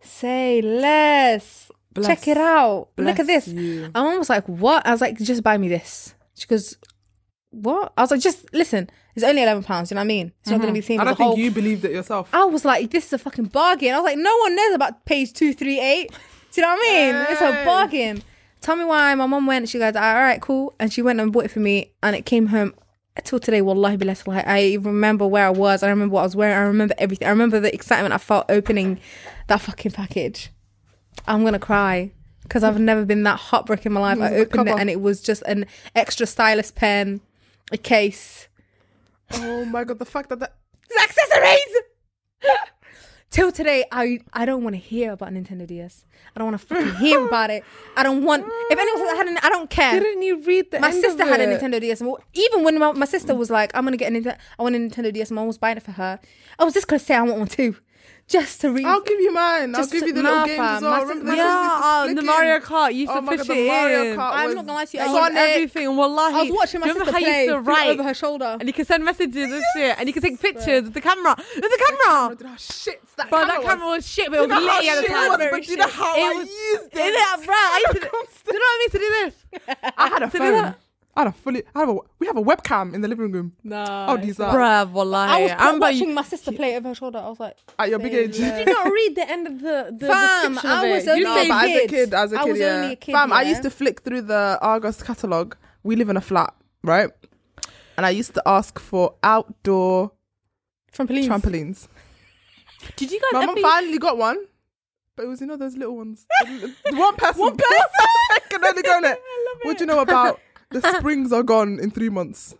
Speaker 1: say less. Check it out. Look at
Speaker 3: bless
Speaker 1: this.
Speaker 3: you.
Speaker 1: My mom was like, what? I was like, just buy me this. She goes, what? I was like, just listen, it's only eleven pounds, you know what I mean? It's not gonna be the same
Speaker 2: Mm-hmm. I
Speaker 1: as a
Speaker 2: don't think
Speaker 1: whole
Speaker 2: you believed it yourself.
Speaker 1: I was like, this is a fucking bargain. I was like, no one knows about page two three eight. Do you know what I mean? It's
Speaker 2: Hey.
Speaker 1: a bargain. Tell me why my mom went, she goes, "Ah, Alright, cool. And she went and bought it for me and it came home till today, wallahi billah, like I remember where I was, I remember what I was wearing, I remember everything. I remember the excitement I felt opening that fucking package. I'm gonna cry. Because I've never been that heartbroken in my life. I
Speaker 2: the
Speaker 1: opened it
Speaker 2: Mm, cover.
Speaker 1: and it was just an extra stylus pen, a case.
Speaker 2: oh my god, the fact that that
Speaker 1: accessories. Till today, I I don't want to hear about Nintendo DS. I don't want to fucking hear about it. I don't want. If anyone says I had an, I don't care.
Speaker 3: Didn't you read the
Speaker 1: my
Speaker 3: end
Speaker 1: sister
Speaker 3: of
Speaker 1: had a
Speaker 3: it?
Speaker 1: Nintendo DS. and w- Even when my, my sister was like, "I'm gonna get a Nintendo," I want a Nintendo DS. Mom was buying it for her. I was just gonna say I want one too, just to read.
Speaker 2: I'll give you mine. I'll
Speaker 1: Just-
Speaker 2: give you the
Speaker 1: nah,
Speaker 2: little games as
Speaker 1: fam.
Speaker 2: well.
Speaker 1: My sis-
Speaker 2: Remember this
Speaker 1: my
Speaker 2: is-
Speaker 3: Yeah,
Speaker 2: this is
Speaker 3: uh, the
Speaker 2: flicky.
Speaker 3: Mario Kart. You used
Speaker 2: Oh
Speaker 3: to
Speaker 2: my god,
Speaker 3: fish
Speaker 2: the
Speaker 3: it
Speaker 2: Mario
Speaker 3: in.
Speaker 2: Kart
Speaker 1: I'm
Speaker 2: was-
Speaker 1: not gonna lie to you.
Speaker 3: I
Speaker 1: I,
Speaker 3: want
Speaker 1: was,
Speaker 3: everything. Wallahi.
Speaker 1: I was watching my
Speaker 3: Do you
Speaker 1: sister
Speaker 3: remember how
Speaker 1: play
Speaker 3: you used to
Speaker 1: through
Speaker 3: write?
Speaker 1: over her shoulder.
Speaker 3: and you can send messages and shit, and you can take pictures with the camera. With the camera!
Speaker 2: Oh, shit, that
Speaker 3: Bro,
Speaker 2: camera
Speaker 3: that
Speaker 2: was-
Speaker 3: camera was shit, but it was
Speaker 2: know how
Speaker 3: lit at the
Speaker 2: shit it was,
Speaker 3: time.
Speaker 2: but do you know how I used
Speaker 3: it? Bro, I used to, do you know what I mean to do this?
Speaker 2: I had a
Speaker 3: to do
Speaker 2: phone.
Speaker 3: that.
Speaker 2: I had a fully. I have a. We have a webcam in the living room.
Speaker 1: no.
Speaker 2: Oh, these are
Speaker 3: Bruh, wallahi.
Speaker 1: I was
Speaker 3: I remember
Speaker 1: watching
Speaker 3: you,
Speaker 1: my sister play it over her shoulder. I was like,
Speaker 2: at your big age.
Speaker 1: Did
Speaker 2: No,
Speaker 1: you not
Speaker 3: read the end of the, the
Speaker 1: Fam, description of I it. was You only-
Speaker 2: but
Speaker 1: say
Speaker 2: as a
Speaker 1: kids.
Speaker 2: kid, as a
Speaker 1: I
Speaker 2: kid,
Speaker 1: was
Speaker 2: yeah.
Speaker 1: only a kid,
Speaker 2: Fam, I
Speaker 1: yeah.
Speaker 2: used to flick through the Argos catalog. We live in a flat, right? And I used to ask for outdoor
Speaker 1: trampolines.
Speaker 2: trampolines.
Speaker 3: Did you
Speaker 2: My
Speaker 3: guys
Speaker 2: mom
Speaker 3: ever
Speaker 2: finally got one, but it was you know those little ones. one person, one person can only go on it. What do you know about the springs are gone in three months?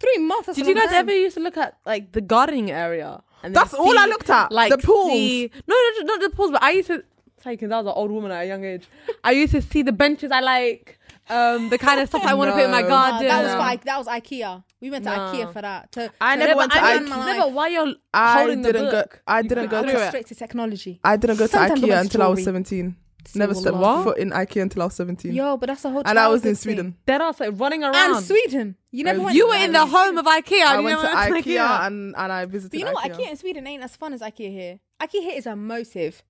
Speaker 1: Three months. that's
Speaker 3: Did
Speaker 1: a
Speaker 3: you
Speaker 1: long
Speaker 3: guys
Speaker 1: time.
Speaker 3: ever used to look at like the gardening area? And then
Speaker 2: That's all I looked at,
Speaker 3: Like
Speaker 2: the pools.
Speaker 3: see- no, no, no, not the pools. But I used to. Sorry, 'cause I was an old woman at a young age. I used to see the benches I like, um, the kind of stuff I want to put in my
Speaker 2: No.
Speaker 1: Ah,
Speaker 3: garden.
Speaker 1: that was for
Speaker 2: fine.
Speaker 1: I- that was IKEA. We went to
Speaker 3: No.
Speaker 1: IKEA for that. To,
Speaker 2: I
Speaker 1: to-
Speaker 2: never
Speaker 1: but
Speaker 2: went to
Speaker 1: I
Speaker 3: I
Speaker 1: learned
Speaker 2: Ikea.
Speaker 1: my
Speaker 3: no,
Speaker 1: life.
Speaker 3: but while you're
Speaker 2: I
Speaker 3: holding the
Speaker 2: didn't go.
Speaker 3: book,
Speaker 2: I
Speaker 1: I
Speaker 2: didn't go
Speaker 3: click
Speaker 2: to
Speaker 1: went
Speaker 3: through it.
Speaker 1: straight to technology.
Speaker 2: I didn't go to
Speaker 1: Sometimes I
Speaker 2: IKEA
Speaker 1: went to
Speaker 2: until I was
Speaker 1: jewelry.
Speaker 2: 17. Never
Speaker 1: Still
Speaker 2: set
Speaker 1: alive.
Speaker 2: foot in IKEA until I was 17.
Speaker 1: Yo, but that's a whole.
Speaker 2: and I was in
Speaker 1: childhood
Speaker 2: Sweden.
Speaker 3: dead ass like running
Speaker 1: thing.
Speaker 3: around.
Speaker 1: And Sweden, you never
Speaker 2: You
Speaker 1: went.
Speaker 3: You were in the home of IKEA.
Speaker 2: I
Speaker 3: you
Speaker 2: went to
Speaker 3: never
Speaker 2: IKEA, and, and I visited
Speaker 1: But you know what?
Speaker 2: IKEA.
Speaker 1: IKEA in Sweden ain't as fun as IKEA here. IKEA here is emotive.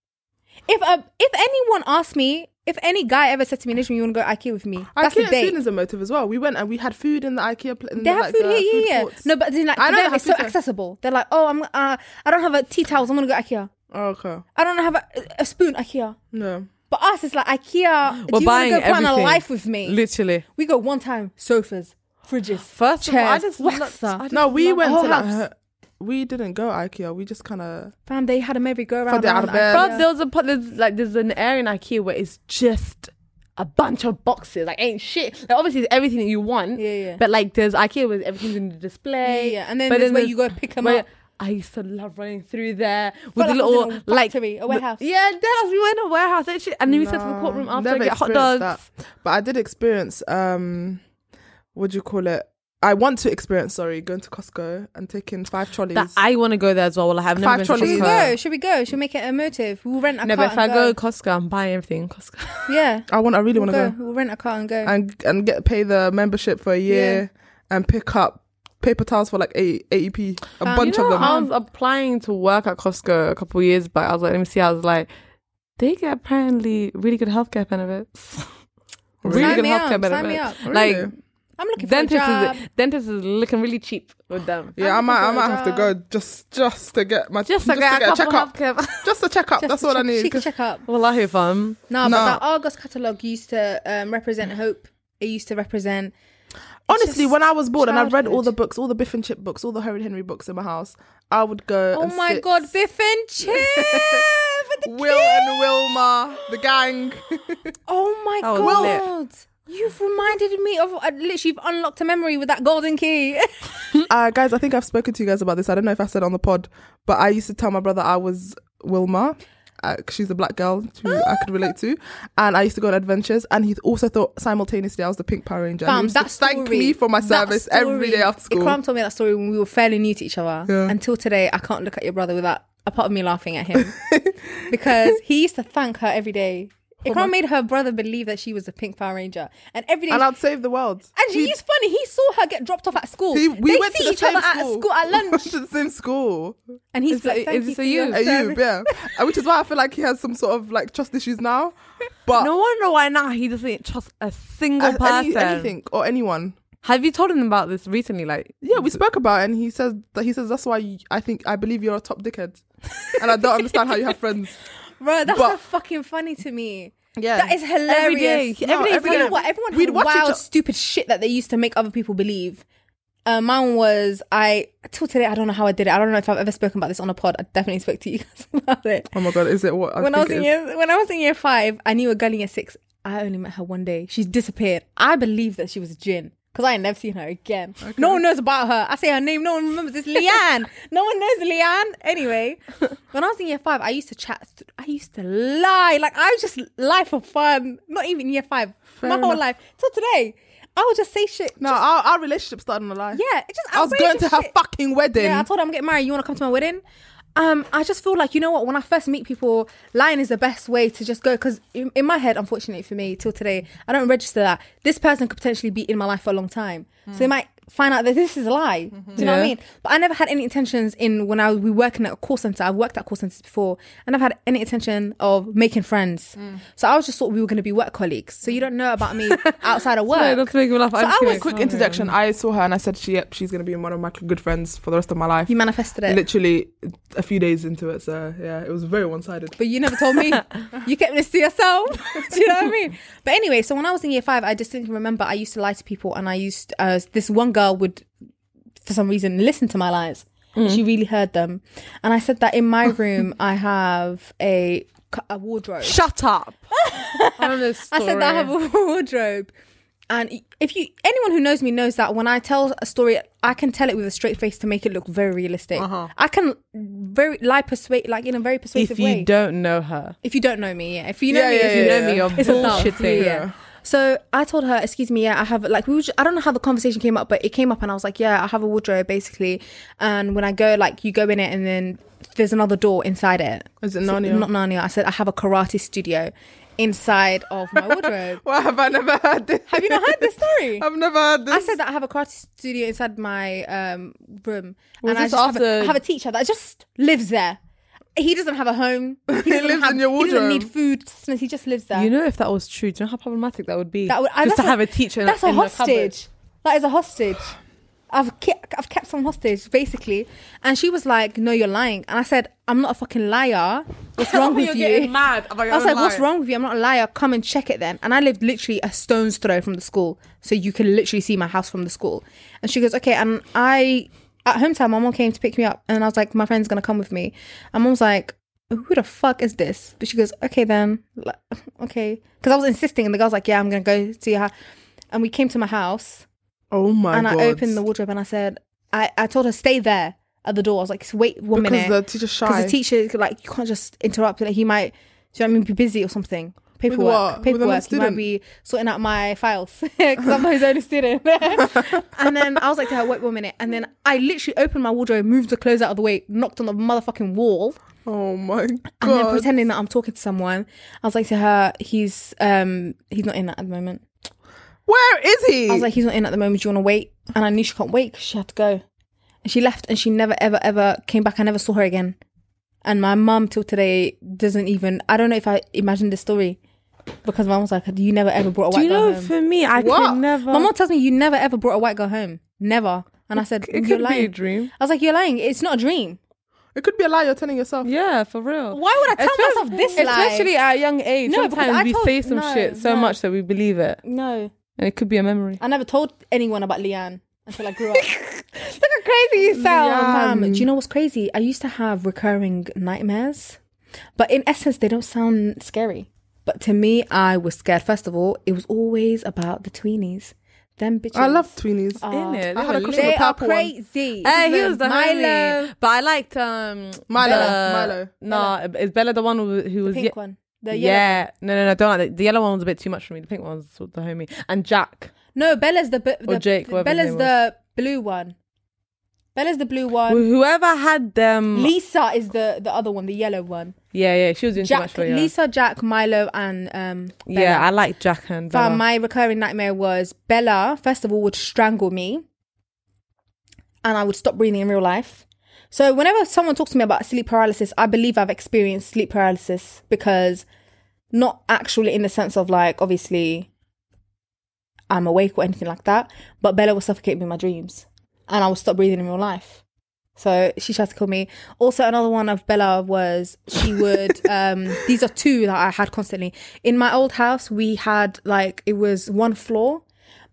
Speaker 1: If uh, if anyone asked me, if any guy ever said to me, "Nishma, you want to go IKEA with me?" That's
Speaker 2: IKEA
Speaker 1: a
Speaker 2: in
Speaker 1: date.
Speaker 2: Sweden is a motive as well. We went and we had food in the IKEA. Pl- in
Speaker 1: They
Speaker 2: the,
Speaker 1: have
Speaker 2: like,
Speaker 1: food
Speaker 2: the
Speaker 1: here,
Speaker 2: food
Speaker 1: yeah, yeah.
Speaker 2: courts.
Speaker 1: No, but then, like,
Speaker 2: I
Speaker 1: I
Speaker 2: know they have
Speaker 1: it's so
Speaker 2: food here.
Speaker 1: accessible. They're like, oh, I'm, uh, I don't have a tea towels. I'm gonna go IKEA.
Speaker 2: Oh, okay.
Speaker 1: I don't have a, a spoon. IKEA.
Speaker 2: No.
Speaker 1: But us, it's like IKEA.
Speaker 3: We're
Speaker 1: do you want to
Speaker 3: buying
Speaker 1: go plan a
Speaker 3: everything.
Speaker 1: life with me?
Speaker 3: Literally.
Speaker 1: we go one time sofas, fridges,
Speaker 3: First of all, I
Speaker 1: chairs,
Speaker 3: just
Speaker 1: waxer.
Speaker 3: looked- I just
Speaker 2: No, we
Speaker 3: love-
Speaker 2: went
Speaker 1: whole
Speaker 2: to like
Speaker 1: house.
Speaker 2: her- we didn't go IKEA. We just kind of
Speaker 1: Fam, they had a merry go round.
Speaker 2: Fam, they had a bear.
Speaker 3: Bro, there was a pl- there's, like there's an area in IKEA where it's just a bunch of boxes. Like ain't shit. Like obviously it's everything that you want.
Speaker 1: Yeah, yeah.
Speaker 3: But like there's IKEA where everything's in the display.
Speaker 1: yeah, and then
Speaker 3: But
Speaker 1: there's where
Speaker 3: there's
Speaker 1: you go pick them
Speaker 3: where-
Speaker 1: up.
Speaker 3: I used to love running through there with
Speaker 1: Felt
Speaker 3: the
Speaker 1: like I was in
Speaker 3: little
Speaker 1: a
Speaker 3: like
Speaker 1: factory, a
Speaker 3: with-
Speaker 1: warehouse.
Speaker 3: Yeah, that was we were in a warehouse and shit. And then we sat to the
Speaker 2: No,
Speaker 3: courtroom after
Speaker 2: never
Speaker 3: to get hot dogs.
Speaker 2: experienced that. But I did experience um, what do you call it? I want to experience. Sorry, going to Costco and taking five trolleys.
Speaker 3: That I want to go there as well. Well, I have never
Speaker 2: Five
Speaker 3: been
Speaker 1: Should
Speaker 2: trolleys.
Speaker 3: to
Speaker 1: we
Speaker 3: Costco.
Speaker 1: go? Should we go? Should we make it a motive? We'll rent a
Speaker 3: No,
Speaker 1: car.
Speaker 3: but if I
Speaker 1: and
Speaker 3: go Costco, I'm buying everything Costco.
Speaker 1: yeah,
Speaker 2: I want. I really
Speaker 1: we'll
Speaker 2: want to
Speaker 1: go.
Speaker 2: go.
Speaker 1: We'll rent a car and go.
Speaker 2: and and get pay the membership for a year and pick up paper towels for like 80 80p, a
Speaker 1: Um,
Speaker 2: bunch
Speaker 3: you know,
Speaker 2: of them.
Speaker 3: I was applying to work at Costco a couple of years back. I was like, let me see. I was like, they get apparently really good healthcare benefits.
Speaker 2: Really?
Speaker 1: sign
Speaker 3: really good
Speaker 1: me up.
Speaker 3: healthcare
Speaker 1: Sign me
Speaker 3: benefits.
Speaker 1: up.
Speaker 2: Really?
Speaker 3: Like
Speaker 1: I'm looking for a
Speaker 3: dentist
Speaker 1: job.
Speaker 3: is dentist is looking really cheap with them.
Speaker 2: yeah, I
Speaker 1: I'm
Speaker 2: might I
Speaker 1: looking for
Speaker 2: might
Speaker 1: a
Speaker 2: have to go
Speaker 1: job.
Speaker 2: just just to get my
Speaker 3: Just like a,
Speaker 2: a
Speaker 3: couple
Speaker 2: checkup,
Speaker 3: healthcare.
Speaker 2: just a checkup.
Speaker 1: Just
Speaker 2: That's
Speaker 1: to
Speaker 2: all I
Speaker 1: check-
Speaker 2: need.
Speaker 1: Check, check up.
Speaker 3: well, I um, hear fun.
Speaker 1: No,
Speaker 2: No.
Speaker 1: but that Argos catalogue used to um, represent
Speaker 3: Mm.
Speaker 1: hope. It used to represent.
Speaker 2: Honestly,
Speaker 1: just
Speaker 2: when I was bored and I read all
Speaker 1: childhood.
Speaker 2: the books, all the Biff and Chip books, all the Harry Henry books in my house, I would go.
Speaker 1: Oh
Speaker 2: and
Speaker 1: my
Speaker 2: sit-
Speaker 1: God, Biff and Chip for the
Speaker 2: Will and Wilma, the gang.
Speaker 1: Oh my
Speaker 3: That was lit.
Speaker 1: God. You've reminded me of uh, literally you've unlocked a memory with that golden key.
Speaker 2: uh, guys, I think I've spoken to you guys about this. I don't know if I said on the pod, but I used to tell my brother I was Wilma. Uh, 'cause she's a black girl who I could relate to, and I used to go on adventures. And he also thought simultaneously I was the pink Power Ranger.
Speaker 1: Fam,
Speaker 2: he used to
Speaker 1: that story,
Speaker 2: thank me for my
Speaker 1: that
Speaker 2: service every
Speaker 1: story-
Speaker 2: day after school.
Speaker 1: Ikram told me that story when we were fairly new to each other.
Speaker 2: Yeah.
Speaker 1: Until today, I can't look at your brother without a part of me laughing at him because he used to thank her every day. Ikram made her brother believe that she was a pink Power Ranger, and every day.
Speaker 2: and I'd save the world.
Speaker 1: and she, he's funny. He saw her get dropped off at school.
Speaker 2: He- we
Speaker 1: they
Speaker 2: went
Speaker 1: see
Speaker 2: to the
Speaker 1: each
Speaker 2: same
Speaker 1: other
Speaker 2: school.
Speaker 1: at school at
Speaker 2: We
Speaker 1: lunch,
Speaker 2: went to the same school.
Speaker 1: and he's
Speaker 3: Is
Speaker 1: like,
Speaker 3: it-
Speaker 1: "Thank
Speaker 3: is
Speaker 1: you
Speaker 3: it
Speaker 1: for
Speaker 3: you?
Speaker 1: your
Speaker 3: Are
Speaker 2: At you,
Speaker 1: service."
Speaker 2: yeah. And which is why I feel like he has some sort of like trust issues now. But
Speaker 3: No wonder why now he doesn't trust a single
Speaker 2: a- any-
Speaker 3: person.
Speaker 2: anything or anyone.
Speaker 3: Have you told him about this recently? Like,
Speaker 2: Yeah, we spoke about it and he says that he says that's why you, I think I believe you're a top dickhead. and I don't understand how you have friends.
Speaker 1: bro. That's
Speaker 2: But-
Speaker 1: so fucking funny to me.
Speaker 2: Yeah.
Speaker 1: That is hilarious.
Speaker 3: Every day.
Speaker 1: No,
Speaker 3: Every day
Speaker 1: every
Speaker 3: is
Speaker 1: day.
Speaker 3: like-
Speaker 1: What, everyone
Speaker 2: We'd
Speaker 1: had
Speaker 2: watch each
Speaker 1: wild,
Speaker 2: o-
Speaker 1: stupid shit that they used to make other people believe. Uh, mine was I till today. I don't know how I did it. I don't know if I've ever spoken about this on a pod. I definitely spoke to you guys about it.
Speaker 2: Oh my god, is it what
Speaker 1: when I
Speaker 2: think
Speaker 1: was
Speaker 2: it
Speaker 1: in
Speaker 2: is.
Speaker 1: year when I was in year five, I knew a girl in year six. I only met her one day. She's disappeared. I believe that she was Jin because I ain't never seen her again. No one knows about her. I say her name. No one remembers. It's Leanne. no one knows Leanne. Anyway, when I was in year five, I used to chat. Th- I used to lie. Like I was just lie for fun. Not even year five. my whole
Speaker 2: enough.
Speaker 1: life till today. I would just say shit.
Speaker 2: No, our, our relationship started on a lie.
Speaker 1: Yeah, it's just
Speaker 2: I was going to
Speaker 1: outrageous
Speaker 2: her
Speaker 1: shit.
Speaker 2: fucking wedding.
Speaker 1: Yeah, I told her I'm getting married. You want to come to my wedding? Um, I just feel like you know what? When I first meet people, lying is the best way to just go. Because in, in my head, unfortunately for me, till today, I don't register that this person could potentially be in my life for a long time. So they might find out that this is a lie. Do you know what I
Speaker 3: Yeah.
Speaker 1: mean? But I never had any intentions in when I was we working at a call center. I've worked at call centers before, and I've had any intention of making friends.
Speaker 3: Mm.
Speaker 1: So I was just thought we were going to be work colleagues. So you don't know about me outside of work.
Speaker 3: no, not to make me laugh. I'm
Speaker 1: I
Speaker 3: just
Speaker 1: was-
Speaker 3: kidding.
Speaker 2: Quick introduction. I saw her and I said, she, yep, she's going to be one of my good friends for the rest of my life.
Speaker 1: you manifested it.
Speaker 2: Literally a few days into it. So yeah, it was very one sided.
Speaker 1: but you never told me. you kept this to yourself. Do you know what I mean? But anyway, so when I was in year five, I distinctly remember I used to lie to people, and I used uh, this one girl would, for some reason, listen to my lies.
Speaker 3: Mm.
Speaker 1: She really heard them, and I said that in my room I have a, cu- a wardrobe.
Speaker 3: Shut up. I don't know this
Speaker 1: I
Speaker 3: story.
Speaker 1: said that I have a wardrobe. And if you, anyone who knows me knows that when I tell a story, I can tell it with a straight face to make it look very realistic. I can very lie persuade, like in a very persuasive
Speaker 3: Uh-huh. if you
Speaker 1: way.
Speaker 3: don't know her,
Speaker 1: If you don't know me, yeah. If you know
Speaker 2: Yeah,
Speaker 1: me,
Speaker 2: yeah,
Speaker 1: it's,
Speaker 2: yeah,
Speaker 1: you know
Speaker 2: yeah.
Speaker 1: me, you're
Speaker 3: It's a dumb
Speaker 1: bullshitting.
Speaker 3: thing.
Speaker 1: Yeah.
Speaker 2: Yeah.
Speaker 1: So I told her, excuse me, yeah, I have like we were just, I don't know how the conversation came up, but it came up and I was like, yeah, I have a wardrobe basically, and when I go, like you go in it and then there's another door inside it.
Speaker 2: Is it
Speaker 1: So-
Speaker 2: Narnia?
Speaker 1: Not Narnia. I said I have a karate studio inside of my wardrobe.
Speaker 2: Why have I never heard this?
Speaker 1: have you not heard this story?
Speaker 2: I've never heard this.
Speaker 1: I said that I have a karate studio inside my um, room,
Speaker 3: Was
Speaker 1: and I
Speaker 3: this
Speaker 1: just have a-
Speaker 3: after-
Speaker 1: I have a teacher that just lives there. He doesn't have a home. He, doesn't
Speaker 2: lives
Speaker 1: have-
Speaker 2: in your
Speaker 1: He doesn't
Speaker 2: wardrobe.
Speaker 1: need food. sustenance, He just lives there.
Speaker 3: you know if that was true, do you know how problematic that would be?
Speaker 1: That would- I-
Speaker 3: just to
Speaker 1: that's a-
Speaker 3: have a teacher. in-
Speaker 1: That's a
Speaker 3: in the cupboard.
Speaker 1: hostage. That is a hostage. I've kept, I've kept some hostage basically, and she was like, "No, you're lying." And I said, "I'm not a fucking liar. What's wrong with
Speaker 3: You're
Speaker 1: you?"
Speaker 3: getting mad. I'm like,
Speaker 1: I was
Speaker 3: don't
Speaker 1: like, "What's
Speaker 3: lie.
Speaker 1: wrong with you? I'm not a liar. Come and check it then." And I lived literally a stone's throw from the school, so you can literally see my house from the school. And she goes, "Okay." And I at home time, my mom came to pick me up, and I was like, my friend's gonna come with me. And mom's like, who the fuck is this? But she goes, okay then, Like, okay, because I was insisting, and the girl's like, yeah, I'm gonna go see her. And we came to my house,
Speaker 2: Oh my
Speaker 1: and
Speaker 2: god.
Speaker 1: I opened the wardrobe, and I said, I, I told her stay there at the door. I was like, wait one minute,
Speaker 2: because the teacher's
Speaker 1: because
Speaker 2: shy.
Speaker 1: the teacher like you can't just interrupt like he might do you know what I mean be busy or something paperwork
Speaker 2: what? With another
Speaker 1: paperwork he might
Speaker 2: student?
Speaker 1: be sorting out my files because I'm not his only student and then I was like to her wait one minute and then I literally opened my wardrobe moved the clothes out of the way knocked on the motherfucking wall
Speaker 2: oh my god.
Speaker 1: and then pretending that I'm talking to someone I was like to her he's um he's not in at the moment
Speaker 2: Where is he?
Speaker 1: I was like, he's not in at the moment. Do you want to wait? And I knew she can't wait 'cause she had to go. And she left and she never, ever, ever came back. I never saw her again. And my mum till today doesn't even, I don't know if I imagined this story because my mum was like, you never ever brought a white
Speaker 3: Do you
Speaker 1: girl
Speaker 3: know?
Speaker 1: home.
Speaker 3: For me, I
Speaker 2: What?
Speaker 3: could never.
Speaker 1: my mum tells me you never ever brought a white girl home. Never. And I said,
Speaker 3: it could
Speaker 1: you're
Speaker 3: be a
Speaker 1: lying.
Speaker 3: dream.
Speaker 1: I was like, you're lying. It's not a dream.
Speaker 2: it could be a lie you're telling yourself.
Speaker 3: Yeah, for real.
Speaker 1: Why would I tell
Speaker 3: Especially-
Speaker 1: myself this lie?
Speaker 3: Especially at a young age,
Speaker 1: No, because I
Speaker 3: sometimes we
Speaker 1: told-
Speaker 3: say some
Speaker 1: no,
Speaker 3: shit so
Speaker 1: no.
Speaker 3: much that we believe it,
Speaker 1: No.
Speaker 3: and it could be a memory.
Speaker 1: I never told anyone about Leanne until I grew up.
Speaker 3: Look how crazy you
Speaker 1: sound. Um, do you know what's crazy? I used to have recurring nightmares, but in essence, they don't sound scary. But to me, I was scared. First of all, it was always about the tweenies. Them bitches.
Speaker 2: I love tweenies.
Speaker 1: are-
Speaker 3: Innit?
Speaker 2: I had a crush on
Speaker 1: They
Speaker 2: the
Speaker 1: are
Speaker 2: purple one.
Speaker 1: crazy.
Speaker 3: Hey, Eh, he was the
Speaker 1: Milo.
Speaker 3: homie. But I liked um
Speaker 2: Milo,
Speaker 3: Bella.
Speaker 2: Milo.
Speaker 3: Nah, is Bella the one who, who was
Speaker 1: Pink
Speaker 3: ye-
Speaker 1: one. The yellow one.
Speaker 3: yeah? No, no, no. Don't like the, the yellow one was a bit too much for me. The pink one was the homie and Jack.
Speaker 1: No, Bella's the. bu- the
Speaker 3: Or Jake, whatever his
Speaker 1: Bella's
Speaker 3: name
Speaker 1: the blue one. Bella's the blue
Speaker 3: Wh-
Speaker 1: one.
Speaker 3: Whoever had them,
Speaker 1: Lisa is the the other one, the yellow one.
Speaker 3: yeah, yeah, she was doing too much
Speaker 1: Jack,
Speaker 3: for you.
Speaker 1: Lisa, Jack, Milo, and um. Bella.
Speaker 3: Yeah, I like Jack
Speaker 1: Fam,
Speaker 3: and Bella.
Speaker 1: my recurring nightmare was Bella, first of all, would strangle me and I would stop breathing in real life. So, whenever someone talks to me about sleep paralysis, I believe I've experienced sleep paralysis because not actually in the sense of like, obviously, I'm awake or anything like that, but Bella would suffocate me in my dreams and I would stop breathing in real life. So she tried to kill me. Also, another one of Bella was she would. um These are two that I had constantly. In my old house, we had like it was one floor,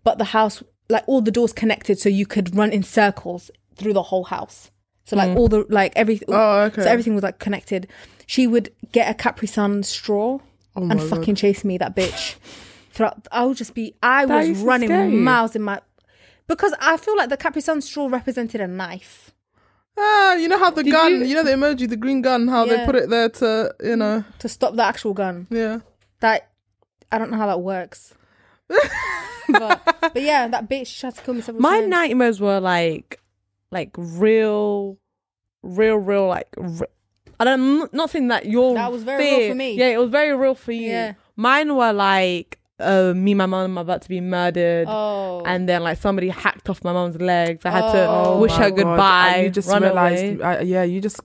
Speaker 1: but the house like all the doors connected, so you could run in circles through the whole house. So like all the like everything.
Speaker 2: Hmm. Oh, okay.
Speaker 1: So everything was like connected. She would get a Capri Sun straw and
Speaker 2: Oh my God.
Speaker 1: fucking chase me. That bitch. Throughout, I would just be. I
Speaker 3: That
Speaker 1: was
Speaker 3: used to
Speaker 1: running
Speaker 3: scare you.
Speaker 1: miles in my. Because I feel like the Capri Sun straw represented a knife.
Speaker 2: Ah, you know how the
Speaker 3: Did
Speaker 2: gun,
Speaker 3: you-
Speaker 2: you... know the emoji, the green gun, how
Speaker 1: Yeah.
Speaker 2: they put it there to, you know,
Speaker 1: to stop the actual gun.
Speaker 2: yeah.
Speaker 1: That I don't know how that works. but, but yeah, that bitch tried to kill me several
Speaker 3: my
Speaker 1: times.
Speaker 3: nightmares were like like real real real like re- i don't I'm not saying that your
Speaker 1: That was very real
Speaker 3: fear-
Speaker 1: for me.
Speaker 3: yeah it was very real for you
Speaker 1: Yeah.
Speaker 3: mine were like uh me and my mum are about to be murdered
Speaker 1: Oh,
Speaker 3: And then, like somebody hacked off my mum's legs. I had
Speaker 1: Oh
Speaker 3: to wish
Speaker 1: my
Speaker 3: her goodbye.
Speaker 2: you just
Speaker 3: run
Speaker 2: realized,
Speaker 3: away.
Speaker 2: I, yeah, you just,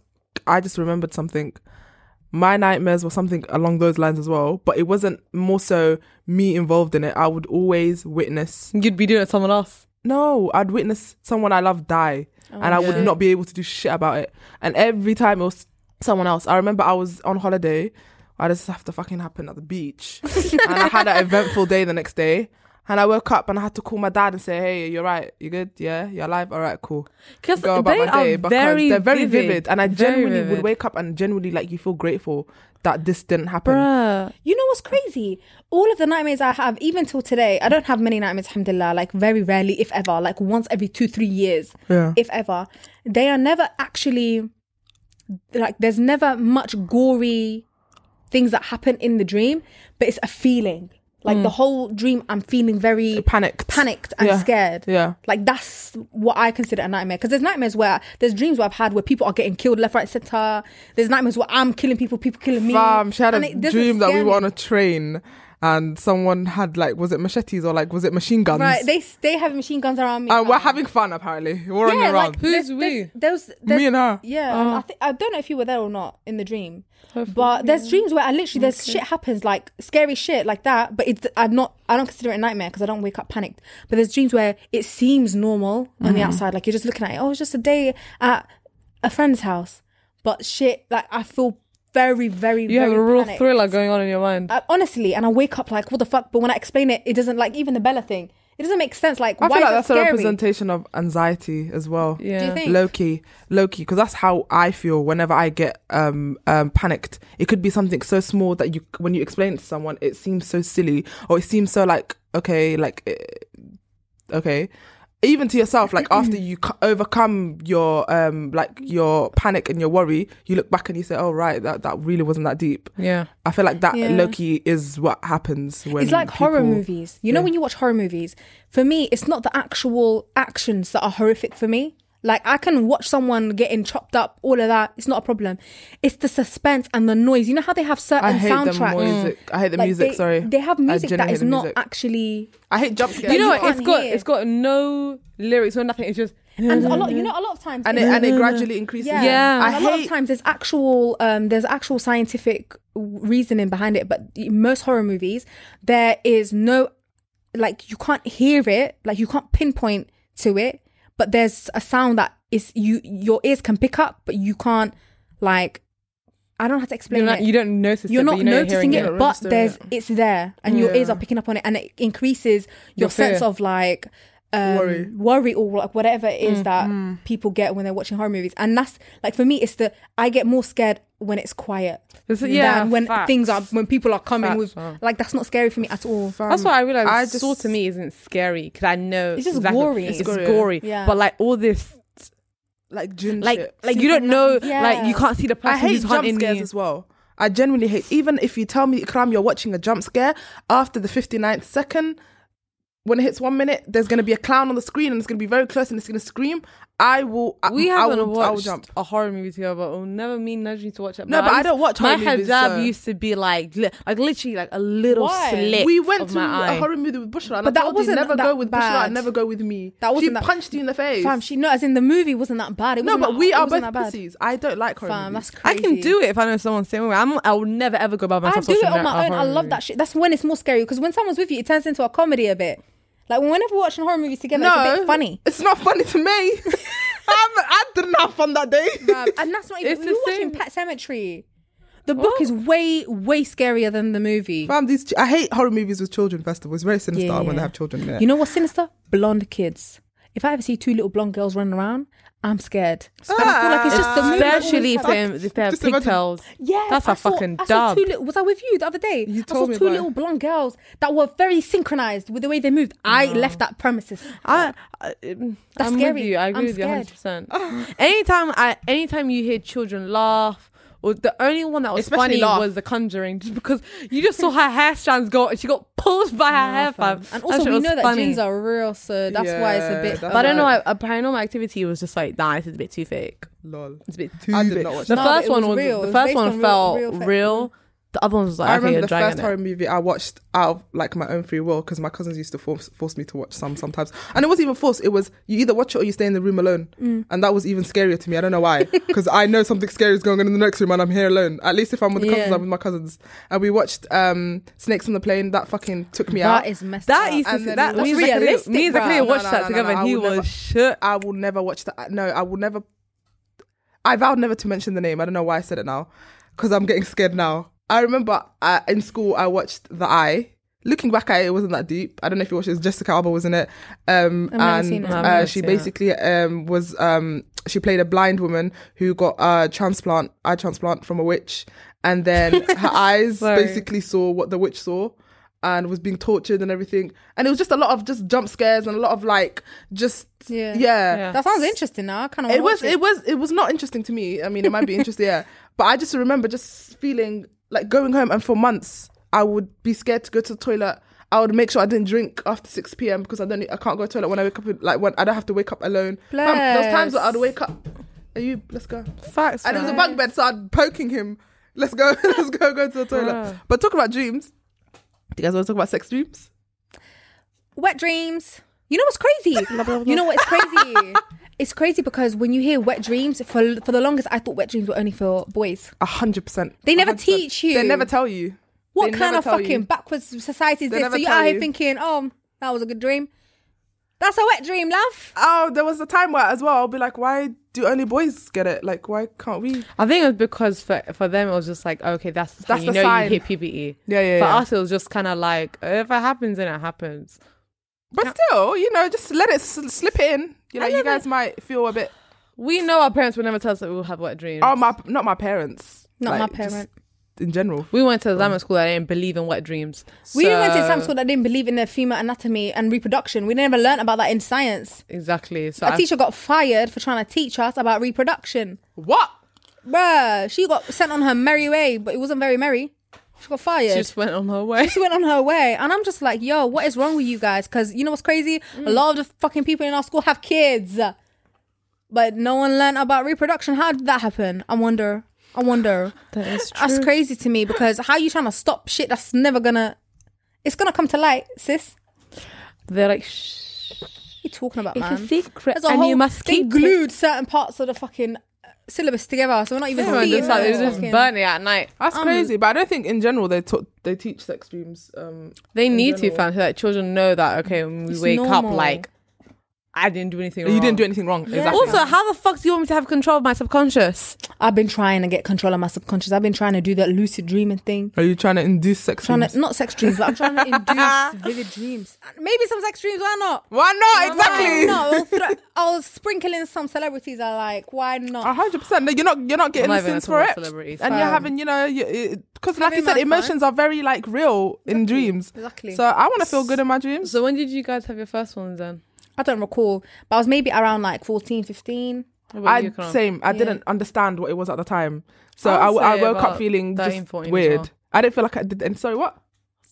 Speaker 2: I just remembered something. My nightmares were something along those lines as well, but it wasn't more so me involved in it. I would always witness.
Speaker 3: you'd be doing it to someone else.
Speaker 2: No, I'd witness someone I love die, and
Speaker 1: oh
Speaker 2: I
Speaker 3: Oh, yeah.
Speaker 2: would not be able to do shit about it. And every time it was someone else. I remember I was on holiday. I just have to fucking happen at the beach, and I had an eventful day the next day. And I woke up and I had to call my dad and say, "Hey, you're right. You good? Yeah, you're alive. All right, cool."
Speaker 3: Because
Speaker 2: go about
Speaker 3: they
Speaker 2: my day
Speaker 3: are
Speaker 2: because
Speaker 3: very
Speaker 2: they're very vivid,
Speaker 3: vivid,
Speaker 2: and I
Speaker 3: Very
Speaker 2: genuinely
Speaker 3: vivid.
Speaker 2: would wake up and genuinely like you feel grateful that this didn't happen.
Speaker 3: Bruh.
Speaker 1: you know what's crazy? All of the nightmares I have, even till today, I don't have many nightmares. Alhamdulillah, like very rarely, if ever, like once every two, three years,
Speaker 2: Yeah.
Speaker 1: if ever. They are never actually like. There's never much gory things that happen in the dream, but it's a feeling. Like the whole dream, I'm feeling very
Speaker 2: Panicked.
Speaker 1: panicked and
Speaker 2: Mm. Yeah.
Speaker 1: scared.
Speaker 2: Yeah.
Speaker 1: Like that's what I consider a nightmare. Because there's nightmares where there's dreams where I've had where people are getting killed left, right, center. There's nightmares where I'm killing people, people killing me.
Speaker 2: Fam, she had
Speaker 1: And
Speaker 2: a
Speaker 1: it doesn't
Speaker 2: dream that we
Speaker 1: scare
Speaker 2: were
Speaker 1: me.
Speaker 2: on a train and someone had like was it machetes or like was it machine guns?
Speaker 1: Right, they they have machine guns around me.
Speaker 2: and Oh, we're
Speaker 1: Um,
Speaker 2: having fun apparently. We're
Speaker 1: yeah,
Speaker 2: running around.
Speaker 1: like,
Speaker 3: Who's
Speaker 1: there's,
Speaker 3: we? Oh.
Speaker 1: There's, there's,
Speaker 2: Me and her.
Speaker 1: Yeah, and I, th- I don't know if you were there or not in the dream, but there's dreams where I literally there's shit happens like scary shit like that, but it's I'm not I don't consider it a nightmare because I don't wake up panicked. But there's dreams where it seems normal on
Speaker 3: Mm-hmm.
Speaker 1: the outside, like you're just looking at it. Oh, it's just a day at a friend's house, but shit, like I feel very very
Speaker 3: You
Speaker 1: very
Speaker 3: have a real
Speaker 1: panicked. Uh,
Speaker 3: thriller going on in your mind.
Speaker 1: I, honestly, and I wake up like, what the fuck? But when I explain it, it doesn't like even the Bella thing. It doesn't make sense. Like,
Speaker 2: I
Speaker 1: why
Speaker 2: feel like
Speaker 1: is it
Speaker 2: that's a
Speaker 1: scary?
Speaker 2: representation of anxiety as well.
Speaker 3: Yeah.
Speaker 1: Do you think?
Speaker 2: Low key, low key, because that's how I feel whenever I get um, um, panicked. It could be something so small that you, when you explain it to someone, it seems so silly or it seems so like okay, like eh, okay, even to yourself. Like after you c- overcome your um, like your panic and your worry, you look back and you say, "Oh right, that that really wasn't that deep."
Speaker 3: Yeah.
Speaker 2: I feel like that
Speaker 1: Yeah.
Speaker 2: low key is what happens when
Speaker 1: it's like horror
Speaker 2: people-
Speaker 1: movies. You know,
Speaker 2: Yeah.
Speaker 1: when you watch horror movies, for me, it's not the actual actions that are horrific for me. Like, I can watch someone getting chopped up, all of that. It's not a problem. It's the suspense and the noise. You know how they have certain
Speaker 2: I hate
Speaker 1: soundtracks? Mm.
Speaker 2: the music.
Speaker 3: Mm.
Speaker 2: I hate the
Speaker 1: Like,
Speaker 2: music.
Speaker 1: they,
Speaker 2: sorry,
Speaker 1: They have
Speaker 2: I
Speaker 1: music that
Speaker 2: genuinely
Speaker 1: is
Speaker 2: hate the
Speaker 1: not
Speaker 2: music.
Speaker 1: actually.
Speaker 2: I hate jump scares.
Speaker 1: You
Speaker 3: You know
Speaker 1: know
Speaker 3: what?
Speaker 1: can't
Speaker 3: It's got
Speaker 1: hear.
Speaker 3: it's got no lyrics or nothing. It's just
Speaker 1: And a lot, you know, a lot of times.
Speaker 2: and it
Speaker 1: it's-
Speaker 2: and it gradually increases.
Speaker 1: Yeah.
Speaker 3: Yeah.
Speaker 2: I
Speaker 1: And a lot
Speaker 2: hate-
Speaker 1: of times there's actual um there's actual scientific w- reasoning behind it, but the- most horror movies there is no like you can't hear it, like you can't pinpoint to it, but there's a sound that is you your ears can pick up, but you can't like I don't have to explain
Speaker 3: You're not,
Speaker 1: it.
Speaker 3: you don't notice
Speaker 1: You're
Speaker 3: it. but
Speaker 1: not
Speaker 3: you know
Speaker 1: noticing
Speaker 3: you're
Speaker 1: it,
Speaker 3: hearing
Speaker 2: it.
Speaker 1: but
Speaker 2: Registering
Speaker 1: there's
Speaker 2: it.
Speaker 1: it's there, and your ears
Speaker 2: Yeah.
Speaker 1: are picking up on it, and it increases your,
Speaker 3: Your fear.
Speaker 1: sense of like um,
Speaker 2: Worry.
Speaker 1: worry. or like whatever it
Speaker 3: Mm.
Speaker 1: is that people get when they're watching horror movies. And that's like for me, it's the I get more scared when it's quiet
Speaker 3: This is- yeah,
Speaker 1: than when
Speaker 3: facts.
Speaker 1: things are when people are coming
Speaker 3: Facts,
Speaker 1: with um,
Speaker 3: facts.
Speaker 1: like that's not scary for me at all.
Speaker 2: Fam,
Speaker 3: That's what I realized.
Speaker 2: I
Speaker 3: I
Speaker 2: just-
Speaker 3: Saw to me isn't scary because I know
Speaker 1: It's just
Speaker 3: exactly-
Speaker 1: gory.
Speaker 3: It's,
Speaker 1: It's
Speaker 2: gory,
Speaker 3: gory.
Speaker 2: yeah.
Speaker 1: Yeah.
Speaker 3: But like all this,
Speaker 2: like gin
Speaker 3: like
Speaker 2: shit.
Speaker 3: like you don't know,
Speaker 1: Yeah.
Speaker 3: like you can't see the person
Speaker 2: I hate
Speaker 3: who's
Speaker 2: jump
Speaker 3: hunting
Speaker 2: scares
Speaker 3: you.
Speaker 2: as well. I genuinely hate. Even if you tell me, Kram, you're watching a jump scare after the 59th second, when it hits one minute, there's gonna be a clown on the screen and it's gonna be very close and it's gonna scream. I will. I,
Speaker 3: We
Speaker 2: I
Speaker 3: haven't
Speaker 2: will,
Speaker 3: watched
Speaker 2: I will jump.
Speaker 3: a horror movie together. But it'll never mean nudge me to watch it.
Speaker 2: No, but I don't watch
Speaker 3: My
Speaker 2: horror movies,
Speaker 3: hijab
Speaker 2: so-
Speaker 3: used to be like, li- like literally like a little
Speaker 1: Why?
Speaker 3: slit.
Speaker 2: We went
Speaker 3: of
Speaker 2: to
Speaker 3: my
Speaker 2: a
Speaker 3: eye.
Speaker 2: horror movie with Bushra, and
Speaker 1: But
Speaker 2: I
Speaker 1: that
Speaker 2: told you
Speaker 1: wasn't
Speaker 2: never
Speaker 1: that
Speaker 2: go with Bushra
Speaker 1: bad.
Speaker 2: and never go with me.
Speaker 1: That
Speaker 2: she
Speaker 1: wasn't that-
Speaker 2: punched you in the face.
Speaker 1: Fam, she no, as in the movie wasn't that bad. It
Speaker 2: no,
Speaker 1: wasn't
Speaker 2: but
Speaker 1: that-
Speaker 2: we
Speaker 1: it
Speaker 2: are
Speaker 1: wasn't that
Speaker 2: both
Speaker 1: bad.
Speaker 2: pussies. I don't like horror
Speaker 1: Fam,
Speaker 2: movies.
Speaker 1: that's
Speaker 3: I
Speaker 1: crazy.
Speaker 3: can do it if I know someone's same way. I'm, I will never ever go by
Speaker 1: I
Speaker 3: myself.
Speaker 1: do it
Speaker 3: watching
Speaker 1: on
Speaker 3: a- a
Speaker 1: my own. I
Speaker 3: horror
Speaker 1: love
Speaker 3: movie.
Speaker 1: that shit. That's when it's more scary because when someone's with you, it turns into a comedy a bit. Like whenever we're watching horror movies together, it's a bit funny.
Speaker 2: It's not funny to me. I'm, I didn't have fun that day.
Speaker 1: And that's not even.
Speaker 3: It's
Speaker 1: we
Speaker 3: the
Speaker 1: were watching
Speaker 3: same-
Speaker 1: Pet Cemetery. The book
Speaker 3: Oh.
Speaker 1: is way way scarier than the movie.
Speaker 2: Fam, these ch- I hate horror movies with children. First of all, it's very sinister
Speaker 1: Yeah,
Speaker 2: when they
Speaker 1: yeah.
Speaker 2: have children in it.
Speaker 1: You know what's sinister? Blonde kids. If I ever see two little blonde girls running around, I'm scared. And I feel like it's
Speaker 2: Ah.
Speaker 1: just the movie that
Speaker 3: Especially if
Speaker 1: always
Speaker 3: they
Speaker 1: has-
Speaker 3: if they have
Speaker 2: Just imagine-
Speaker 3: pigtails.
Speaker 1: Yeah,
Speaker 3: that's
Speaker 1: I
Speaker 3: a
Speaker 1: saw-
Speaker 3: fucking
Speaker 1: I saw
Speaker 3: dub.
Speaker 1: two little, was I with you the other day?
Speaker 2: You
Speaker 1: I
Speaker 2: told
Speaker 1: saw
Speaker 2: me
Speaker 1: two
Speaker 2: about it.
Speaker 1: little blonde girls that were very synchronized with the way they moved.
Speaker 2: Ah.
Speaker 1: I left that premises.
Speaker 3: I, I mm, I'm
Speaker 1: That's
Speaker 3: with
Speaker 1: scary.
Speaker 3: you. I agree
Speaker 1: I'm
Speaker 3: with you
Speaker 1: scared.
Speaker 3: 100. percent Anytime I, anytime you hear children laugh, or the only one that was
Speaker 2: Especially
Speaker 3: funny
Speaker 2: laugh.
Speaker 3: was The Conjuring, just because you just saw her hair strands go and she got pulled by her hair, fam.
Speaker 1: And also,
Speaker 3: uh, shit
Speaker 1: we
Speaker 3: was
Speaker 1: know that
Speaker 3: funny.
Speaker 1: jeans are real, so that's why it's a
Speaker 2: Yeah,
Speaker 1: bit.
Speaker 2: that's
Speaker 3: But I don't know.
Speaker 2: why-
Speaker 3: I, a paranormal activity was just like, nah, this is a bit too fake.
Speaker 2: Lol.
Speaker 3: It's a bit too.
Speaker 2: I did
Speaker 3: fake.
Speaker 2: not watch
Speaker 3: the
Speaker 1: that. No, but
Speaker 3: first
Speaker 1: it
Speaker 3: one
Speaker 1: was
Speaker 3: was
Speaker 1: real. It
Speaker 3: the
Speaker 1: was
Speaker 3: first
Speaker 1: based
Speaker 3: one
Speaker 1: on real-
Speaker 3: felt
Speaker 1: real
Speaker 3: real.
Speaker 1: fact-
Speaker 3: The other one was like,
Speaker 2: I
Speaker 3: okay,
Speaker 2: remember
Speaker 3: you're
Speaker 2: the first
Speaker 3: dragging
Speaker 2: horror
Speaker 3: it.
Speaker 2: movie I watched out of like my own free will because my cousins used to force force me to watch some sometimes, and it wasn't even forced. It was you either watch it or you stay in the room alone,
Speaker 3: Mm.
Speaker 2: and that was even scarier to me. I don't know why, because I know something scary is going on in the next room and I'm here alone. At least if I'm with the cousins,
Speaker 3: Yeah.
Speaker 2: I'm with my cousins. And we watched um, Snakes on the Plane. That fucking took me out.
Speaker 1: That is messed
Speaker 3: That
Speaker 1: up.
Speaker 3: used to
Speaker 2: And then
Speaker 3: that
Speaker 2: we
Speaker 3: me and
Speaker 1: watched-
Speaker 3: Zakaria-
Speaker 1: Realistic,
Speaker 3: Me and
Speaker 1: bruh.
Speaker 3: Zakaria
Speaker 1: No,
Speaker 3: watched
Speaker 2: no,
Speaker 3: that
Speaker 2: no, no,
Speaker 3: together,
Speaker 2: no, I
Speaker 3: and he
Speaker 2: would never-
Speaker 3: was shook.
Speaker 2: I will never watch that. No, I will never. I vowed never to mention the name. I don't know why I said it now, because I'm getting scared now. I remember uh, in school I watched The Eye. Looking back at it, it wasn't that deep. I don't know if you watched it. Jessica Alba was in it, um,
Speaker 1: I've never
Speaker 2: and
Speaker 1: seen it.
Speaker 3: I've
Speaker 2: uh,
Speaker 3: never
Speaker 2: she
Speaker 3: seen it.
Speaker 2: basically um, was um, she played a blind woman who got a transplant, eye transplant from a witch, and then her eyes
Speaker 3: Sorry.
Speaker 2: basically saw what the witch saw, and was being tortured and everything. And it was just a lot of just jump scares and a lot of like just
Speaker 1: Yeah.
Speaker 2: yeah.
Speaker 3: Yeah.
Speaker 1: That sounds interesting. Now I kind of
Speaker 2: It was it was it was not interesting to me. I mean, it might be interesting, yeah. But I just remember just feeling like going home, and for months I would be scared to go to the toilet. I would make sure I didn't drink after six p.m. because I don't need- I can't go to the toilet when I wake up. Like when I don't have to wake up alone. Fam, There was times where I'd
Speaker 1: Bless.
Speaker 2: wake up. Are you? Let's go.
Speaker 3: Facts.
Speaker 2: And it was a
Speaker 3: fam.
Speaker 2: bunk bed, so I'd poking him. Let's go. let's go. Go to the toilet.
Speaker 3: Bruh.
Speaker 2: But talk about dreams. Do you guys want to talk about sex dreams?
Speaker 1: wet dreams. You know what's crazy? You know what's crazy? it's crazy because when you hear wet dreams, for for the longest, I thought wet dreams were only for boys.
Speaker 2: A hundred percent.
Speaker 1: They never
Speaker 2: 100%.
Speaker 1: teach you.
Speaker 2: They never tell you.
Speaker 1: What
Speaker 2: They
Speaker 1: kind
Speaker 2: never
Speaker 1: of
Speaker 2: tell
Speaker 1: fucking
Speaker 2: you.
Speaker 1: backwards society is
Speaker 2: They
Speaker 1: this?
Speaker 2: never
Speaker 1: So you
Speaker 2: tell
Speaker 1: out
Speaker 2: you.
Speaker 1: here thinking, oh, that was a good dream. That's a wet dream, love.
Speaker 2: Oh, there was a time where as well I'll be like, why do only boys get it? Like, why can't we?
Speaker 3: I think it was because for for them it was just like okay that's how
Speaker 2: That's
Speaker 3: you
Speaker 2: the
Speaker 3: know
Speaker 2: sign.
Speaker 3: you hit PPE.
Speaker 2: Yeah, yeah.
Speaker 3: For
Speaker 2: yeah.
Speaker 3: us it was just kind of like if it happens then it happens.
Speaker 2: But still, you know, just let it sl- slip in. You know,
Speaker 3: I
Speaker 2: you
Speaker 3: never-
Speaker 2: guys might feel a bit.
Speaker 3: We know our parents would never tell us that we'll have wet dreams.
Speaker 2: Oh my, not my parents.
Speaker 1: Not
Speaker 2: Like,
Speaker 1: my
Speaker 2: just
Speaker 1: parent.
Speaker 2: in general.
Speaker 3: we went to Islamic school. I didn't believe in wet dreams.
Speaker 1: We went to
Speaker 3: So-
Speaker 1: Islam school that didn't believe in the female anatomy and reproduction. We never learned about that in science.
Speaker 3: Exactly. So
Speaker 1: Our
Speaker 3: I-
Speaker 1: teacher got fired for trying to teach us about reproduction.
Speaker 2: What?
Speaker 1: Bruh, she got sent on her merry way, but it wasn't very merry. She got fired.
Speaker 3: she just went on her way.
Speaker 1: she went on her way and i'm just like yo what is wrong with you guys because you know what's crazy
Speaker 3: Mm.
Speaker 1: a lot of the fucking people in our school have kids but no one learned about reproduction how did that happen i wonder i wonder
Speaker 3: That is true.
Speaker 1: that's crazy to me because how you trying to stop shit that's never gonna it's gonna come to light sis
Speaker 3: They're like, shh.
Speaker 1: what you talking about
Speaker 3: It's a
Speaker 1: man
Speaker 3: secret,
Speaker 1: There's a
Speaker 3: and
Speaker 1: whole-
Speaker 3: you must
Speaker 1: they
Speaker 3: keep it.
Speaker 1: glued certain parts of the fucking uh, syllabus together so we're not even
Speaker 3: Everyone
Speaker 1: seeing
Speaker 3: looks like they
Speaker 1: what's
Speaker 3: just
Speaker 1: fucking-
Speaker 3: burn it at night.
Speaker 2: That's crazy. But I don't think in general they talk, they teach sex dreams. Um,
Speaker 3: They need to,
Speaker 2: general.
Speaker 3: fam, so that children know that okay, when we
Speaker 1: It's
Speaker 3: wake
Speaker 1: normal.
Speaker 3: up, like I didn't do anything.
Speaker 2: you
Speaker 3: wrong.
Speaker 2: didn't do anything wrong. Exactly.
Speaker 3: Also, how the fuck do you want me to have control of my subconscious?
Speaker 1: i've been trying to get control of my subconscious i've been trying to do that lucid dreaming thing
Speaker 2: Are you trying to induce sex
Speaker 1: trying
Speaker 2: dreams?
Speaker 1: to not sex dreams, but I'm trying to induce vivid dreams. Maybe some sex dreams. Why not?
Speaker 2: Why not?
Speaker 1: Why
Speaker 2: Exactly.
Speaker 1: not? I'll, thro- I'll sprinkle in some celebrities. I like. Why
Speaker 2: A
Speaker 1: not?
Speaker 2: hundred percent. No, You're not. You're not getting
Speaker 3: not
Speaker 2: the
Speaker 3: even
Speaker 2: sins
Speaker 3: talking
Speaker 2: for
Speaker 3: about
Speaker 2: it,
Speaker 3: celebrities.
Speaker 2: and you're
Speaker 1: Fam.
Speaker 2: having, you know, because like you
Speaker 1: Having my
Speaker 2: said,
Speaker 1: fun.
Speaker 2: emotions are very like real in dreams.
Speaker 1: Exactly.
Speaker 2: So I want to feel good in my dreams.
Speaker 3: So when did you guys have your first ones then?
Speaker 1: I don't recall, but I was maybe around like 14, 15.
Speaker 3: What about
Speaker 2: I
Speaker 3: you, Karan?
Speaker 2: same. I
Speaker 1: Yeah.
Speaker 2: didn't understand what it was at the time, so
Speaker 3: I
Speaker 2: I,
Speaker 3: would
Speaker 2: I
Speaker 3: say
Speaker 2: woke up
Speaker 3: about
Speaker 2: feeling
Speaker 3: 13,
Speaker 2: just
Speaker 3: 14 as
Speaker 2: weird.
Speaker 3: well.
Speaker 2: I didn't feel like I did. And sorry, what?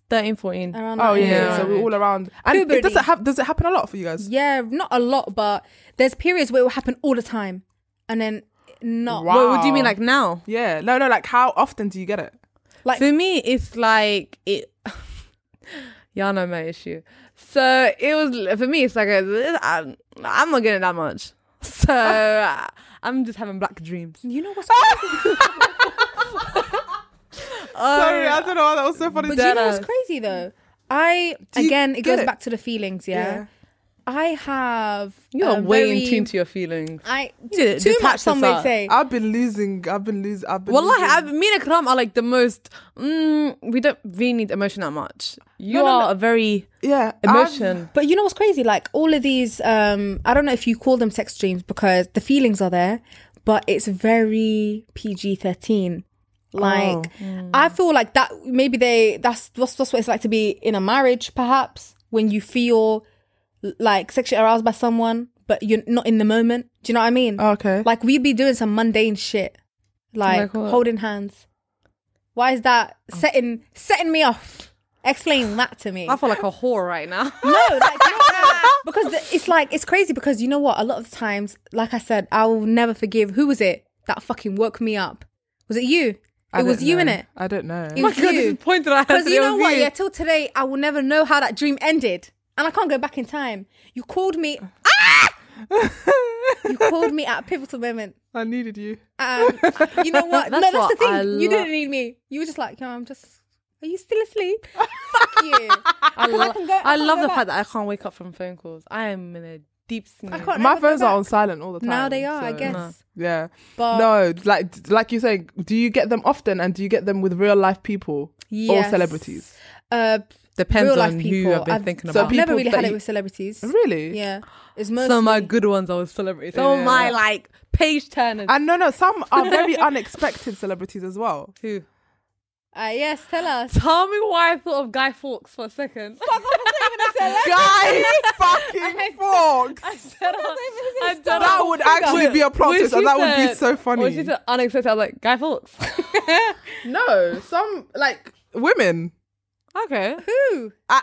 Speaker 3: 13, 14.
Speaker 1: Around.
Speaker 2: Oh
Speaker 1: that
Speaker 2: yeah.
Speaker 1: age.
Speaker 3: Yeah.
Speaker 2: So we're all around. And
Speaker 1: Puberty.
Speaker 2: it doesn't have. Does it happen a lot for you guys?
Speaker 1: Yeah, not a lot, but there's periods where it will happen all the time, and then not.
Speaker 2: Wow.
Speaker 3: Well, what do you mean like now?
Speaker 2: Yeah. No, no. Like how often do you get it?
Speaker 1: Like-
Speaker 3: For me, it's like it. Y'all know my issue. So it was for me. It's like a, I'm, I'm not getting that much. So uh, I'm just having black dreams.
Speaker 1: You know what's crazy?
Speaker 2: sorry, I don't know. why That was so funny.
Speaker 1: Uh, but do you know
Speaker 3: Deadass.
Speaker 1: what's crazy though? I
Speaker 2: Do you
Speaker 1: again, it
Speaker 2: get
Speaker 1: goes
Speaker 2: it?
Speaker 1: back to the feelings. Yeah,
Speaker 2: Yeah.
Speaker 1: I have.
Speaker 3: You are
Speaker 1: a
Speaker 3: way
Speaker 1: very-
Speaker 3: in tune to your feelings.
Speaker 1: I
Speaker 3: did it.
Speaker 1: too
Speaker 3: Detach
Speaker 1: much. Some would
Speaker 3: yourself.
Speaker 1: say.
Speaker 2: I've been losing. I've been losing. I've been.
Speaker 3: Wallahi,
Speaker 2: losing.
Speaker 3: I, me and Akram are like the most. Mm, we don't really need emotion that much. You
Speaker 2: No, no,
Speaker 3: are
Speaker 2: no.
Speaker 3: a very
Speaker 2: yeah. I've-
Speaker 3: emotion.
Speaker 1: But you know what's crazy? Like all of these, um, I don't know if you call them sex dreams because the feelings are there, but it's very PG thirteen. Like
Speaker 3: Oh. Mm.
Speaker 1: I feel like that maybe they that's that's that's what it's like to be in a marriage, perhaps when you feel like sexually aroused by someone, but you're not in the moment. Do you know what I mean?
Speaker 2: Okay.
Speaker 1: Like we'd be doing some mundane shit, like
Speaker 3: Like what? Oh.
Speaker 1: holding hands. Why is that setting setting me off? Explain that to me.
Speaker 3: I feel like a whore right now.
Speaker 1: No, like, you know what? because the, it's like it's crazy because you know what? A lot of times, like I said, I will never forgive. Who was it that fucking woke me up? Was it you?
Speaker 2: I
Speaker 1: it was
Speaker 2: don't
Speaker 1: you
Speaker 2: know.
Speaker 1: in it.
Speaker 2: I don't know.
Speaker 3: Oh
Speaker 1: It was you.
Speaker 3: point that I had
Speaker 1: Because
Speaker 3: today
Speaker 1: you know
Speaker 3: was
Speaker 1: what?
Speaker 3: you.
Speaker 1: Yeah, till today, I will never know how that dream ended, and I can't go back in time. You called me. Ah! you called me at a pivotal moment.
Speaker 2: I needed you.
Speaker 1: Um, you know what? no, that's
Speaker 3: That's
Speaker 1: the
Speaker 3: what
Speaker 1: thing.
Speaker 3: I
Speaker 1: you
Speaker 3: lo-
Speaker 1: didn't need me. You were just like, yo, I'm just. Are you still asleep? Fuck you.
Speaker 3: I,
Speaker 1: Because I
Speaker 3: lo-
Speaker 1: can go- I
Speaker 3: I
Speaker 1: can
Speaker 3: love
Speaker 1: go
Speaker 3: the
Speaker 1: back.
Speaker 3: fact that I can't wake up from phone calls. I am in a deep sleep.
Speaker 1: I can't.
Speaker 2: My
Speaker 1: never go
Speaker 2: phones are on
Speaker 1: back.
Speaker 2: silent all the time.
Speaker 1: Now they are, I
Speaker 2: so-
Speaker 1: guess. Uh,
Speaker 3: No.
Speaker 2: Yeah.
Speaker 1: But
Speaker 2: no, like like you say, do you get them often, and do you get them with real life people or
Speaker 1: Yes.
Speaker 2: celebrities?
Speaker 1: Uh,
Speaker 3: Depends
Speaker 1: Real life
Speaker 3: on who
Speaker 1: people.
Speaker 3: I've been
Speaker 1: I've-
Speaker 3: thinking
Speaker 2: So
Speaker 3: about.
Speaker 1: I've never
Speaker 2: people
Speaker 1: really
Speaker 2: that
Speaker 1: had it
Speaker 2: you-
Speaker 1: with celebrities.
Speaker 2: Really?
Speaker 1: Yeah, it's
Speaker 3: Some
Speaker 1: mostly
Speaker 3: of my good ones are with celebrities. Some of my
Speaker 2: Yeah.
Speaker 3: like page turners.
Speaker 2: And no, no, some are very unexpected celebrities as well.
Speaker 3: Who?
Speaker 1: Uh, yes, tell us.
Speaker 3: Tell me why I thought of Guy Fawkes for a second.
Speaker 2: Guy fucking Fawkes.
Speaker 3: I don't
Speaker 2: That
Speaker 3: know.
Speaker 2: would actually be a plot
Speaker 3: When
Speaker 2: twist,
Speaker 3: she
Speaker 2: and that would be
Speaker 3: said-
Speaker 2: so
Speaker 3: When she
Speaker 2: funny.
Speaker 3: said unexpected, I was like, Guy Fawkes.
Speaker 2: No, some like women.
Speaker 3: okay.
Speaker 1: Who?
Speaker 2: I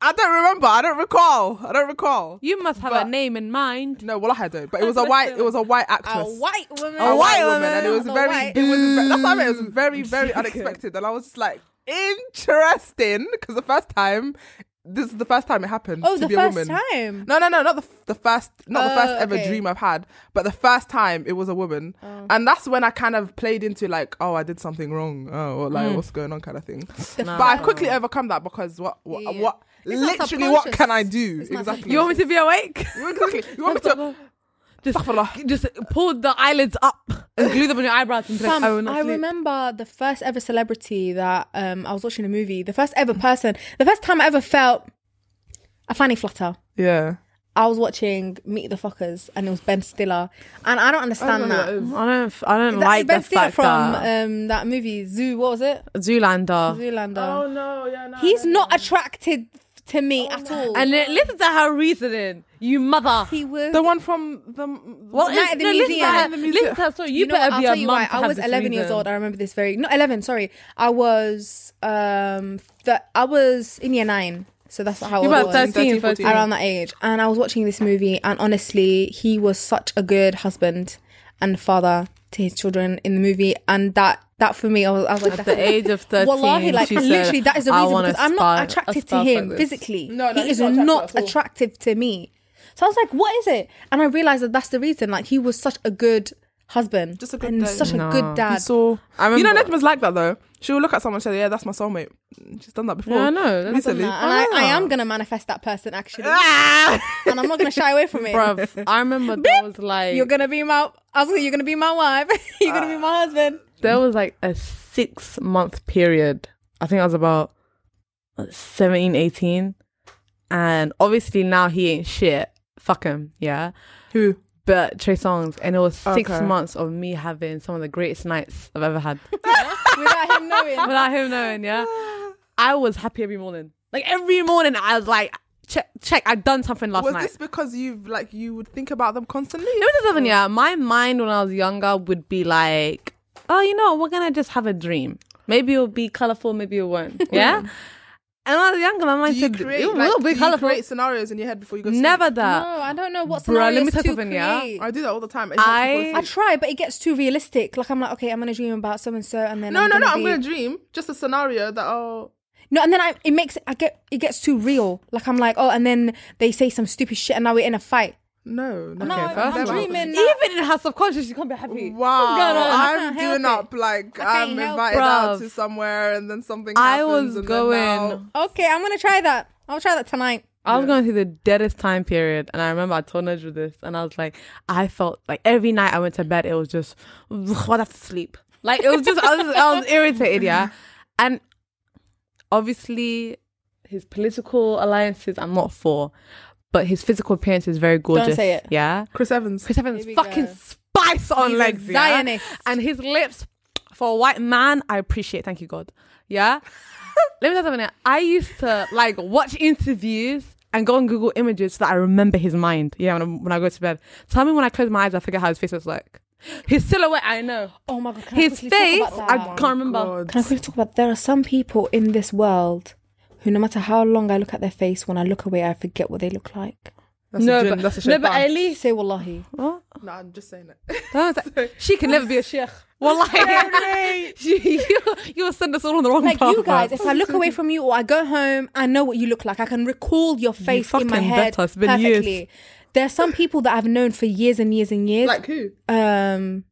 Speaker 2: I don't remember. I don't recall. I don't recall.
Speaker 3: You must have
Speaker 2: But-
Speaker 3: a name in mind.
Speaker 2: No, well, I don't. But it was a white. It was a white
Speaker 1: A
Speaker 2: actress.
Speaker 1: white woman.
Speaker 2: a white woman, and it was
Speaker 1: Not
Speaker 2: very,
Speaker 1: white. Mm.
Speaker 2: it was ve- that's what I mean. It was very, very unexpected, and I was just like, interesting, because the first time, this is the first time it happened
Speaker 1: Oh,
Speaker 2: to
Speaker 1: the
Speaker 2: be
Speaker 1: first
Speaker 2: a woman.
Speaker 1: time.
Speaker 2: No, no, no, not the f- the first, not the first
Speaker 1: Oh,
Speaker 2: ever
Speaker 1: okay. Oh.
Speaker 2: dream I've had, but the first time it was a woman, and that's when I kind of played into like, oh, I did something wrong, oh, or
Speaker 1: Mm.
Speaker 2: like what's going on, kind of thing. But I quickly overcome that because what, what,
Speaker 1: Yeah.
Speaker 2: what
Speaker 1: not
Speaker 2: literally, what
Speaker 1: subconscious.
Speaker 2: can I do
Speaker 1: It's not
Speaker 2: exactly?
Speaker 3: You want me to be awake?
Speaker 2: exactly. You want me to?
Speaker 3: Just,
Speaker 2: Astaghfirullah.
Speaker 3: just pull the eyelids up and glue them on your eyebrows and be like,
Speaker 1: Fam,
Speaker 3: I will not
Speaker 1: I
Speaker 3: sleep.
Speaker 1: remember the first ever celebrity that um I was watching a movie. The first ever person. The first time I ever felt a fanny flutter.
Speaker 2: Yeah.
Speaker 1: I was watching Meet the Fuckers, and it was Ben Stiller, and I don't understand that.
Speaker 3: Oh, I don't. f- I don't
Speaker 1: That-
Speaker 3: like
Speaker 1: ben
Speaker 3: the
Speaker 1: Stiller
Speaker 3: fact
Speaker 1: from
Speaker 3: that
Speaker 1: um, that movie Zoo. What was it?
Speaker 3: Zoolander.
Speaker 1: Zoolander.
Speaker 2: Oh no, yeah, no.
Speaker 1: He's not attracted to me at all.
Speaker 3: And then listen to her reasoning, you mother.
Speaker 1: he was.
Speaker 2: the one from the
Speaker 3: Well,
Speaker 1: Night at the
Speaker 3: no, listen to
Speaker 1: Museum.
Speaker 3: her-
Speaker 1: Night at
Speaker 2: the
Speaker 3: Listen
Speaker 2: Museum.
Speaker 3: to her story. You,
Speaker 1: you know,
Speaker 3: better
Speaker 1: what, I'll
Speaker 3: be a
Speaker 1: tell you
Speaker 3: mum
Speaker 1: why.
Speaker 3: to
Speaker 1: I
Speaker 3: have
Speaker 1: was
Speaker 3: this
Speaker 1: 11 years
Speaker 3: reason.
Speaker 1: old. I remember this very. Not 11. Sorry, I was um that I was in year nine. So that's how
Speaker 3: You
Speaker 1: old I
Speaker 3: were
Speaker 1: was. uh,
Speaker 3: 13,
Speaker 2: 13,
Speaker 3: 14.
Speaker 1: around that age and i was watching this movie and honestly he was such a good husband and father to his children in the movie and that that for me i was, I was like
Speaker 3: At the age of 13,
Speaker 1: Wallahi, like
Speaker 3: she
Speaker 1: and
Speaker 3: said,
Speaker 1: literally, that is the
Speaker 3: "I
Speaker 1: reason
Speaker 3: wanna
Speaker 1: because I'm not
Speaker 3: spy-
Speaker 1: attracted to
Speaker 3: aspire
Speaker 1: him
Speaker 3: like this."
Speaker 1: physically.
Speaker 2: No, no,
Speaker 1: he is
Speaker 2: he's not attractive
Speaker 1: not
Speaker 2: at all.
Speaker 1: attractive to me. So I was like, "What is it?" And I realized that that's the reason. Like, he was such a good husband,
Speaker 2: Just a good
Speaker 1: and
Speaker 2: dad.
Speaker 1: such
Speaker 3: No.
Speaker 1: a good
Speaker 2: He
Speaker 1: dad.
Speaker 2: saw.
Speaker 3: I
Speaker 2: You know,
Speaker 3: remember-
Speaker 2: Nedma's like that though. She will look at someone and say, "Yeah, that's my soulmate." She's done that before.
Speaker 3: Yeah, I know. That's
Speaker 1: Nah,
Speaker 2: Recently.
Speaker 1: and I, I
Speaker 3: Ah.
Speaker 1: am gonna manifest that person actually,
Speaker 2: Ah!
Speaker 1: and I'm not gonna shy away from it.
Speaker 3: Bruv, I remember there was like
Speaker 1: You're gonna be my. I was like, you're gonna be my wife. you're gonna be my husband.
Speaker 3: there was like a six month period. I think I was about 17, 18. And obviously now he ain't shit. Fuck him, yeah.
Speaker 2: Who?
Speaker 3: But Trey Songs, and it was six
Speaker 2: Okay.
Speaker 3: months of me having some of the greatest nights I've ever had
Speaker 1: Without him knowing.
Speaker 3: without him knowing. Yeah, I was happy every morning. Like every morning, I was like, check, check. I've done something last
Speaker 2: Was
Speaker 3: night.
Speaker 2: this because you like you would think about them constantly?
Speaker 3: Let me tell you something, yeah. My mind when I was younger would be like, oh, you know, we're gonna just have a dream. Maybe it'll be colorful, maybe it won't. Yeah. and when I was younger, my mind
Speaker 2: Do you
Speaker 3: said,
Speaker 2: create
Speaker 3: it
Speaker 2: like,
Speaker 3: will be
Speaker 2: do you
Speaker 3: colorful.
Speaker 2: create scenarios in your head before you go? to
Speaker 3: Never
Speaker 1: No,
Speaker 3: that.
Speaker 1: I don't know what
Speaker 3: Bruh, let
Speaker 1: scenarios
Speaker 3: me tell
Speaker 1: to
Speaker 3: something, yeah?
Speaker 1: create.
Speaker 2: sleep? I do that all the time. It
Speaker 3: I-
Speaker 2: helps me fall
Speaker 1: I
Speaker 2: asleep.
Speaker 1: try, but it gets too realistic. Like I'm like, okay, I'm gonna dream about so and so, and then
Speaker 2: no,
Speaker 1: I'm
Speaker 2: no, no.
Speaker 1: gonna
Speaker 2: I'm
Speaker 1: be-
Speaker 2: gonna dream just a scenario that oh,
Speaker 1: no, and then I it makes I get it gets too real. Like I'm like, oh, and then they say some stupid shit, and now we're in a fight.
Speaker 2: no, no.
Speaker 1: No,
Speaker 2: okay,
Speaker 1: I'm,
Speaker 2: first
Speaker 1: I'm
Speaker 2: of all-
Speaker 1: dreaming. now.
Speaker 3: Even in her subconscious, she can't be happy.
Speaker 2: Wow,
Speaker 3: What's going on?
Speaker 1: I
Speaker 2: I'm
Speaker 1: can't
Speaker 2: doing
Speaker 1: help
Speaker 2: up like
Speaker 1: I
Speaker 2: I'm
Speaker 1: can't help
Speaker 2: invited
Speaker 3: it.
Speaker 2: out
Speaker 3: Bruv.
Speaker 2: to somewhere and then something.
Speaker 3: I
Speaker 2: happens and
Speaker 3: was
Speaker 2: then
Speaker 3: going.
Speaker 2: now-
Speaker 1: Okay, I'm gonna try that. I'll try that tonight.
Speaker 3: I was going through the deadest time period, and I remember I told Nedra this, and I was like, I felt like every night I went to bed, it was just, "Ugh, I'd have to sleep. Like, it was just, I was, I was irritated, yeah. And obviously, his political alliances I'm not for, but his physical appearance is very gorgeous.
Speaker 1: say it.
Speaker 3: Yeah.
Speaker 2: Chris Evans.
Speaker 3: Chris Evans
Speaker 1: Here we
Speaker 3: fucking
Speaker 1: go.
Speaker 3: spice on
Speaker 1: He's a
Speaker 3: legs. yeah?
Speaker 1: Zionist.
Speaker 3: And his lips for a white man, I appreciate. Thank you, God. Yeah. Let me tell you something. I used to like watch interviews and go on Google images so that I remember his mind. Yeah, when, I, when I go to bed. Tell me when I close my eyes, I forget how his face was like. His silhouette, I know.
Speaker 1: Oh my god, can I
Speaker 3: His
Speaker 1: quickly talk
Speaker 3: face,
Speaker 1: about that?
Speaker 3: I can't remember.
Speaker 2: God.
Speaker 1: Can I quickly talk about there are some people in this world who no matter how long I look at their face, when I look away I forget what they look like.
Speaker 2: That's
Speaker 3: no,
Speaker 2: a gin,
Speaker 3: but,
Speaker 2: that's a
Speaker 3: no, but at
Speaker 2: shaitan.
Speaker 3: least.
Speaker 1: Say wallahi.
Speaker 3: What?
Speaker 2: No, I'm just saying it.
Speaker 3: I was like, she can never be a sheikh. Well, like, you, you'll send us all on the wrong
Speaker 1: like
Speaker 3: path.
Speaker 1: you guys,
Speaker 3: man.
Speaker 1: if I look away from you or I go home, I know what you look like. I can recall your face in my
Speaker 3: fucking
Speaker 1: head
Speaker 3: better. It's been years.
Speaker 1: perfectly. There are some people that I've known for years and years and years.
Speaker 2: like who?
Speaker 1: um,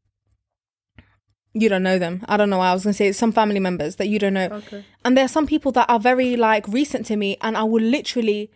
Speaker 1: you don't know them. I don't know. why I was gonna say some family members that you don't know,
Speaker 2: Okay.
Speaker 1: and there are some people that are very like recent to me, and I will literally,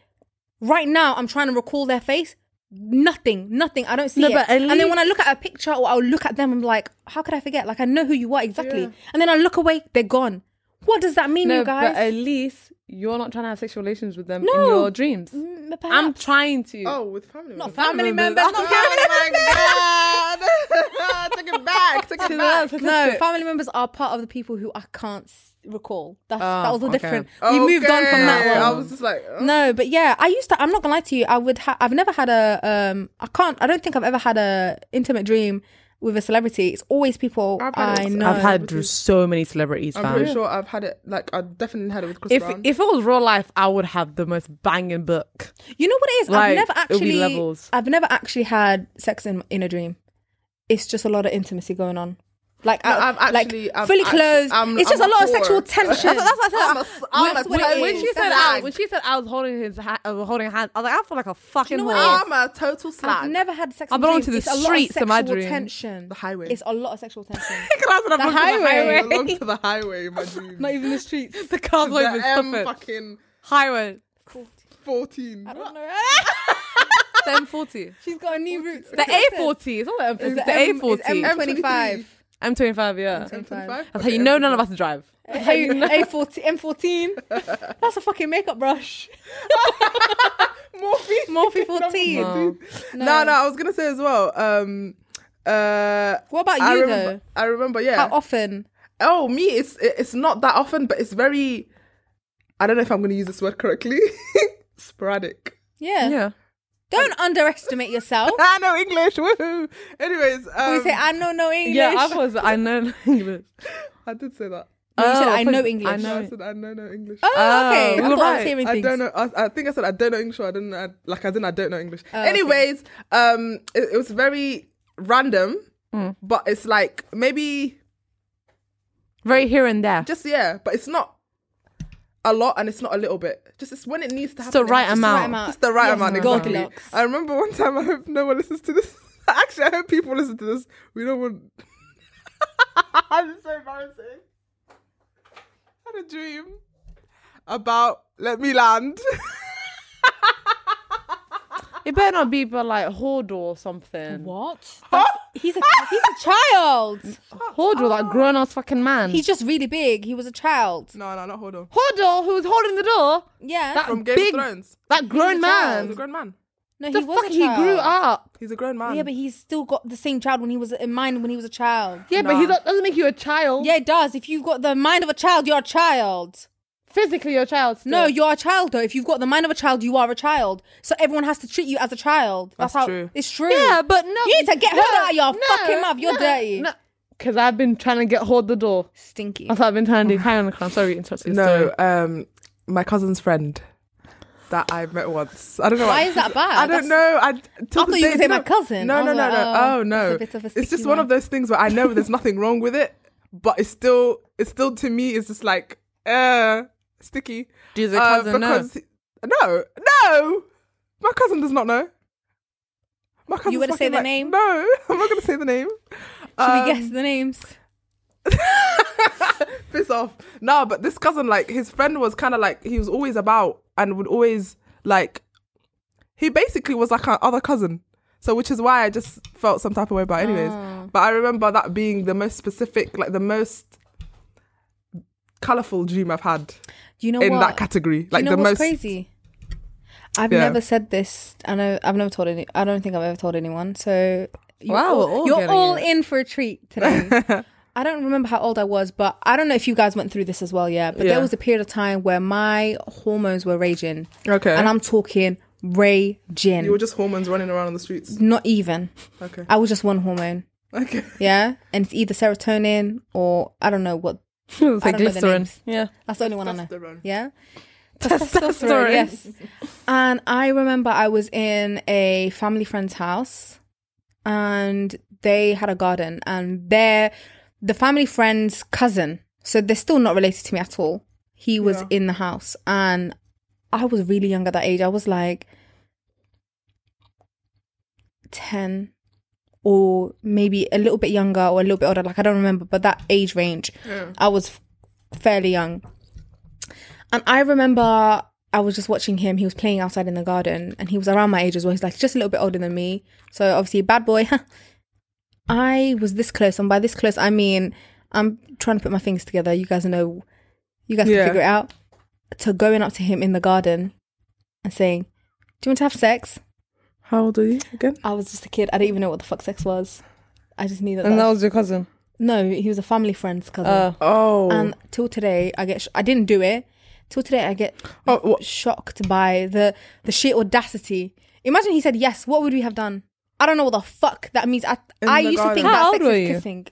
Speaker 1: right now, I'm trying to recall their face. Nothing, nothing. I don't see
Speaker 3: No,
Speaker 1: it.
Speaker 3: but at
Speaker 1: and then when
Speaker 3: least-
Speaker 1: I look at a picture or I'll look at them, I'm like, how could I forget? Like I know who you are exactly.
Speaker 2: Yeah.
Speaker 1: And then I look away, they're gone. What does that mean, you guys?
Speaker 3: But at least you're not trying to have sexual relations with them in
Speaker 1: No.
Speaker 3: your dreams.
Speaker 1: Mm, but
Speaker 3: I'm
Speaker 1: perhaps.
Speaker 3: trying to.
Speaker 2: Oh, with family.
Speaker 1: not
Speaker 2: members.
Speaker 1: family members.
Speaker 3: members.
Speaker 1: Not family
Speaker 2: Oh my god! Take it back. Take it back.
Speaker 1: No, family members are part of the people who I can't s- recall. That's, that
Speaker 3: Oh,
Speaker 1: was the
Speaker 3: okay.
Speaker 1: different. We moved on from that
Speaker 2: Okay,
Speaker 1: one.
Speaker 2: I was just like, oh.
Speaker 1: no, but yeah, I used to. I'm not gonna lie to you. I would. Ha- I've never had a. Um, I can't. I don't think I've ever had a intimate dream with a celebrity. It's always people
Speaker 2: I've had it
Speaker 1: I
Speaker 2: with-
Speaker 1: know.
Speaker 3: I've had
Speaker 2: celebrities.
Speaker 3: so many celebrities.
Speaker 2: I'm
Speaker 3: fam.
Speaker 2: pretty sure I've had it. Like I definitely had it with Chris
Speaker 3: If
Speaker 2: Brown.
Speaker 3: if it was real life, I would have the most banging book.
Speaker 1: You know what it is?
Speaker 3: Like,
Speaker 1: I've never
Speaker 3: it'll be
Speaker 1: actually.
Speaker 3: levels.
Speaker 1: I've never actually had sex in in a dream. It's just a lot of intimacy going on. Like
Speaker 2: No,
Speaker 1: I,
Speaker 2: I've actually-
Speaker 1: uh, like
Speaker 2: I've
Speaker 1: fully
Speaker 2: actu-
Speaker 1: clothed.
Speaker 2: I'm-
Speaker 1: it's just
Speaker 2: I'm
Speaker 1: a lot of
Speaker 2: poor.
Speaker 1: sexual tension.
Speaker 2: I'm a, I'm a
Speaker 1: That's what it
Speaker 2: total
Speaker 1: is.
Speaker 3: when she said
Speaker 1: that's
Speaker 3: I,
Speaker 2: slag.
Speaker 3: when she said I was holding his ha- uh, holding hands, I was like, I feel like a fucking
Speaker 1: know what it
Speaker 3: whore.
Speaker 1: is?
Speaker 2: I'm a total slag.
Speaker 1: I've never had sex.
Speaker 3: I
Speaker 1: in
Speaker 3: belong
Speaker 1: dreams.
Speaker 3: to the
Speaker 1: It's a lot of
Speaker 3: streets in my
Speaker 1: sexual
Speaker 3: dreams.
Speaker 1: Tension.
Speaker 2: The highway.
Speaker 1: It's a lot of sexual tension.
Speaker 3: I was like, I'm
Speaker 1: The
Speaker 3: on the
Speaker 1: highway.
Speaker 2: Along to the highway, my dude.
Speaker 1: Not even the streets.
Speaker 3: The car's
Speaker 2: the
Speaker 3: not even
Speaker 2: M
Speaker 3: stopping.
Speaker 2: fucking
Speaker 3: Highway.
Speaker 2: fourteen.
Speaker 1: I don't
Speaker 2: What?
Speaker 1: know.
Speaker 3: The M40.
Speaker 1: She's got a new route.
Speaker 3: The A40. It's not the M40. It's the
Speaker 1: M-
Speaker 3: A40.
Speaker 1: it's M25.
Speaker 3: I'm 25, yeah.
Speaker 1: I'm 25.
Speaker 3: That's how you know none of us drive.
Speaker 1: How you- A14, M14. That's a fucking makeup brush.
Speaker 2: Morphe.
Speaker 1: Morphe 14.
Speaker 3: No.
Speaker 2: No. no, I was gonna say as well. Um, uh,
Speaker 1: What about
Speaker 2: I
Speaker 1: you
Speaker 2: remember. I remember.
Speaker 1: though? How
Speaker 2: Yeah.
Speaker 1: often?
Speaker 2: oh, me. It's it- it's not that often, but it's very. I don't know if I'm gonna use this word correctly. Sporadic.
Speaker 1: Yeah.
Speaker 3: Yeah.
Speaker 1: Don't underestimate yourself.
Speaker 2: I know English. Woohoo! Anyways, um,
Speaker 1: we Oh. say I know no English.
Speaker 3: Yeah, I was. I know English.
Speaker 2: I did say that.
Speaker 1: No, you said,
Speaker 3: Oh,
Speaker 1: "I know
Speaker 3: thought-
Speaker 1: English."
Speaker 3: I
Speaker 2: No,
Speaker 3: know.
Speaker 2: I said I know no English.
Speaker 1: Oh, okay.
Speaker 3: Oh,
Speaker 1: I
Speaker 3: you're
Speaker 1: thought I was
Speaker 3: right.
Speaker 1: hearing
Speaker 2: I
Speaker 1: things.
Speaker 2: don't know. I, I think I said I don't know English. Or I didn't I, like. I didn't. I don't know English.
Speaker 1: Oh, okay.
Speaker 2: Anyways, um, it, it was very random,
Speaker 1: Hmm.
Speaker 3: Mm.
Speaker 2: but it's like maybe
Speaker 3: Very here and there.
Speaker 2: just yeah, but it's not a lot and it's not a little bit. Just it's when it needs to
Speaker 3: It's
Speaker 2: happen.
Speaker 3: the
Speaker 2: it
Speaker 3: right
Speaker 2: happens.
Speaker 1: Just write
Speaker 3: amount.
Speaker 1: 'em out.
Speaker 2: It's the right
Speaker 1: Yes,
Speaker 2: amount. Exactly.
Speaker 1: Goldilocks.
Speaker 2: I remember one time. I hope no one listens to this. Actually, I hope people listen to this. We don't want. I'm so embarrassing. I had a dream about let me land.
Speaker 3: It better not be, but like Hordor or something.
Speaker 1: What? He's a he's a child.
Speaker 3: Hordor, that grown ass fucking man.
Speaker 1: He's just really big. He was a child.
Speaker 2: no, no, not hold on.
Speaker 3: Hordor, who was holding the door,
Speaker 1: Yeah.
Speaker 3: That-
Speaker 2: From Game
Speaker 3: Big-
Speaker 2: of Thrones.
Speaker 3: that grown
Speaker 2: He's a
Speaker 3: man.
Speaker 2: grown man.
Speaker 1: no,
Speaker 3: The
Speaker 1: he was
Speaker 3: fuck,
Speaker 1: a
Speaker 3: he
Speaker 1: child.
Speaker 3: grew up.
Speaker 2: He's a grown man.
Speaker 1: Yeah, but he's still got the same child when he was in mind when he was a child.
Speaker 3: Yeah, but
Speaker 2: Nah.
Speaker 3: he do- doesn't make you a child.
Speaker 1: Yeah, it does. If you've got the mind of a child, you're a child.
Speaker 3: physically you're a child. Still.
Speaker 1: No, you're a child though. If you've got the mind of a child, you are a child. So everyone has to treat you as a child. That's,
Speaker 2: That's
Speaker 1: how
Speaker 2: true.
Speaker 1: it's true.
Speaker 3: Yeah, but no.
Speaker 1: You need to get
Speaker 3: no,
Speaker 1: Hordor out of your fucking mouth. You're dirty.
Speaker 3: Because I've been trying to get hold the door.
Speaker 1: Stinky.
Speaker 3: That's what I've been trying to do. Hang on, I'm sorry, interrupt your
Speaker 2: no,
Speaker 3: story.
Speaker 2: um, my cousin's friend that I met once. I don't know
Speaker 1: Why is that bad?
Speaker 2: I
Speaker 1: That's-
Speaker 2: don't know. I till
Speaker 1: I thought
Speaker 2: this
Speaker 1: you were
Speaker 2: day-
Speaker 1: gonna say my
Speaker 2: no.
Speaker 1: cousin. I
Speaker 2: No, no,
Speaker 1: was
Speaker 2: no,
Speaker 1: like,
Speaker 2: no.
Speaker 1: oh,
Speaker 2: Oh, no.
Speaker 1: that's a bit of a
Speaker 2: it's just
Speaker 1: sticky
Speaker 2: one
Speaker 1: one.
Speaker 2: of those things where I know there's nothing wrong with it, but it's still, it's still to me, it's just like, uh, sticky.
Speaker 3: Does
Speaker 2: Uh, because no, no, my cousin does not know. My cousin.
Speaker 1: gonna say the name?
Speaker 2: No, I'm not gonna say the name.
Speaker 1: Should
Speaker 2: Um,
Speaker 1: we guess the names?
Speaker 2: piss off. No, but this cousin, like, his friend was kind of like, he was always about and would always, like, he basically was like our other cousin. So, which is why I just felt some type of way about, it anyways.
Speaker 1: Oh.
Speaker 2: But I remember that being the most specific, like, the most colorful dream I've had
Speaker 1: Do you know
Speaker 2: in
Speaker 1: what?
Speaker 2: that category. Like,
Speaker 1: you know
Speaker 2: the
Speaker 1: what's
Speaker 2: most.
Speaker 1: crazy. I've
Speaker 2: Yeah.
Speaker 1: never said this. I know I've never told any. I don't think I've ever told anyone. So you're
Speaker 3: Wow,
Speaker 1: all,
Speaker 3: we're all
Speaker 1: you're
Speaker 3: getting
Speaker 1: all
Speaker 3: it.
Speaker 1: in for a treat today. I don't remember how old I was, but I don't know if you guys went through this as well. Yeah, but
Speaker 2: Yeah.
Speaker 1: there was a period of time where my hormones were raging,
Speaker 2: Okay.
Speaker 1: and I'm talking raging.
Speaker 2: you were just hormones running around on the streets.
Speaker 1: Not even.
Speaker 2: Okay.
Speaker 1: I was just one hormone.
Speaker 2: Okay.
Speaker 1: Yeah, and it's either serotonin or I don't know what.
Speaker 3: it's
Speaker 1: I
Speaker 3: like
Speaker 1: don't know the
Speaker 3: glycerin.
Speaker 1: names.
Speaker 3: Yeah.
Speaker 1: That's the only one I know.
Speaker 2: Testosterone.
Speaker 1: Yeah.
Speaker 3: Testosterone.
Speaker 1: Yes. And I remember I was in a family friend's house and they had a garden and their the family friend's cousin, so they're still not related to me at all. He was
Speaker 2: Yeah.
Speaker 1: in the house and I was really young at that age. I was like 10 or maybe a little bit younger or a little bit older like I don't remember, but that age range. I was fairly young. And I remember I was just watching him. He was playing outside in the garden and he was around my age as well. He's like just a little bit older than me. So obviously, bad boy. I was this close. And by this close, I mean, I'm trying to put my fingers together. You guys know, you guys
Speaker 2: Yeah.
Speaker 1: can figure it out. To going up to him in the garden and saying, Do you want to have sex?
Speaker 2: How old are you again?
Speaker 1: I was just a kid. I didn't even know what the fuck sex was. I just knew that.
Speaker 3: And
Speaker 1: that
Speaker 3: that
Speaker 1: was-
Speaker 3: was your cousin.
Speaker 1: no, he was a family friend's cousin.
Speaker 3: Uh,
Speaker 2: Oh.
Speaker 1: and till today i get sh- i didn't do it till today i get
Speaker 2: oh what?
Speaker 1: shocked by the the sheer audacity imagine he said yes what would we have done i don't know what the fuck that means i
Speaker 2: In
Speaker 1: i
Speaker 2: the
Speaker 1: used to
Speaker 2: garden.
Speaker 1: think
Speaker 3: How
Speaker 1: that
Speaker 3: old
Speaker 1: sex
Speaker 3: were
Speaker 1: is
Speaker 3: you?
Speaker 1: kissing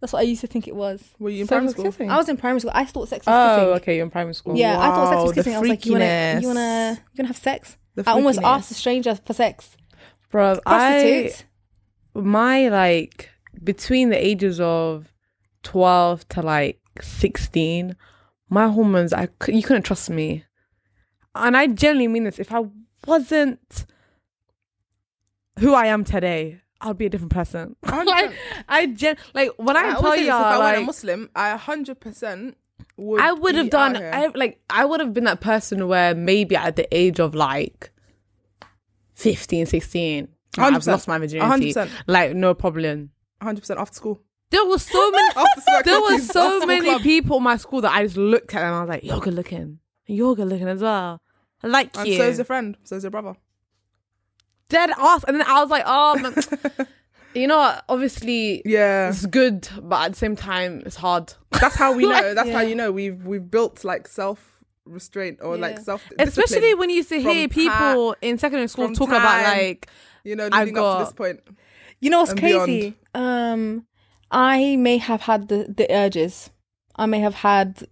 Speaker 1: that's what i used to think it was
Speaker 2: Were you in
Speaker 3: so
Speaker 2: primary
Speaker 3: was
Speaker 2: school?
Speaker 3: kissing.
Speaker 1: i was in primary school i thought sex was
Speaker 3: oh,
Speaker 1: kissing
Speaker 3: okay, you're in primary school.
Speaker 1: yeah i thought sex
Speaker 2: Wow,
Speaker 1: was
Speaker 2: the
Speaker 1: kissing i was like you wanna
Speaker 2: freakiness.
Speaker 1: you wanna you wanna have sex
Speaker 2: The
Speaker 1: i almost
Speaker 2: freakiness.
Speaker 1: asked a stranger for sex
Speaker 3: Bro, I
Speaker 1: prostitute
Speaker 3: my like between the ages of 12 to like 16 my hormones i cou- you couldn't trust me and i genuinely mean this if i wasn't who i am today i'd be a different person like i gen like when i,
Speaker 2: Oh, I
Speaker 3: tell
Speaker 2: always say
Speaker 3: you
Speaker 2: this, if I were a
Speaker 3: like,
Speaker 2: Muslim, I hundred percent would.
Speaker 3: I would have
Speaker 2: be out
Speaker 3: done
Speaker 2: here.
Speaker 3: I, like I would have been that person where maybe at the age of like 15 16 i have
Speaker 2: 100%.
Speaker 3: lost my virginity
Speaker 2: 100%.
Speaker 3: like no problem
Speaker 2: 100% after school.
Speaker 3: There were so many.
Speaker 2: After school
Speaker 3: there were
Speaker 2: activities, after
Speaker 3: so
Speaker 2: school
Speaker 3: many
Speaker 2: club.
Speaker 3: people in my school that I just looked at them. I was like, "You're good looking. You're good looking as well. I like
Speaker 2: And
Speaker 3: you."
Speaker 2: so's your friend, so's your brother.
Speaker 3: Dead ass. And then I was like, "Oh, man. you know, what? obviously
Speaker 2: Yeah,
Speaker 3: it's good, but at the same time, it's hard."
Speaker 2: that's how we know. That's how
Speaker 1: Yeah.
Speaker 2: you know we've we've built like self restraint or like
Speaker 1: Yeah.
Speaker 2: self.
Speaker 3: Especially
Speaker 2: discipline,
Speaker 3: when you used to
Speaker 2: from
Speaker 3: hear people in secondary school
Speaker 2: from
Speaker 3: talk about
Speaker 2: time.
Speaker 3: like,
Speaker 2: you know
Speaker 3: I
Speaker 2: leading up to
Speaker 3: got-
Speaker 2: this point.
Speaker 1: You know what's
Speaker 2: and
Speaker 1: crazy? Um, I may have had the, the urges. I may have had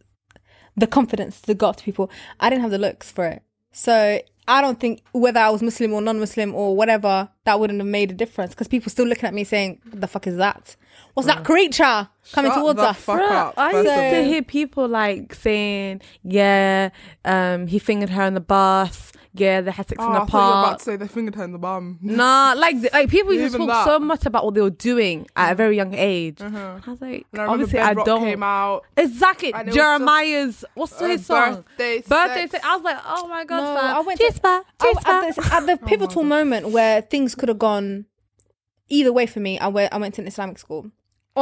Speaker 1: the confidence to go up to people. I didn't have the looks for it. So I don't think whether I was Muslim or non Muslim or whatever, that wouldn't have made a difference because people still looking at me saying, What the fuck is that? What's that creature coming
Speaker 2: Mm. Shut
Speaker 1: towards
Speaker 2: the
Speaker 1: us?
Speaker 2: fuck
Speaker 3: Bruh,
Speaker 2: up,
Speaker 3: I
Speaker 2: first
Speaker 3: used
Speaker 2: of
Speaker 3: to
Speaker 1: all.
Speaker 3: hear people like saying, "Yeah, um, he fingered her on the bus. Yeah, they had sex
Speaker 2: Oh,
Speaker 3: in
Speaker 2: I
Speaker 3: the
Speaker 2: thought you were about
Speaker 3: park."
Speaker 2: to say they fingered her in the bum.
Speaker 3: Nah, like th- like people used to
Speaker 2: Even
Speaker 3: talk
Speaker 2: that.
Speaker 3: so much about what they were doing at a very young age. I
Speaker 2: Uh-huh.
Speaker 3: was like,
Speaker 2: And I remember
Speaker 3: obviously,
Speaker 2: Ben
Speaker 3: I
Speaker 2: Rock
Speaker 3: don't.
Speaker 2: came out.
Speaker 3: Exactly,
Speaker 2: And it was
Speaker 3: Jeremiah's. What's
Speaker 2: uh,
Speaker 3: his song?
Speaker 2: Birthday
Speaker 3: Birthday.
Speaker 2: Sex.
Speaker 3: Sex. I was like, oh my god,
Speaker 1: No,
Speaker 3: fam.
Speaker 1: I went to-
Speaker 3: Chispa,
Speaker 1: I-
Speaker 3: chispa.
Speaker 1: at, the, at
Speaker 2: Oh
Speaker 1: the pivotal moment where things could have gone either way for me, I went, I went to an Islamic school.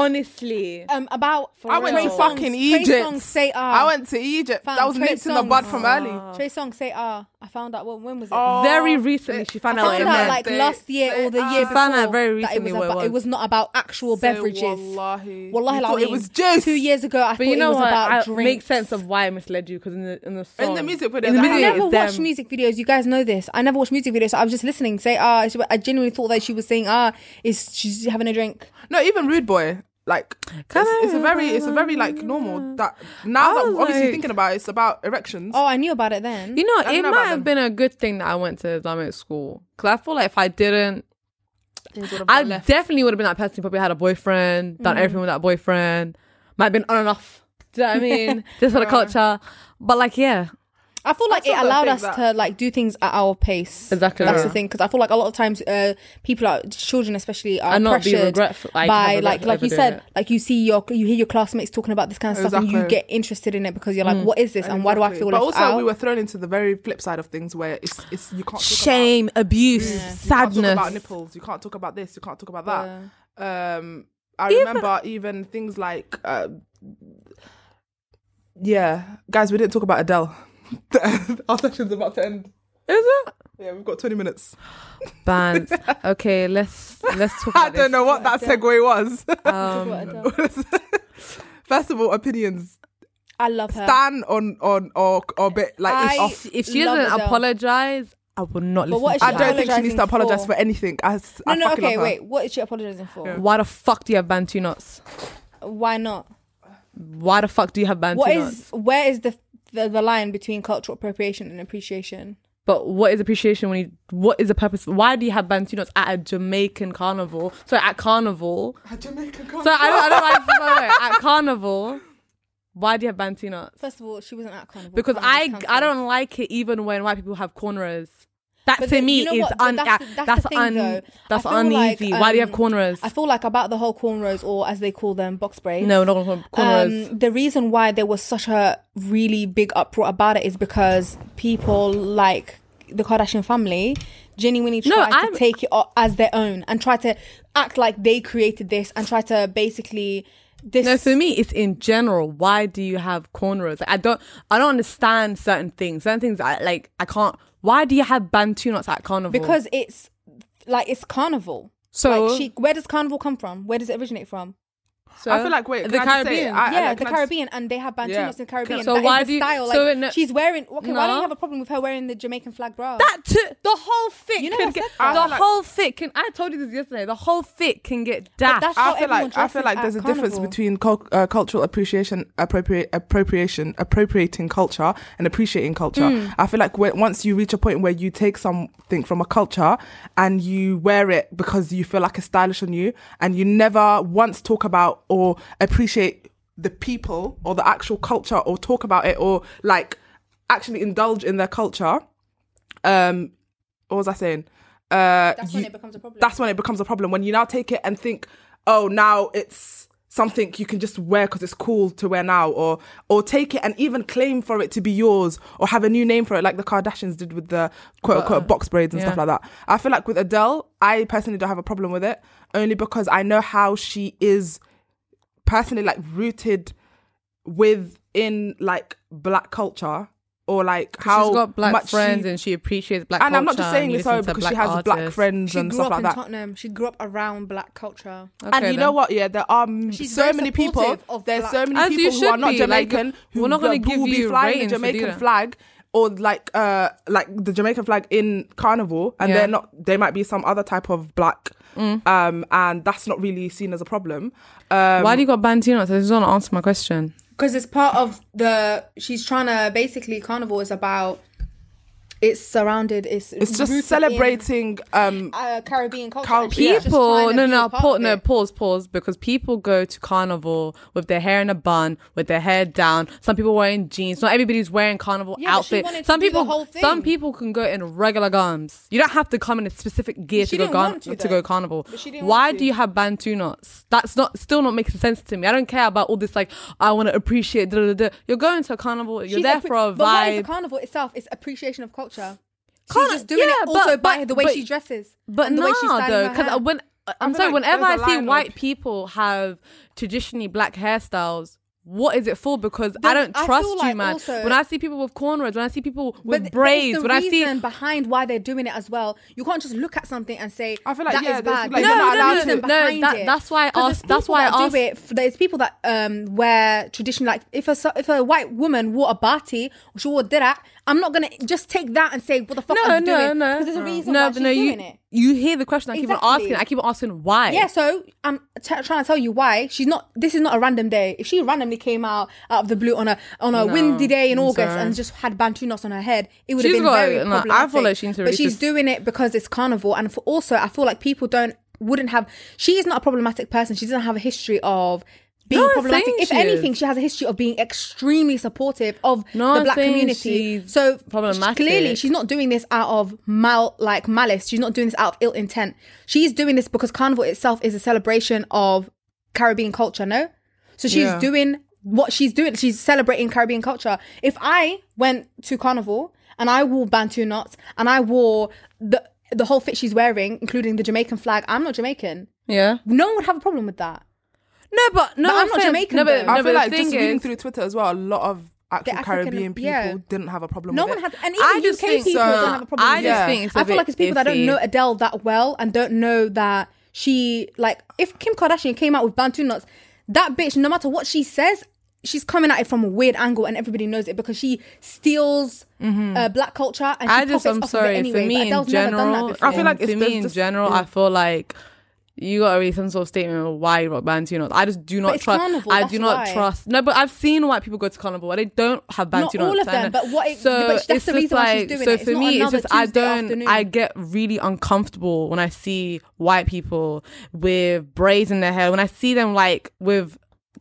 Speaker 3: Honestly,
Speaker 1: Um, about
Speaker 2: I went
Speaker 1: Trey
Speaker 2: to
Speaker 3: real.
Speaker 1: Songz-
Speaker 2: fucking
Speaker 1: Trey
Speaker 2: Egypt.
Speaker 1: Songz, say ah.
Speaker 2: I went to Egypt.
Speaker 1: Fam,
Speaker 2: that was
Speaker 1: Trey
Speaker 2: nipped in the
Speaker 1: Songz.
Speaker 2: bud from early.
Speaker 1: Trey Song, say ah. I found out when when was it?
Speaker 2: Oh,
Speaker 3: very recently
Speaker 2: it-
Speaker 3: she found
Speaker 1: I
Speaker 3: out. what
Speaker 1: found
Speaker 3: it
Speaker 1: out
Speaker 3: meant. ah.
Speaker 1: like
Speaker 2: They-
Speaker 1: last year
Speaker 2: they
Speaker 1: or the year
Speaker 2: are-
Speaker 1: before.
Speaker 3: Found out very
Speaker 1: that
Speaker 3: recently
Speaker 1: it
Speaker 3: what
Speaker 1: was
Speaker 3: it
Speaker 1: about,
Speaker 3: was.
Speaker 1: it was not about actual
Speaker 2: So
Speaker 1: beverages.
Speaker 2: Wallahi.
Speaker 1: Wallahi
Speaker 2: You thought it
Speaker 1: al-Azim.
Speaker 2: was juice.
Speaker 1: Two years ago, I
Speaker 3: But
Speaker 1: thought
Speaker 3: you know
Speaker 1: it was
Speaker 3: what?
Speaker 1: about
Speaker 3: I
Speaker 1: drinks.
Speaker 3: make sense of why I misled you because in the in the song,
Speaker 2: In the music video,
Speaker 3: in the
Speaker 2: that
Speaker 1: I
Speaker 3: video,
Speaker 2: happened.
Speaker 1: never
Speaker 3: it's them.
Speaker 1: watched music videos. You guys know this. I never watched music videos. So I was just listening. Say ah. She- I genuinely thought that she was saying ah. Is she's having a drink?
Speaker 2: No, even Rude Boy. Like
Speaker 3: Come
Speaker 2: it's, it's a very it's a very like
Speaker 3: on.
Speaker 2: normal that now that
Speaker 3: was
Speaker 2: we're obviously
Speaker 3: like-
Speaker 2: thinking about it, it's about erections.
Speaker 1: Oh, I knew about it then.
Speaker 3: You know,
Speaker 2: don't
Speaker 3: it
Speaker 2: know
Speaker 3: might
Speaker 2: about them.
Speaker 3: have been a good thing that I went to Islamic school because I feel like if I didn't, I definitely would have been that person who probably had a boyfriend, done
Speaker 1: Mm-hmm.
Speaker 3: everything with that boyfriend, might have been on and off. Do you know what I mean? Just for the culture, but like, yeah,
Speaker 1: I feel like
Speaker 2: That's
Speaker 1: it
Speaker 2: not the
Speaker 1: allowed
Speaker 2: thing
Speaker 1: us
Speaker 2: that-
Speaker 1: to like do things at our pace.
Speaker 3: Exactly.
Speaker 1: That's
Speaker 3: Yeah.
Speaker 1: the thing because I feel like a lot of times uh, people are children especially are
Speaker 3: And not be
Speaker 1: pressured
Speaker 3: regretful- like,
Speaker 1: by
Speaker 3: have regret
Speaker 1: like
Speaker 3: for
Speaker 1: like you
Speaker 3: ever
Speaker 1: said
Speaker 3: doing it.
Speaker 1: like you see your you hear your classmates talking about this kind of stuff and you
Speaker 2: Exactly.
Speaker 1: get interested in it because you're like
Speaker 3: Mm.
Speaker 1: what is this and why do I
Speaker 2: Exactly.
Speaker 1: feel
Speaker 2: But
Speaker 1: left
Speaker 2: also
Speaker 1: out?
Speaker 2: we were thrown into the very flip side of things where it's it's you can't talk
Speaker 3: shame, abuse,
Speaker 1: Yeah.
Speaker 2: about, you can't talk
Speaker 3: sadness.
Speaker 2: about nipples, you can't talk about this, you can't talk about that.
Speaker 1: Yeah.
Speaker 2: um i
Speaker 3: Even-
Speaker 2: remember even things like uh, yeah guys we didn't talk about adele our session's about to end
Speaker 3: Is it?
Speaker 2: yeah we've got 20 minutes
Speaker 3: Bands. Okay, let's let's talk.
Speaker 2: i
Speaker 3: About
Speaker 2: don't know what that segue was
Speaker 1: Talk
Speaker 3: know.
Speaker 1: about
Speaker 3: Um,
Speaker 1: Adele.
Speaker 2: first of all opinions
Speaker 1: I love her.
Speaker 2: stan on on or or bit like it's
Speaker 1: I-
Speaker 2: off
Speaker 3: if she
Speaker 1: Love
Speaker 3: doesn't
Speaker 1: Adele.
Speaker 3: apologize, I will not listen.
Speaker 1: But what
Speaker 3: to
Speaker 1: is
Speaker 2: i
Speaker 1: she
Speaker 3: that.
Speaker 2: don't think she needs
Speaker 1: apologising
Speaker 2: to apologize for
Speaker 1: for?
Speaker 2: anything i, s-
Speaker 1: No,
Speaker 2: I
Speaker 1: no,
Speaker 2: fucking
Speaker 1: okay,
Speaker 2: love her.
Speaker 1: wait. What is she apologizing for?
Speaker 3: Why the fuck do you have bantu knots?
Speaker 1: Why not?
Speaker 3: Why the fuck do you have bantu
Speaker 1: What
Speaker 3: knots?
Speaker 1: is where is the, the the line between cultural appropriation and appreciation?
Speaker 3: But what is appreciation when you? What is the purpose? Why do you have bantu knots at a Jamaican carnival? So at carnival.
Speaker 2: A Jamaican
Speaker 3: So I don't. I don't like. no, no, at carnival, why do you have bantu knots?
Speaker 1: First of all, she wasn't at carnival
Speaker 3: Because
Speaker 1: Carnival's
Speaker 3: I
Speaker 1: cancelled.
Speaker 3: I don't like it even when white people have corners. That
Speaker 1: But
Speaker 3: to
Speaker 1: the-
Speaker 3: me
Speaker 1: you know
Speaker 3: is
Speaker 1: what? But
Speaker 3: un.
Speaker 1: that's the-
Speaker 3: that's
Speaker 1: that's the thing,
Speaker 3: un.
Speaker 1: though.
Speaker 3: that's
Speaker 1: I feel like,
Speaker 3: uneasy. why do you have
Speaker 1: um,
Speaker 3: corners?
Speaker 1: I feel like about the whole cornrows, or as they call them, box braids.
Speaker 3: no, not corn- corners.
Speaker 1: Um, the reason why there was such a really big uproar about it is because people like the Kardashian family genuinely
Speaker 3: No,
Speaker 1: tried
Speaker 3: I'm-
Speaker 1: to take it o- as their own and try to act like they created this and try to basically this.
Speaker 3: No, for me, it's in general. Why do you have cornrows? Like, I don't, I don't understand certain things. Certain things, I like, I can't. Why do you have bantu knots at carnival?
Speaker 1: because it's like it's carnival.
Speaker 3: so,
Speaker 1: like she, where does carnival come from? Where does it originate from?
Speaker 3: so
Speaker 2: I feel like wait
Speaker 3: the
Speaker 2: can I just say it?
Speaker 3: Caribbean.
Speaker 2: I- I
Speaker 1: yeah,
Speaker 2: like-
Speaker 1: the
Speaker 2: can I just-
Speaker 1: Caribbean, and they have bantu
Speaker 2: Yeah.
Speaker 1: knots in the Caribbean.
Speaker 3: So
Speaker 1: That is
Speaker 3: why
Speaker 1: the
Speaker 3: do you-
Speaker 1: style.
Speaker 3: so
Speaker 1: like,
Speaker 3: it- no-
Speaker 1: she's wearing. Okay, why don't
Speaker 3: No.
Speaker 1: you have a problem with her wearing the Jamaican flag bra?
Speaker 3: that too. The whole fit
Speaker 1: You know
Speaker 3: can
Speaker 1: what I
Speaker 3: get.
Speaker 1: said? I
Speaker 3: The
Speaker 2: feel like-
Speaker 3: whole fit can. I told you this yesterday. The whole fit can get daft.
Speaker 1: that's how
Speaker 2: I feel
Speaker 1: everyone
Speaker 2: like I feel
Speaker 1: dresses
Speaker 2: like
Speaker 1: at
Speaker 2: there's a difference
Speaker 1: carnival.
Speaker 2: between cul- uh, cultural appreciation, appropriate appropriation, appropriating culture, and appreciating culture.
Speaker 1: Mm.
Speaker 2: I feel like when, once you reach a point where you take something from a culture and you wear it because you feel like it's stylish on you, and you never once talk about or appreciate the people or the actual culture, or talk about it, or like actually indulge in their culture. Um, what was I saying? Uh,
Speaker 1: That's
Speaker 2: you-
Speaker 1: when it becomes a problem.
Speaker 2: that's when it becomes a problem when you now take it and think oh now it's something you can just wear because it's cool to wear now or or take it and even claim for it to be yours or have a new name for it like the kardashians did with the quote unquote box braids and stuff
Speaker 3: yeah.
Speaker 2: like that i feel like with adele i personally don't have a problem with it only because i know how she is personally like rooted within like black culture or like how
Speaker 3: she's got black
Speaker 2: much
Speaker 3: friends
Speaker 2: she,
Speaker 3: and she appreciates black.
Speaker 2: and I'm not
Speaker 3: culture
Speaker 2: just saying
Speaker 3: and
Speaker 2: this
Speaker 3: listens
Speaker 2: so
Speaker 3: to
Speaker 2: because
Speaker 3: black
Speaker 2: she has black
Speaker 3: artists.
Speaker 2: friends
Speaker 1: She
Speaker 2: and
Speaker 1: grew
Speaker 2: stuff
Speaker 1: up
Speaker 2: like
Speaker 1: in
Speaker 2: that.
Speaker 1: Tottenham. She grew up around black culture.
Speaker 2: and
Speaker 3: Okay
Speaker 2: you know
Speaker 3: then.
Speaker 2: what? Yeah, there are m-
Speaker 1: She's
Speaker 2: so
Speaker 1: very
Speaker 2: many people.
Speaker 1: supportive of
Speaker 2: There's so
Speaker 1: black-
Speaker 2: many
Speaker 3: As you
Speaker 2: people who are
Speaker 3: should
Speaker 2: not
Speaker 3: be, like,
Speaker 2: Jamaican who
Speaker 3: we're not gonna
Speaker 2: who
Speaker 3: give
Speaker 2: will be
Speaker 3: you
Speaker 2: flying the
Speaker 3: ratings for
Speaker 2: Jamaican
Speaker 3: that.
Speaker 2: flag or like uh like the Jamaican flag in carnival, and
Speaker 3: Yeah.
Speaker 2: they're not. They might be some other type of black,
Speaker 1: Mm.
Speaker 2: um, and that's not really seen as a problem. Um,
Speaker 3: Why do you got Bantino? So this don't answer my question.
Speaker 1: because it's part of the she's trying to basically carnival is about it's surrounded it's
Speaker 2: it's just
Speaker 1: rooted
Speaker 2: celebrating. Um,
Speaker 1: in, uh, caribbean culture
Speaker 2: Cul-
Speaker 1: and she's just trying
Speaker 3: People,
Speaker 1: to
Speaker 3: no,
Speaker 1: be
Speaker 3: no,
Speaker 1: a part
Speaker 3: pa-
Speaker 1: of
Speaker 3: no,
Speaker 1: it.
Speaker 3: pause, pause, because people go to carnival with their hair in a bun, with their hair down. Some people wearing jeans. Not everybody's wearing carnival
Speaker 1: Yeah, but she
Speaker 3: outfit.
Speaker 1: wanted to
Speaker 3: Some
Speaker 1: do the
Speaker 3: people,
Speaker 1: whole thing.
Speaker 3: some people can go in regular gums. You don't have to come in a specific gear
Speaker 1: She
Speaker 3: to go
Speaker 1: didn't
Speaker 3: gun-
Speaker 1: want to,
Speaker 3: to
Speaker 1: though.
Speaker 3: go carnival.
Speaker 1: But she didn't
Speaker 3: Why
Speaker 1: want
Speaker 3: do
Speaker 1: to.
Speaker 3: you have bantu knots? That's not still not making sense to me. I don't care about all this like I want to appreciate. Da, da, da. You're going to a carnival. You're
Speaker 1: She's
Speaker 3: there
Speaker 1: appre-
Speaker 3: for a
Speaker 1: but what is the
Speaker 3: vibe.
Speaker 1: carnival itself it's appreciation of culture
Speaker 3: Carni-
Speaker 1: she's just doing
Speaker 3: yeah,
Speaker 1: it also
Speaker 3: but-
Speaker 1: by
Speaker 3: but-
Speaker 1: the way
Speaker 3: but-
Speaker 1: she dresses
Speaker 3: But
Speaker 1: and the
Speaker 3: no,
Speaker 1: way she's styling
Speaker 3: though,
Speaker 1: her
Speaker 3: because
Speaker 1: hair.
Speaker 3: when I'm
Speaker 2: feel
Speaker 3: sorry,
Speaker 2: like
Speaker 3: whenever I
Speaker 2: there's a
Speaker 3: see
Speaker 2: line
Speaker 3: white
Speaker 2: of-
Speaker 3: people have traditionally black hairstyles. What is it for? Because I
Speaker 1: Then
Speaker 3: don't
Speaker 1: I feel
Speaker 3: trust you,
Speaker 1: like
Speaker 3: man.
Speaker 1: also-
Speaker 3: when I see people with cornrows, when I see people with
Speaker 1: th-
Speaker 3: braids,
Speaker 1: there's
Speaker 3: when
Speaker 1: the
Speaker 3: I see
Speaker 1: reason behind why they're doing it as well. You can't just look at something and say
Speaker 2: I feel like,
Speaker 1: that
Speaker 2: yeah,
Speaker 1: is
Speaker 2: there's,
Speaker 1: bad.
Speaker 2: like,
Speaker 1: You
Speaker 2: No,
Speaker 1: know,
Speaker 2: no,
Speaker 1: there's a
Speaker 2: no,
Speaker 1: reason
Speaker 3: no,
Speaker 1: behind
Speaker 3: that-
Speaker 1: it.
Speaker 3: that's why I
Speaker 1: 'Cause
Speaker 3: asked-
Speaker 1: there's
Speaker 3: that's
Speaker 1: people
Speaker 3: why I
Speaker 1: that do
Speaker 3: asked-
Speaker 1: it f- There's people that um wear tradition like if a so- if a white woman wore a bati or she wore that, I'm not gonna just take that and say what the fuck
Speaker 3: no,
Speaker 1: are you
Speaker 3: no,
Speaker 1: doing?
Speaker 3: no, Mm.
Speaker 1: Because there's a reason why
Speaker 3: no, but
Speaker 1: she's
Speaker 3: no. You
Speaker 1: doing it.
Speaker 3: you hear the question I keep on asking.
Speaker 1: Exactly.
Speaker 3: I keep on asking why.
Speaker 1: Yeah, so I'm t- trying to tell you why she's not. This is not a random day. If she randomly came out out of the blue on a on a
Speaker 3: No,
Speaker 1: windy day in
Speaker 3: I'm
Speaker 1: August
Speaker 3: sorry.
Speaker 1: and just had bantu knots on her head, it would have
Speaker 3: She's
Speaker 1: been
Speaker 3: got-
Speaker 1: very
Speaker 3: no, I feel
Speaker 1: problematic.
Speaker 3: like she needs to
Speaker 1: but
Speaker 3: really
Speaker 1: she's
Speaker 3: just-
Speaker 1: doing it because it's carnival, and for also I feel like people don't wouldn't have. She is not a problematic person. She doesn't have a history of. Being
Speaker 3: No one's
Speaker 1: problematic.
Speaker 3: saying
Speaker 1: If
Speaker 3: she
Speaker 1: anything,
Speaker 3: is.
Speaker 1: she has a history of being extremely supportive of
Speaker 3: No one's
Speaker 1: the black
Speaker 3: saying
Speaker 1: community.
Speaker 3: she's
Speaker 1: so
Speaker 3: problematic.
Speaker 1: clearly, she's not doing this out of mal like malice. She's not doing this out of ill intent. She's doing this because carnival itself is a celebration of Caribbean culture. No, so she's
Speaker 2: Yeah.
Speaker 1: doing what she's doing. She's celebrating Caribbean culture. If I went to carnival and I wore bantu knots and I wore the the whole fit she's wearing, including the Jamaican flag, I'm not Jamaican.
Speaker 3: yeah.
Speaker 1: No one would have a problem with that.
Speaker 3: No, but no,
Speaker 1: But I'm
Speaker 3: I'm
Speaker 1: not
Speaker 3: saying-
Speaker 1: Jamaican,
Speaker 3: No, but,
Speaker 1: though.
Speaker 3: no,
Speaker 2: I
Speaker 3: but
Speaker 2: feel
Speaker 3: the
Speaker 2: like
Speaker 3: thing
Speaker 2: just reading
Speaker 3: is-
Speaker 2: through Twitter as well, a lot of actual
Speaker 1: African-
Speaker 2: Caribbean people
Speaker 1: yeah.
Speaker 2: didn't have a problem.
Speaker 1: No
Speaker 2: with
Speaker 1: one had,
Speaker 2: it.
Speaker 1: and even
Speaker 3: I
Speaker 1: UK
Speaker 3: just think
Speaker 1: people
Speaker 2: so.
Speaker 1: don't have a problem.
Speaker 3: I
Speaker 1: with
Speaker 2: just
Speaker 1: it.
Speaker 3: think it's a
Speaker 1: I feel
Speaker 3: bit
Speaker 1: like it's people that don't
Speaker 3: iffy.
Speaker 1: know Adele that well and don't know that she like if Kim Kardashian came out with Bantu nuts, that bitch, no matter what she says, she's coming at it from a weird angle, and everybody knows it because she steals uh, black culture and she
Speaker 3: Mm-hmm. I just,
Speaker 1: profits
Speaker 3: I'm
Speaker 1: off of
Speaker 3: sorry.
Speaker 1: it anyway.
Speaker 3: for
Speaker 1: but
Speaker 3: me in
Speaker 1: Adele's never done
Speaker 3: general,
Speaker 1: that before.
Speaker 2: I feel like
Speaker 3: for
Speaker 2: it's-
Speaker 3: me
Speaker 2: there's
Speaker 3: in
Speaker 2: just-
Speaker 3: general, I feel like you got to read some sort of statement of why you rock bands. You know, I just do not
Speaker 1: it's
Speaker 3: trust.
Speaker 1: carnival,
Speaker 3: I
Speaker 1: that's
Speaker 3: do not
Speaker 1: why.
Speaker 3: trust. No, but I've seen white people go to carnival. and They don't have bands.
Speaker 1: Not all of them, but what it- but that's the reason why she's doing
Speaker 3: so
Speaker 1: it. It's
Speaker 3: for
Speaker 1: not
Speaker 3: me, it's
Speaker 1: another
Speaker 3: just I
Speaker 1: Tuesday
Speaker 3: don't.
Speaker 1: afternoon.
Speaker 3: I get really uncomfortable when I see white people with braids in their hair. When I see them like with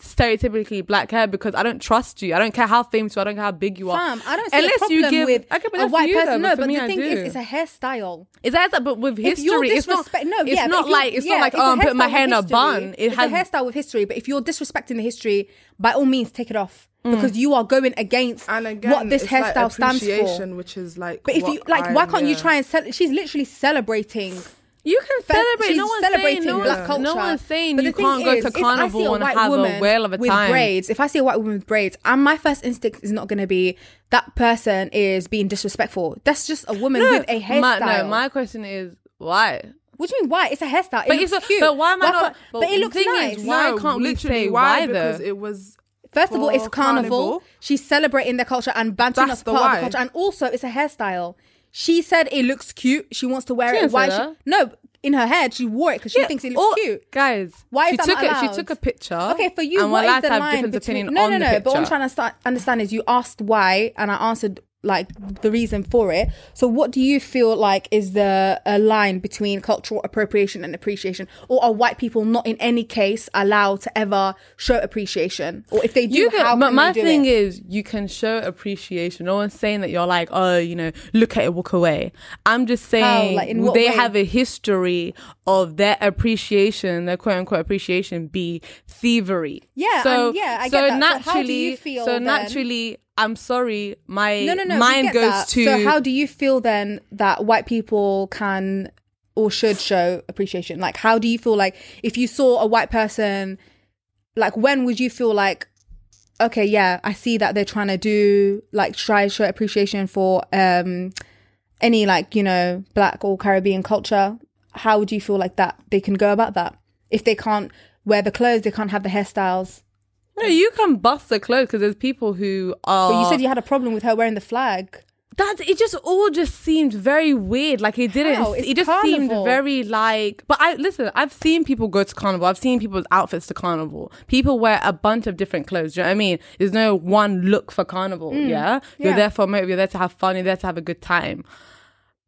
Speaker 3: stereotypically black hair because I don't trust you. I don't care how famous you are. I don't care how big you are.
Speaker 1: Fam, I don't see a problem with
Speaker 3: Okay, but
Speaker 1: a
Speaker 3: that's
Speaker 1: white
Speaker 3: you, though,
Speaker 1: person. no,
Speaker 3: for
Speaker 1: but
Speaker 3: me,
Speaker 1: the
Speaker 3: I
Speaker 1: thing
Speaker 3: do.
Speaker 1: is, it's a hairstyle.
Speaker 3: Is that but with
Speaker 1: If you're
Speaker 3: history? It's not.
Speaker 1: disrespect- no,
Speaker 3: it's
Speaker 1: yeah, but
Speaker 3: not
Speaker 1: if you-
Speaker 3: like it's
Speaker 1: yeah,
Speaker 3: not like
Speaker 1: it's a
Speaker 3: oh, I'm putting my
Speaker 1: hairstyle
Speaker 3: hair in a
Speaker 1: with
Speaker 3: bun.
Speaker 1: history.
Speaker 3: It
Speaker 1: it's
Speaker 3: has.
Speaker 1: a hairstyle with history. But if you're disrespecting the history, by all means, take it off
Speaker 3: Mm.
Speaker 1: because you are going against
Speaker 2: and again,
Speaker 1: what this
Speaker 2: it's like
Speaker 1: hairstyle stands for.
Speaker 2: appreciation, Which is like,
Speaker 1: But if
Speaker 2: what
Speaker 1: you like, why
Speaker 2: I'm-
Speaker 1: can't you
Speaker 2: yeah.
Speaker 1: try and cel- She's literally celebrating.
Speaker 3: you can
Speaker 1: fe-
Speaker 3: celebrate.
Speaker 1: she's
Speaker 3: no one's
Speaker 1: celebrating
Speaker 3: saying, no,
Speaker 1: black
Speaker 3: one's-
Speaker 1: culture.
Speaker 3: No one's saying
Speaker 1: But
Speaker 3: you
Speaker 1: the thing
Speaker 3: can't
Speaker 1: is,
Speaker 3: go
Speaker 1: if
Speaker 3: to
Speaker 1: I see
Speaker 3: carnival and
Speaker 1: white
Speaker 3: have a
Speaker 1: woman
Speaker 3: whale of a
Speaker 1: with
Speaker 3: time.
Speaker 1: braids, if I see a white woman with braids, and my first instinct is not going to be that person is being disrespectful. That's just a woman with a hairstyle.
Speaker 3: My, no, my question is why.
Speaker 1: What do you mean? Why? It's a hairstyle. It
Speaker 3: But
Speaker 1: looks
Speaker 3: it's a-
Speaker 1: cute.
Speaker 3: but why am I not-
Speaker 1: can't-
Speaker 3: but
Speaker 1: But,
Speaker 3: the
Speaker 1: it looks
Speaker 3: thing
Speaker 1: nice.
Speaker 3: is, why can't we
Speaker 2: literally,
Speaker 3: say why, though?
Speaker 2: Because it was.
Speaker 1: First of all, it's
Speaker 2: for
Speaker 1: carnival. She's celebrating their culture and Bantu
Speaker 2: That's
Speaker 1: knots
Speaker 2: the
Speaker 1: part of
Speaker 2: why.
Speaker 1: the culture. And also, it's a hairstyle. She said it looks cute. She wants to wear
Speaker 3: She
Speaker 1: it.
Speaker 3: didn't
Speaker 1: Why?
Speaker 3: say
Speaker 1: She,
Speaker 3: that.
Speaker 1: no, in her head, she wore it because she
Speaker 3: Yeah,
Speaker 1: thinks it
Speaker 3: all-
Speaker 1: looks cute.
Speaker 3: guys.
Speaker 1: Why is
Speaker 3: she
Speaker 1: that
Speaker 3: took
Speaker 1: not
Speaker 3: a, She
Speaker 1: allowed?
Speaker 3: took a picture.
Speaker 1: Okay, for you,
Speaker 3: and
Speaker 1: what
Speaker 3: we're
Speaker 1: is
Speaker 3: allowed
Speaker 1: the
Speaker 3: to have
Speaker 1: line
Speaker 3: different
Speaker 1: between?
Speaker 3: opinion
Speaker 1: no,
Speaker 3: on
Speaker 1: no,
Speaker 3: the
Speaker 1: no.
Speaker 3: picture.
Speaker 1: But what I'm trying to start, understand is you asked why, and I answered like the reason for it. So, what do you feel like is the a line between cultural appropriation and appreciation, or are white people not in any case allowed to ever show appreciation, or if they do,
Speaker 3: you can,
Speaker 1: how
Speaker 3: but
Speaker 1: can
Speaker 3: my
Speaker 1: they do
Speaker 3: thing
Speaker 1: it?
Speaker 3: is, you can show appreciation no one's saying that you're like oh you know look at it walk away i'm just saying
Speaker 1: Oh, Like, in what
Speaker 3: they
Speaker 1: way?
Speaker 3: have a history of their appreciation their quote-unquote appreciation be thievery
Speaker 1: Yeah,
Speaker 3: so
Speaker 1: and yeah, I
Speaker 3: so
Speaker 1: get that. So how do
Speaker 3: naturally
Speaker 1: you feel
Speaker 3: so
Speaker 1: then?
Speaker 3: naturally i'm sorry my
Speaker 1: no, no, no. we
Speaker 3: mind
Speaker 1: get
Speaker 3: goes
Speaker 1: that.
Speaker 3: to
Speaker 1: So, how do you feel then that white people can or should show appreciation? Like, how do you feel like if you saw a white person like when would you feel like okay yeah i see that they're trying to do like try to show appreciation for um any like you know black or caribbean culture how would you feel like that they can go about that if they can't wear the clothes they can't have the hairstyles
Speaker 3: No, you can bust the clothes because there's people who are.
Speaker 1: but you said you had a problem with her wearing the flag
Speaker 3: that it just all just seemed very weird. Like it didn't.
Speaker 1: How? It's
Speaker 3: It just
Speaker 1: carnival.
Speaker 3: seemed very like. But I listen. I've seen people go to carnival. I've seen people's outfits to carnival. People wear a bunch of different clothes. Do you know what I mean? There's no one look for carnival. yeah, you're
Speaker 1: Mm, yeah.
Speaker 3: there for a motive. You're there to have fun. You're there to have a good time.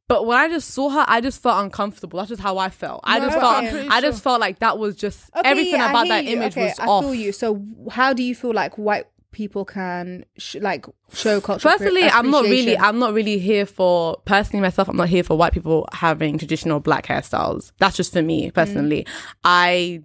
Speaker 3: But when I just saw her, I just felt uncomfortable. That's just how I felt. I
Speaker 1: No,
Speaker 3: just
Speaker 1: I'm
Speaker 3: felt.
Speaker 1: pretty
Speaker 3: I just felt like that was just
Speaker 1: Okay,
Speaker 3: everything
Speaker 1: yeah, I
Speaker 3: about
Speaker 1: hear
Speaker 3: that
Speaker 1: you.
Speaker 3: image
Speaker 1: okay,
Speaker 3: was
Speaker 1: I
Speaker 3: off.
Speaker 1: feel you. So, how do you feel like white people can sh- like show culture?
Speaker 3: Firstly, I'm not really I'm not really here for personally myself, I'm not here for white people having traditional black hairstyles. That's just for me personally. I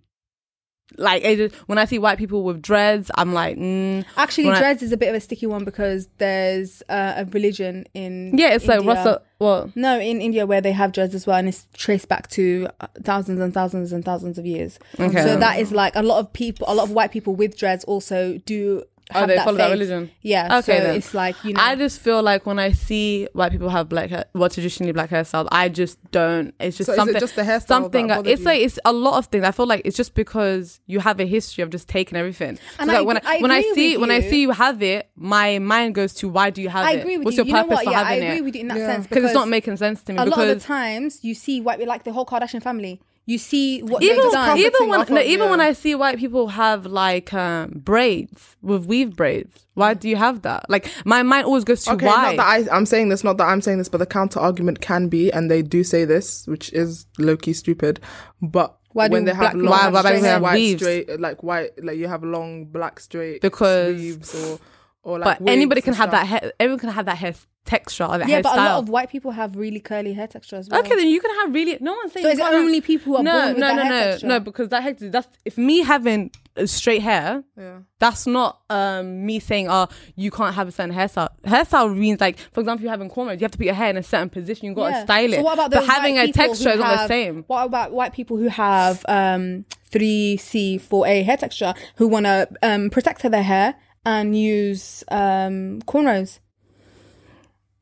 Speaker 3: like I just, when I see white people with dreads, I'm like, mm.
Speaker 1: Actually,
Speaker 3: when I-
Speaker 1: dreads is a bit of a sticky one because there's uh, a religion in
Speaker 3: yeah, it's like
Speaker 1: India.
Speaker 3: what's up? Well,
Speaker 1: No, in India where they have dreads as well, and it's traced back to uh, thousands and thousands and thousands of years.
Speaker 3: Okay.
Speaker 1: So that is like a lot of people, a lot of white people with dreads also do.
Speaker 3: Oh,
Speaker 1: Have
Speaker 3: they
Speaker 1: that
Speaker 3: follow that
Speaker 1: faith.
Speaker 3: religion?
Speaker 1: Yeah.
Speaker 3: Okay,
Speaker 1: so
Speaker 3: then.
Speaker 1: it's like you know.
Speaker 3: I just feel like when I see white people have black hair, well, traditionally black hairstyles, I just don't. It's just
Speaker 2: So is it
Speaker 3: something.
Speaker 2: just the hairstyle
Speaker 3: Something.
Speaker 2: that bothered
Speaker 3: it's
Speaker 2: you?
Speaker 3: like it's a lot of things. I feel like it's just because you have a history of just taking everything. So
Speaker 1: And
Speaker 3: like
Speaker 1: I
Speaker 3: when
Speaker 1: agree- I
Speaker 3: when I
Speaker 1: agree
Speaker 3: see
Speaker 1: with
Speaker 3: when I
Speaker 1: you.
Speaker 3: see you have it, my mind goes to why do you have
Speaker 1: I
Speaker 3: it?
Speaker 1: agree with
Speaker 3: What's
Speaker 1: you.
Speaker 3: your
Speaker 1: you know
Speaker 3: purpose
Speaker 1: what?
Speaker 3: for
Speaker 1: yeah, I
Speaker 3: having
Speaker 1: agree
Speaker 3: it?
Speaker 1: with you in that
Speaker 2: Yeah.
Speaker 1: sense
Speaker 3: Because it's not making sense to me.
Speaker 1: a lot of
Speaker 3: because
Speaker 1: the times you see white like the whole Kardashian family. You see what
Speaker 3: even
Speaker 1: they've done.
Speaker 3: even when
Speaker 2: off
Speaker 3: no,
Speaker 2: of-
Speaker 3: even when
Speaker 2: yeah.
Speaker 3: I see white people have like um, braids with weave braids, why
Speaker 1: Mm.
Speaker 3: do you have that? Like my mind always goes to
Speaker 2: Okay, not
Speaker 3: why.
Speaker 2: that I, I'm saying this, not that I'm saying this, but the counter argument can be, and they do say this, which is low key stupid. But
Speaker 1: Why do
Speaker 2: when they
Speaker 1: black
Speaker 2: have
Speaker 1: people
Speaker 2: long,
Speaker 1: have Why- why straight
Speaker 2: straight,
Speaker 1: do they have
Speaker 2: white,
Speaker 3: weaves?
Speaker 2: straight, like white, like you have long black straight
Speaker 3: Because-
Speaker 2: weaves or or like.
Speaker 3: but anybody
Speaker 2: wigs
Speaker 3: can
Speaker 2: and
Speaker 3: have
Speaker 2: stuff.
Speaker 3: that hair. Everyone can have that hair texture or that
Speaker 1: yeah,
Speaker 3: hairstyle.
Speaker 1: but a lot of white people have really curly hair texture as well.
Speaker 3: okay, then you can have really. No one's saying.
Speaker 1: So
Speaker 3: you
Speaker 1: is it
Speaker 3: can't have-
Speaker 1: only people who are
Speaker 3: no,
Speaker 1: born with
Speaker 3: no,
Speaker 1: that
Speaker 3: no,
Speaker 1: hair
Speaker 3: no,
Speaker 1: texture?
Speaker 3: no, because that hair. That's if me having uh, straight hair.
Speaker 2: Yeah.
Speaker 3: That's not um, me saying, oh, you can't have a certain hairstyle. Hairstyle means like, for example, you having cornrows, you have to put your hair in a certain position. You got to
Speaker 1: Yeah.
Speaker 3: style it.
Speaker 1: So what about
Speaker 3: but
Speaker 1: those white
Speaker 3: having a
Speaker 1: people who
Speaker 3: texture is not the
Speaker 1: have-
Speaker 3: same.
Speaker 1: What about white people who have um three C four A hair texture who want to um protect their hair and use um cornrows?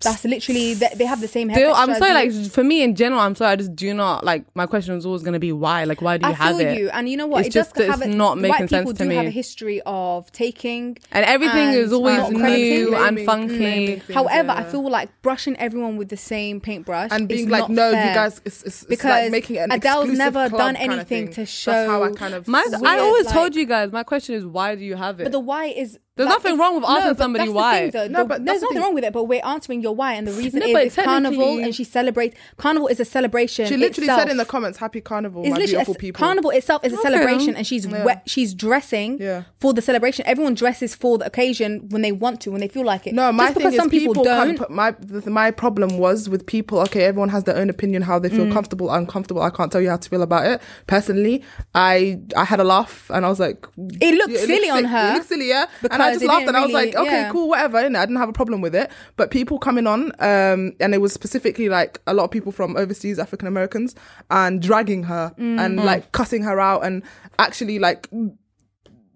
Speaker 1: That's literally they, they have the same hair.
Speaker 3: Still,
Speaker 1: texture
Speaker 3: I'm
Speaker 1: as
Speaker 3: sorry.
Speaker 1: you.
Speaker 3: Like for me in general, I'm sorry. I just do not like. My question was always gonna be why. Like why do you
Speaker 1: I
Speaker 3: have
Speaker 1: feel
Speaker 3: it?
Speaker 1: you, and you know what?
Speaker 3: It's
Speaker 1: it does
Speaker 3: just that
Speaker 1: have
Speaker 3: it's
Speaker 1: a,
Speaker 3: not making
Speaker 1: white people
Speaker 3: sense to
Speaker 1: do have
Speaker 3: me.
Speaker 1: a history of taking
Speaker 3: and everything
Speaker 1: and oh,
Speaker 3: is always
Speaker 1: not
Speaker 3: new
Speaker 1: crediting.
Speaker 3: and
Speaker 2: Claiming-
Speaker 3: funky.
Speaker 2: claiming things,
Speaker 1: However, I
Speaker 2: yeah.
Speaker 1: feel like brushing everyone with the same paintbrush
Speaker 2: and
Speaker 1: is
Speaker 2: being like,
Speaker 1: not
Speaker 2: no,
Speaker 1: fair."
Speaker 2: you guys, it's, it's, it's
Speaker 1: Because
Speaker 2: like making it an
Speaker 1: Adele's
Speaker 2: exclusive
Speaker 1: never
Speaker 2: club
Speaker 1: done
Speaker 2: kind of
Speaker 1: anything
Speaker 2: thing.
Speaker 1: to
Speaker 2: That's how I
Speaker 1: show
Speaker 2: kind of.
Speaker 3: My,
Speaker 1: It's
Speaker 3: I
Speaker 1: weird,
Speaker 3: always
Speaker 1: like-
Speaker 3: told you guys. My question is, why do you have it?
Speaker 1: But the why is
Speaker 3: There's nothing wrong with asking
Speaker 1: but
Speaker 3: somebody
Speaker 1: that's
Speaker 3: why.
Speaker 1: The thing, though.
Speaker 2: No,
Speaker 1: The-
Speaker 2: but that's
Speaker 1: there's
Speaker 2: the
Speaker 1: nothing
Speaker 2: thing.
Speaker 1: wrong with it. But we're answering your why, and the reason
Speaker 3: No,
Speaker 1: is
Speaker 3: but
Speaker 1: it's carnival,
Speaker 3: technically-
Speaker 1: and she celebrates. Carnival is a celebration.
Speaker 2: she literally
Speaker 1: itself.
Speaker 2: said in the comments, "Happy carnival,
Speaker 1: It's
Speaker 2: my
Speaker 1: literally a
Speaker 2: beautiful
Speaker 1: c-
Speaker 2: people."
Speaker 1: carnival itself is a
Speaker 3: Okay.
Speaker 1: celebration, and she's we- she's dressing
Speaker 2: Yeah.
Speaker 1: for the celebration. Everyone dresses for the occasion when they want to, when they feel like it.
Speaker 2: No, my
Speaker 1: Just
Speaker 2: thing
Speaker 1: because
Speaker 2: is
Speaker 1: some people,
Speaker 2: can
Speaker 1: don't.
Speaker 2: put- my th- my problem was with people. Okay, everyone has their own opinion how they
Speaker 1: Mm.
Speaker 2: feel comfortable, uncomfortable. I can't tell you how to feel about it. Personally, I I had a laugh and I was like,
Speaker 1: It looked silly on
Speaker 2: sick-
Speaker 1: her
Speaker 2: It looked silly, yeah. and
Speaker 1: because
Speaker 2: I
Speaker 1: it
Speaker 2: just laughed
Speaker 1: didn't
Speaker 2: and I was like,
Speaker 1: really-
Speaker 2: okay,
Speaker 1: yeah.
Speaker 2: cool, whatever. innit? I didn't have a problem with it. But people coming on, um, and it was specifically like a lot of people from overseas, African Americans, and dragging her
Speaker 3: Mm.
Speaker 2: and like cussing her out and actually like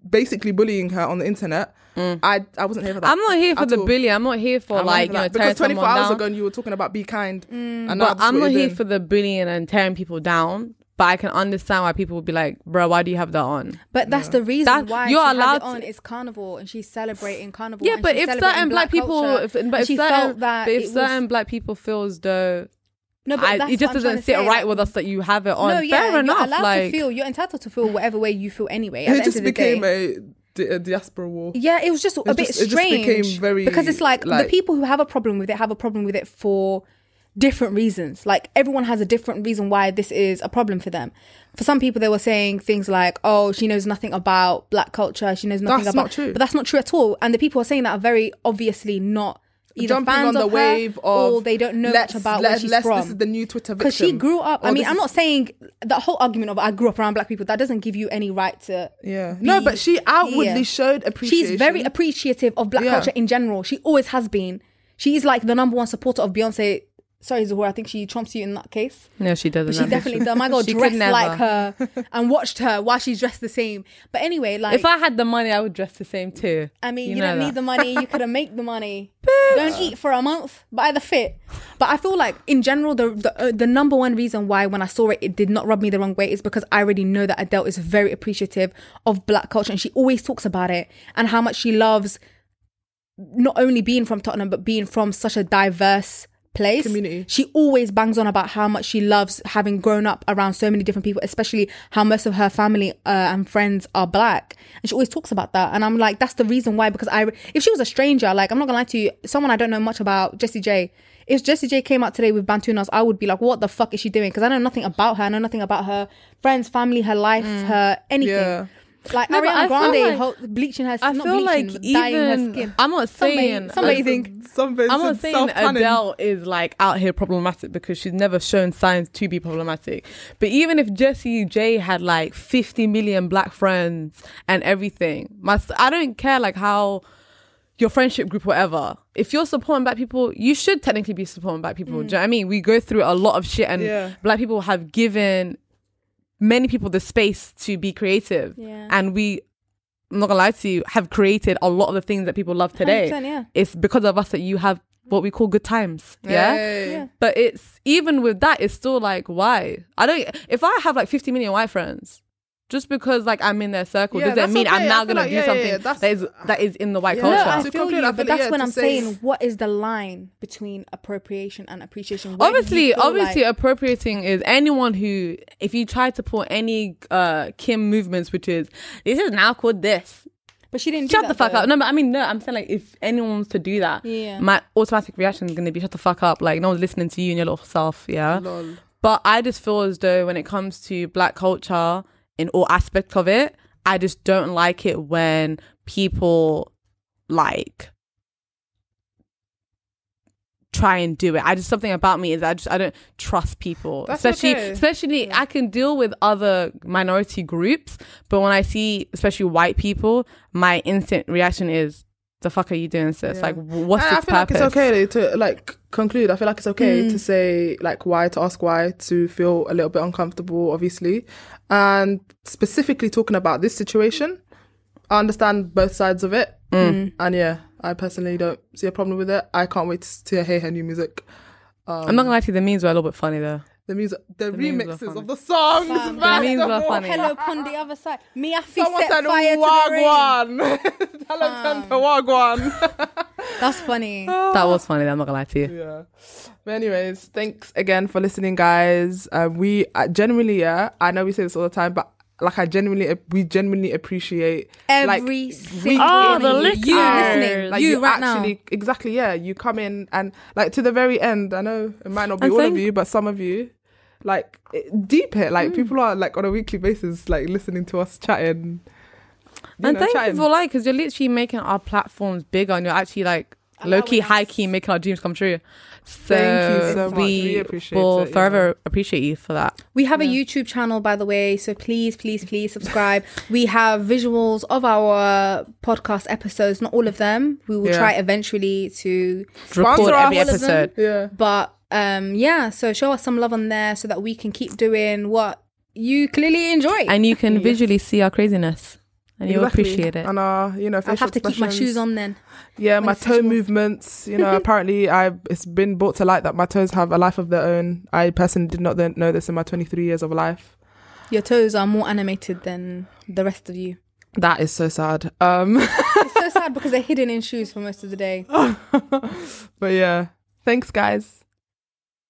Speaker 2: basically bullying her on the internet. I I wasn't here for that.
Speaker 3: Mm. I'm not here for
Speaker 2: at
Speaker 3: the
Speaker 2: all.
Speaker 3: bully. I'm not here for
Speaker 2: I'm not here for
Speaker 3: like you know
Speaker 2: that. because
Speaker 3: tearing
Speaker 2: 24
Speaker 3: someone
Speaker 2: hours
Speaker 3: down. Mm.
Speaker 2: ago you were talking about be kind, and now
Speaker 3: but
Speaker 2: that's
Speaker 3: I'm
Speaker 2: what
Speaker 3: not
Speaker 2: you're
Speaker 3: here
Speaker 2: doing.
Speaker 3: for the bullying and tearing people down. But I can understand why people would be like, "Bro, why do you have that on?"
Speaker 1: But that's the reason
Speaker 3: That-
Speaker 1: why
Speaker 3: you're
Speaker 1: she has it
Speaker 3: allowed to-
Speaker 1: on. It's carnival, and she's celebrating carnival.
Speaker 3: Yeah,
Speaker 1: and
Speaker 3: but
Speaker 1: she's
Speaker 3: if
Speaker 1: celebrating
Speaker 3: certain black people,
Speaker 1: culture,
Speaker 3: if, but
Speaker 1: and
Speaker 3: if
Speaker 1: she
Speaker 3: certain,
Speaker 1: felt that
Speaker 3: but if
Speaker 1: it was-
Speaker 3: certain black people feels though,
Speaker 1: no, but
Speaker 3: I,
Speaker 1: that's
Speaker 3: it
Speaker 1: what
Speaker 3: just
Speaker 1: I'm
Speaker 3: doesn't
Speaker 1: trying to
Speaker 3: sit
Speaker 1: say,
Speaker 3: right
Speaker 1: like,
Speaker 3: with us that you have it on.
Speaker 1: No, yeah,
Speaker 3: Fair
Speaker 1: you're
Speaker 3: enough.
Speaker 1: allowed
Speaker 3: Like,
Speaker 1: to feel. You're entitled to feel whatever way you feel anyway. At the
Speaker 2: it
Speaker 1: end
Speaker 2: just
Speaker 1: of the
Speaker 2: became
Speaker 1: day.
Speaker 2: a di- a diaspora war.
Speaker 1: Yeah, it was just a bit
Speaker 2: just- it just
Speaker 1: strange.
Speaker 2: became very,
Speaker 1: because it's like, the
Speaker 2: like-
Speaker 1: people who have a problem with it have a problem with it for different reasons. Like everyone has a different reason why this is a problem for them. For some people, they were saying things like, "Oh, she knows nothing about black culture. She knows nothing
Speaker 2: That's
Speaker 1: about."
Speaker 2: not true.
Speaker 1: But that's not true at all. And the people who are saying that are very obviously not either
Speaker 2: Jumping
Speaker 1: fans
Speaker 2: on the
Speaker 1: of her
Speaker 2: wave of
Speaker 1: or they don't know
Speaker 2: let's-
Speaker 1: much about where
Speaker 2: let-
Speaker 1: she's
Speaker 2: let's-
Speaker 1: from.
Speaker 2: This is the new Twitter
Speaker 1: Because she
Speaker 2: victim.
Speaker 1: grew up. I
Speaker 2: Or
Speaker 1: mean,
Speaker 2: this
Speaker 1: I'm
Speaker 2: is-
Speaker 1: not saying the whole argument of I grew up around black people. That doesn't give you any right to.
Speaker 2: Yeah, no,
Speaker 1: be
Speaker 2: but she outwardly
Speaker 1: here.
Speaker 2: showed appreciation.
Speaker 1: She's very appreciative of black
Speaker 2: Yeah.
Speaker 1: culture in general. She always has been. She is like the number one supporter of Beyonce sorry, Zahora, I think she trumps you in that case.
Speaker 3: No, she doesn't.
Speaker 1: But she definitely done. My girl
Speaker 3: She could
Speaker 1: dressed
Speaker 3: never.
Speaker 1: like her and watched her while she's dressed the same. But anyway, like
Speaker 3: if I had the money, I would dress the same too.
Speaker 1: I mean,
Speaker 3: You
Speaker 1: you,
Speaker 3: know
Speaker 1: don't
Speaker 3: that.
Speaker 1: need the money. You could make the money. don't eat for a month. Buy the fit. But I feel like, in general, the the, uh, the number one reason why when I saw it, it did not rub me the wrong way is because I already know that Adele is very appreciative of Black culture, and she always talks about it and how much she loves not only being from Tottenham but being from such a diverse place
Speaker 2: Community.
Speaker 1: she always bangs on about how much she loves having grown up around so many different people especially how most of her family uh, and friends are black and she always talks about that and i'm like that's the reason why because i if she was a stranger like i'm not gonna lie to you someone i don't know much about jessie j if Jessie J came out today with Bantunas, I would be like, what the fuck is she doing? Because I know nothing about her. I know nothing about her friends, family, her life, her anything.
Speaker 2: Yeah.
Speaker 1: Like
Speaker 3: Mm. No, but
Speaker 1: Ariana
Speaker 3: I feel
Speaker 1: Grande
Speaker 3: like-
Speaker 1: ho- bleaching her
Speaker 3: I
Speaker 1: not
Speaker 3: feel
Speaker 1: bleaching,
Speaker 3: like
Speaker 1: but dyeing her
Speaker 3: even
Speaker 1: skin.
Speaker 3: I'm not
Speaker 1: Somebody-
Speaker 3: saying
Speaker 1: somebody think-
Speaker 2: Something.
Speaker 3: I'm not saying Adele is like out here problematic because she's never shown signs to be problematic. But even if Jessie J had like 50 million black friends and everything, my s- I don't care like how your friendship group, whatever. If you're supporting black people, you should technically be supporting black people. Do you know what I mean? We go through a lot of shit, and
Speaker 2: Yeah.
Speaker 3: black people have given many people the space to be creative,
Speaker 1: Yeah.
Speaker 3: and we. I'm not gonna lie to you. Have created a lot of the things that people love today
Speaker 1: 100%, yeah.
Speaker 3: it's because of us that you have what we call good times. Yeah.
Speaker 1: Yeah.
Speaker 3: But it's even with that, it's still like, why? I don't, if I have like 50 million white friends, just because like I'm in their circle
Speaker 2: Yeah,
Speaker 3: doesn't
Speaker 2: that's
Speaker 3: mean
Speaker 2: okay.
Speaker 3: I'm
Speaker 2: I
Speaker 3: now
Speaker 2: feel
Speaker 3: gonna
Speaker 2: like-
Speaker 3: do
Speaker 2: yeah, yeah,
Speaker 3: something
Speaker 2: yeah, that's-
Speaker 3: that is that is in the white
Speaker 2: Yeah.
Speaker 1: No,
Speaker 3: culture.
Speaker 1: I
Speaker 2: To
Speaker 1: feel
Speaker 2: conclude,
Speaker 1: you,
Speaker 2: I
Speaker 1: but
Speaker 2: feel-
Speaker 1: that's
Speaker 2: yeah,
Speaker 1: when
Speaker 2: to
Speaker 1: I'm
Speaker 2: say-
Speaker 1: saying what is the line between appropriation and appreciation? Where do you
Speaker 3: obviously,
Speaker 1: feel
Speaker 3: obviously,
Speaker 1: like-
Speaker 3: appropriating is anyone who, if you try to put any uh Kim movements, which is this is now called this,
Speaker 1: but she didn't. do
Speaker 3: shut
Speaker 1: that,
Speaker 3: the fuck
Speaker 1: though.
Speaker 3: up. No, but I mean, no, I'm saying like if anyone wants to do that,
Speaker 1: Yeah.
Speaker 3: my automatic reaction is gonna be shut the fuck up. Like no one's listening to you and your little self. Yeah.
Speaker 2: Lol.
Speaker 3: But I just feel as though when it comes to black culture in all aspects of it, I just don't like it when people like try and do it. I just something about me is I just I don't trust people.
Speaker 2: That's
Speaker 3: especially
Speaker 2: okay.
Speaker 3: especially I can deal with other minority groups, but when I see especially white people, my instant reaction is the fuck are you doing sis?
Speaker 2: Yeah.
Speaker 3: Like w- what's
Speaker 2: And I
Speaker 3: this
Speaker 2: feel
Speaker 3: purpose?
Speaker 2: like it's okay to like conclude. I feel like it's okay
Speaker 1: Mm.
Speaker 2: to say like why, to ask why, to feel a little bit uncomfortable, obviously, and specifically talking about this situation. I understand both sides of it,
Speaker 1: Mm.
Speaker 2: and yeah, I personally don't see a problem with it. I can't wait to, to hear her new music.
Speaker 3: I'm not gonna lie to you, the memes were a little bit funny though.
Speaker 2: The music, the,
Speaker 3: memes were
Speaker 2: remixes
Speaker 3: funny.
Speaker 2: of the songs.
Speaker 1: Fam,
Speaker 2: first
Speaker 3: the memes
Speaker 2: of
Speaker 3: were
Speaker 2: all.
Speaker 3: funny.
Speaker 1: Oh, Hello, on the other side. Me, I feel
Speaker 2: Someone
Speaker 1: set
Speaker 2: said
Speaker 1: fire to the ring.
Speaker 2: wagwan. Hello, turn to wagwan.
Speaker 1: That's funny.
Speaker 2: Oh.
Speaker 3: That was funny, though, I'm not gonna lie to you.
Speaker 2: yeah but anyways thanks again for listening guys um we uh, genuinely yeah i know we say this all the time but like i genuinely uh, we genuinely appreciate like,
Speaker 1: Every
Speaker 2: we-
Speaker 1: single
Speaker 3: Oh, the
Speaker 1: one of you, you
Speaker 3: listeners.
Speaker 1: listening,
Speaker 2: like
Speaker 1: you,
Speaker 2: you,
Speaker 1: right
Speaker 2: actually exactly yeah you come in and like to the very end i know it might not be
Speaker 3: And
Speaker 2: all
Speaker 3: thank-
Speaker 2: of you but some of you like it- deep it like people are like on a weekly basis like listening to us chatting you
Speaker 3: and
Speaker 2: know,
Speaker 3: thank
Speaker 2: chatting.
Speaker 3: you for like, because you're literally making our platforms bigger, and you're actually like low key,
Speaker 1: Allowing us-
Speaker 3: high key, making our dreams come true. So
Speaker 2: Thank you so much.
Speaker 3: we,
Speaker 2: We appreciate
Speaker 3: will
Speaker 2: it, yeah.
Speaker 3: forever appreciate you for that.
Speaker 1: We have a YouTube channel, by the way, so please, please, please subscribe. we have visuals of our podcast episodes, not all of them. We will
Speaker 2: Yeah.
Speaker 1: try eventually to
Speaker 2: Sponsor
Speaker 3: Record
Speaker 2: us.
Speaker 3: every
Speaker 1: All of them.
Speaker 3: episode.
Speaker 2: yeah
Speaker 1: But um yeah, so show us some love on there so that we can keep doing what you clearly enjoy.
Speaker 3: And you can visually see our craziness, and you'll
Speaker 2: Exactly.
Speaker 3: appreciate it.
Speaker 2: and uh you know
Speaker 1: I'll
Speaker 2: facial
Speaker 1: have to keep my
Speaker 2: expressions.
Speaker 1: shoes on then.
Speaker 2: Yeah,
Speaker 1: when
Speaker 2: my
Speaker 1: it's
Speaker 2: toe
Speaker 1: visual.
Speaker 2: movements. You know, apparently I it's been brought to light that my toes have a life of their own. I personally did not then know this in my 23 years of life.
Speaker 1: Your toes are more animated than the rest of you.
Speaker 2: That is so sad. Um,
Speaker 1: It's so sad because they're hidden in shoes for most of the day.
Speaker 2: but yeah, thanks guys.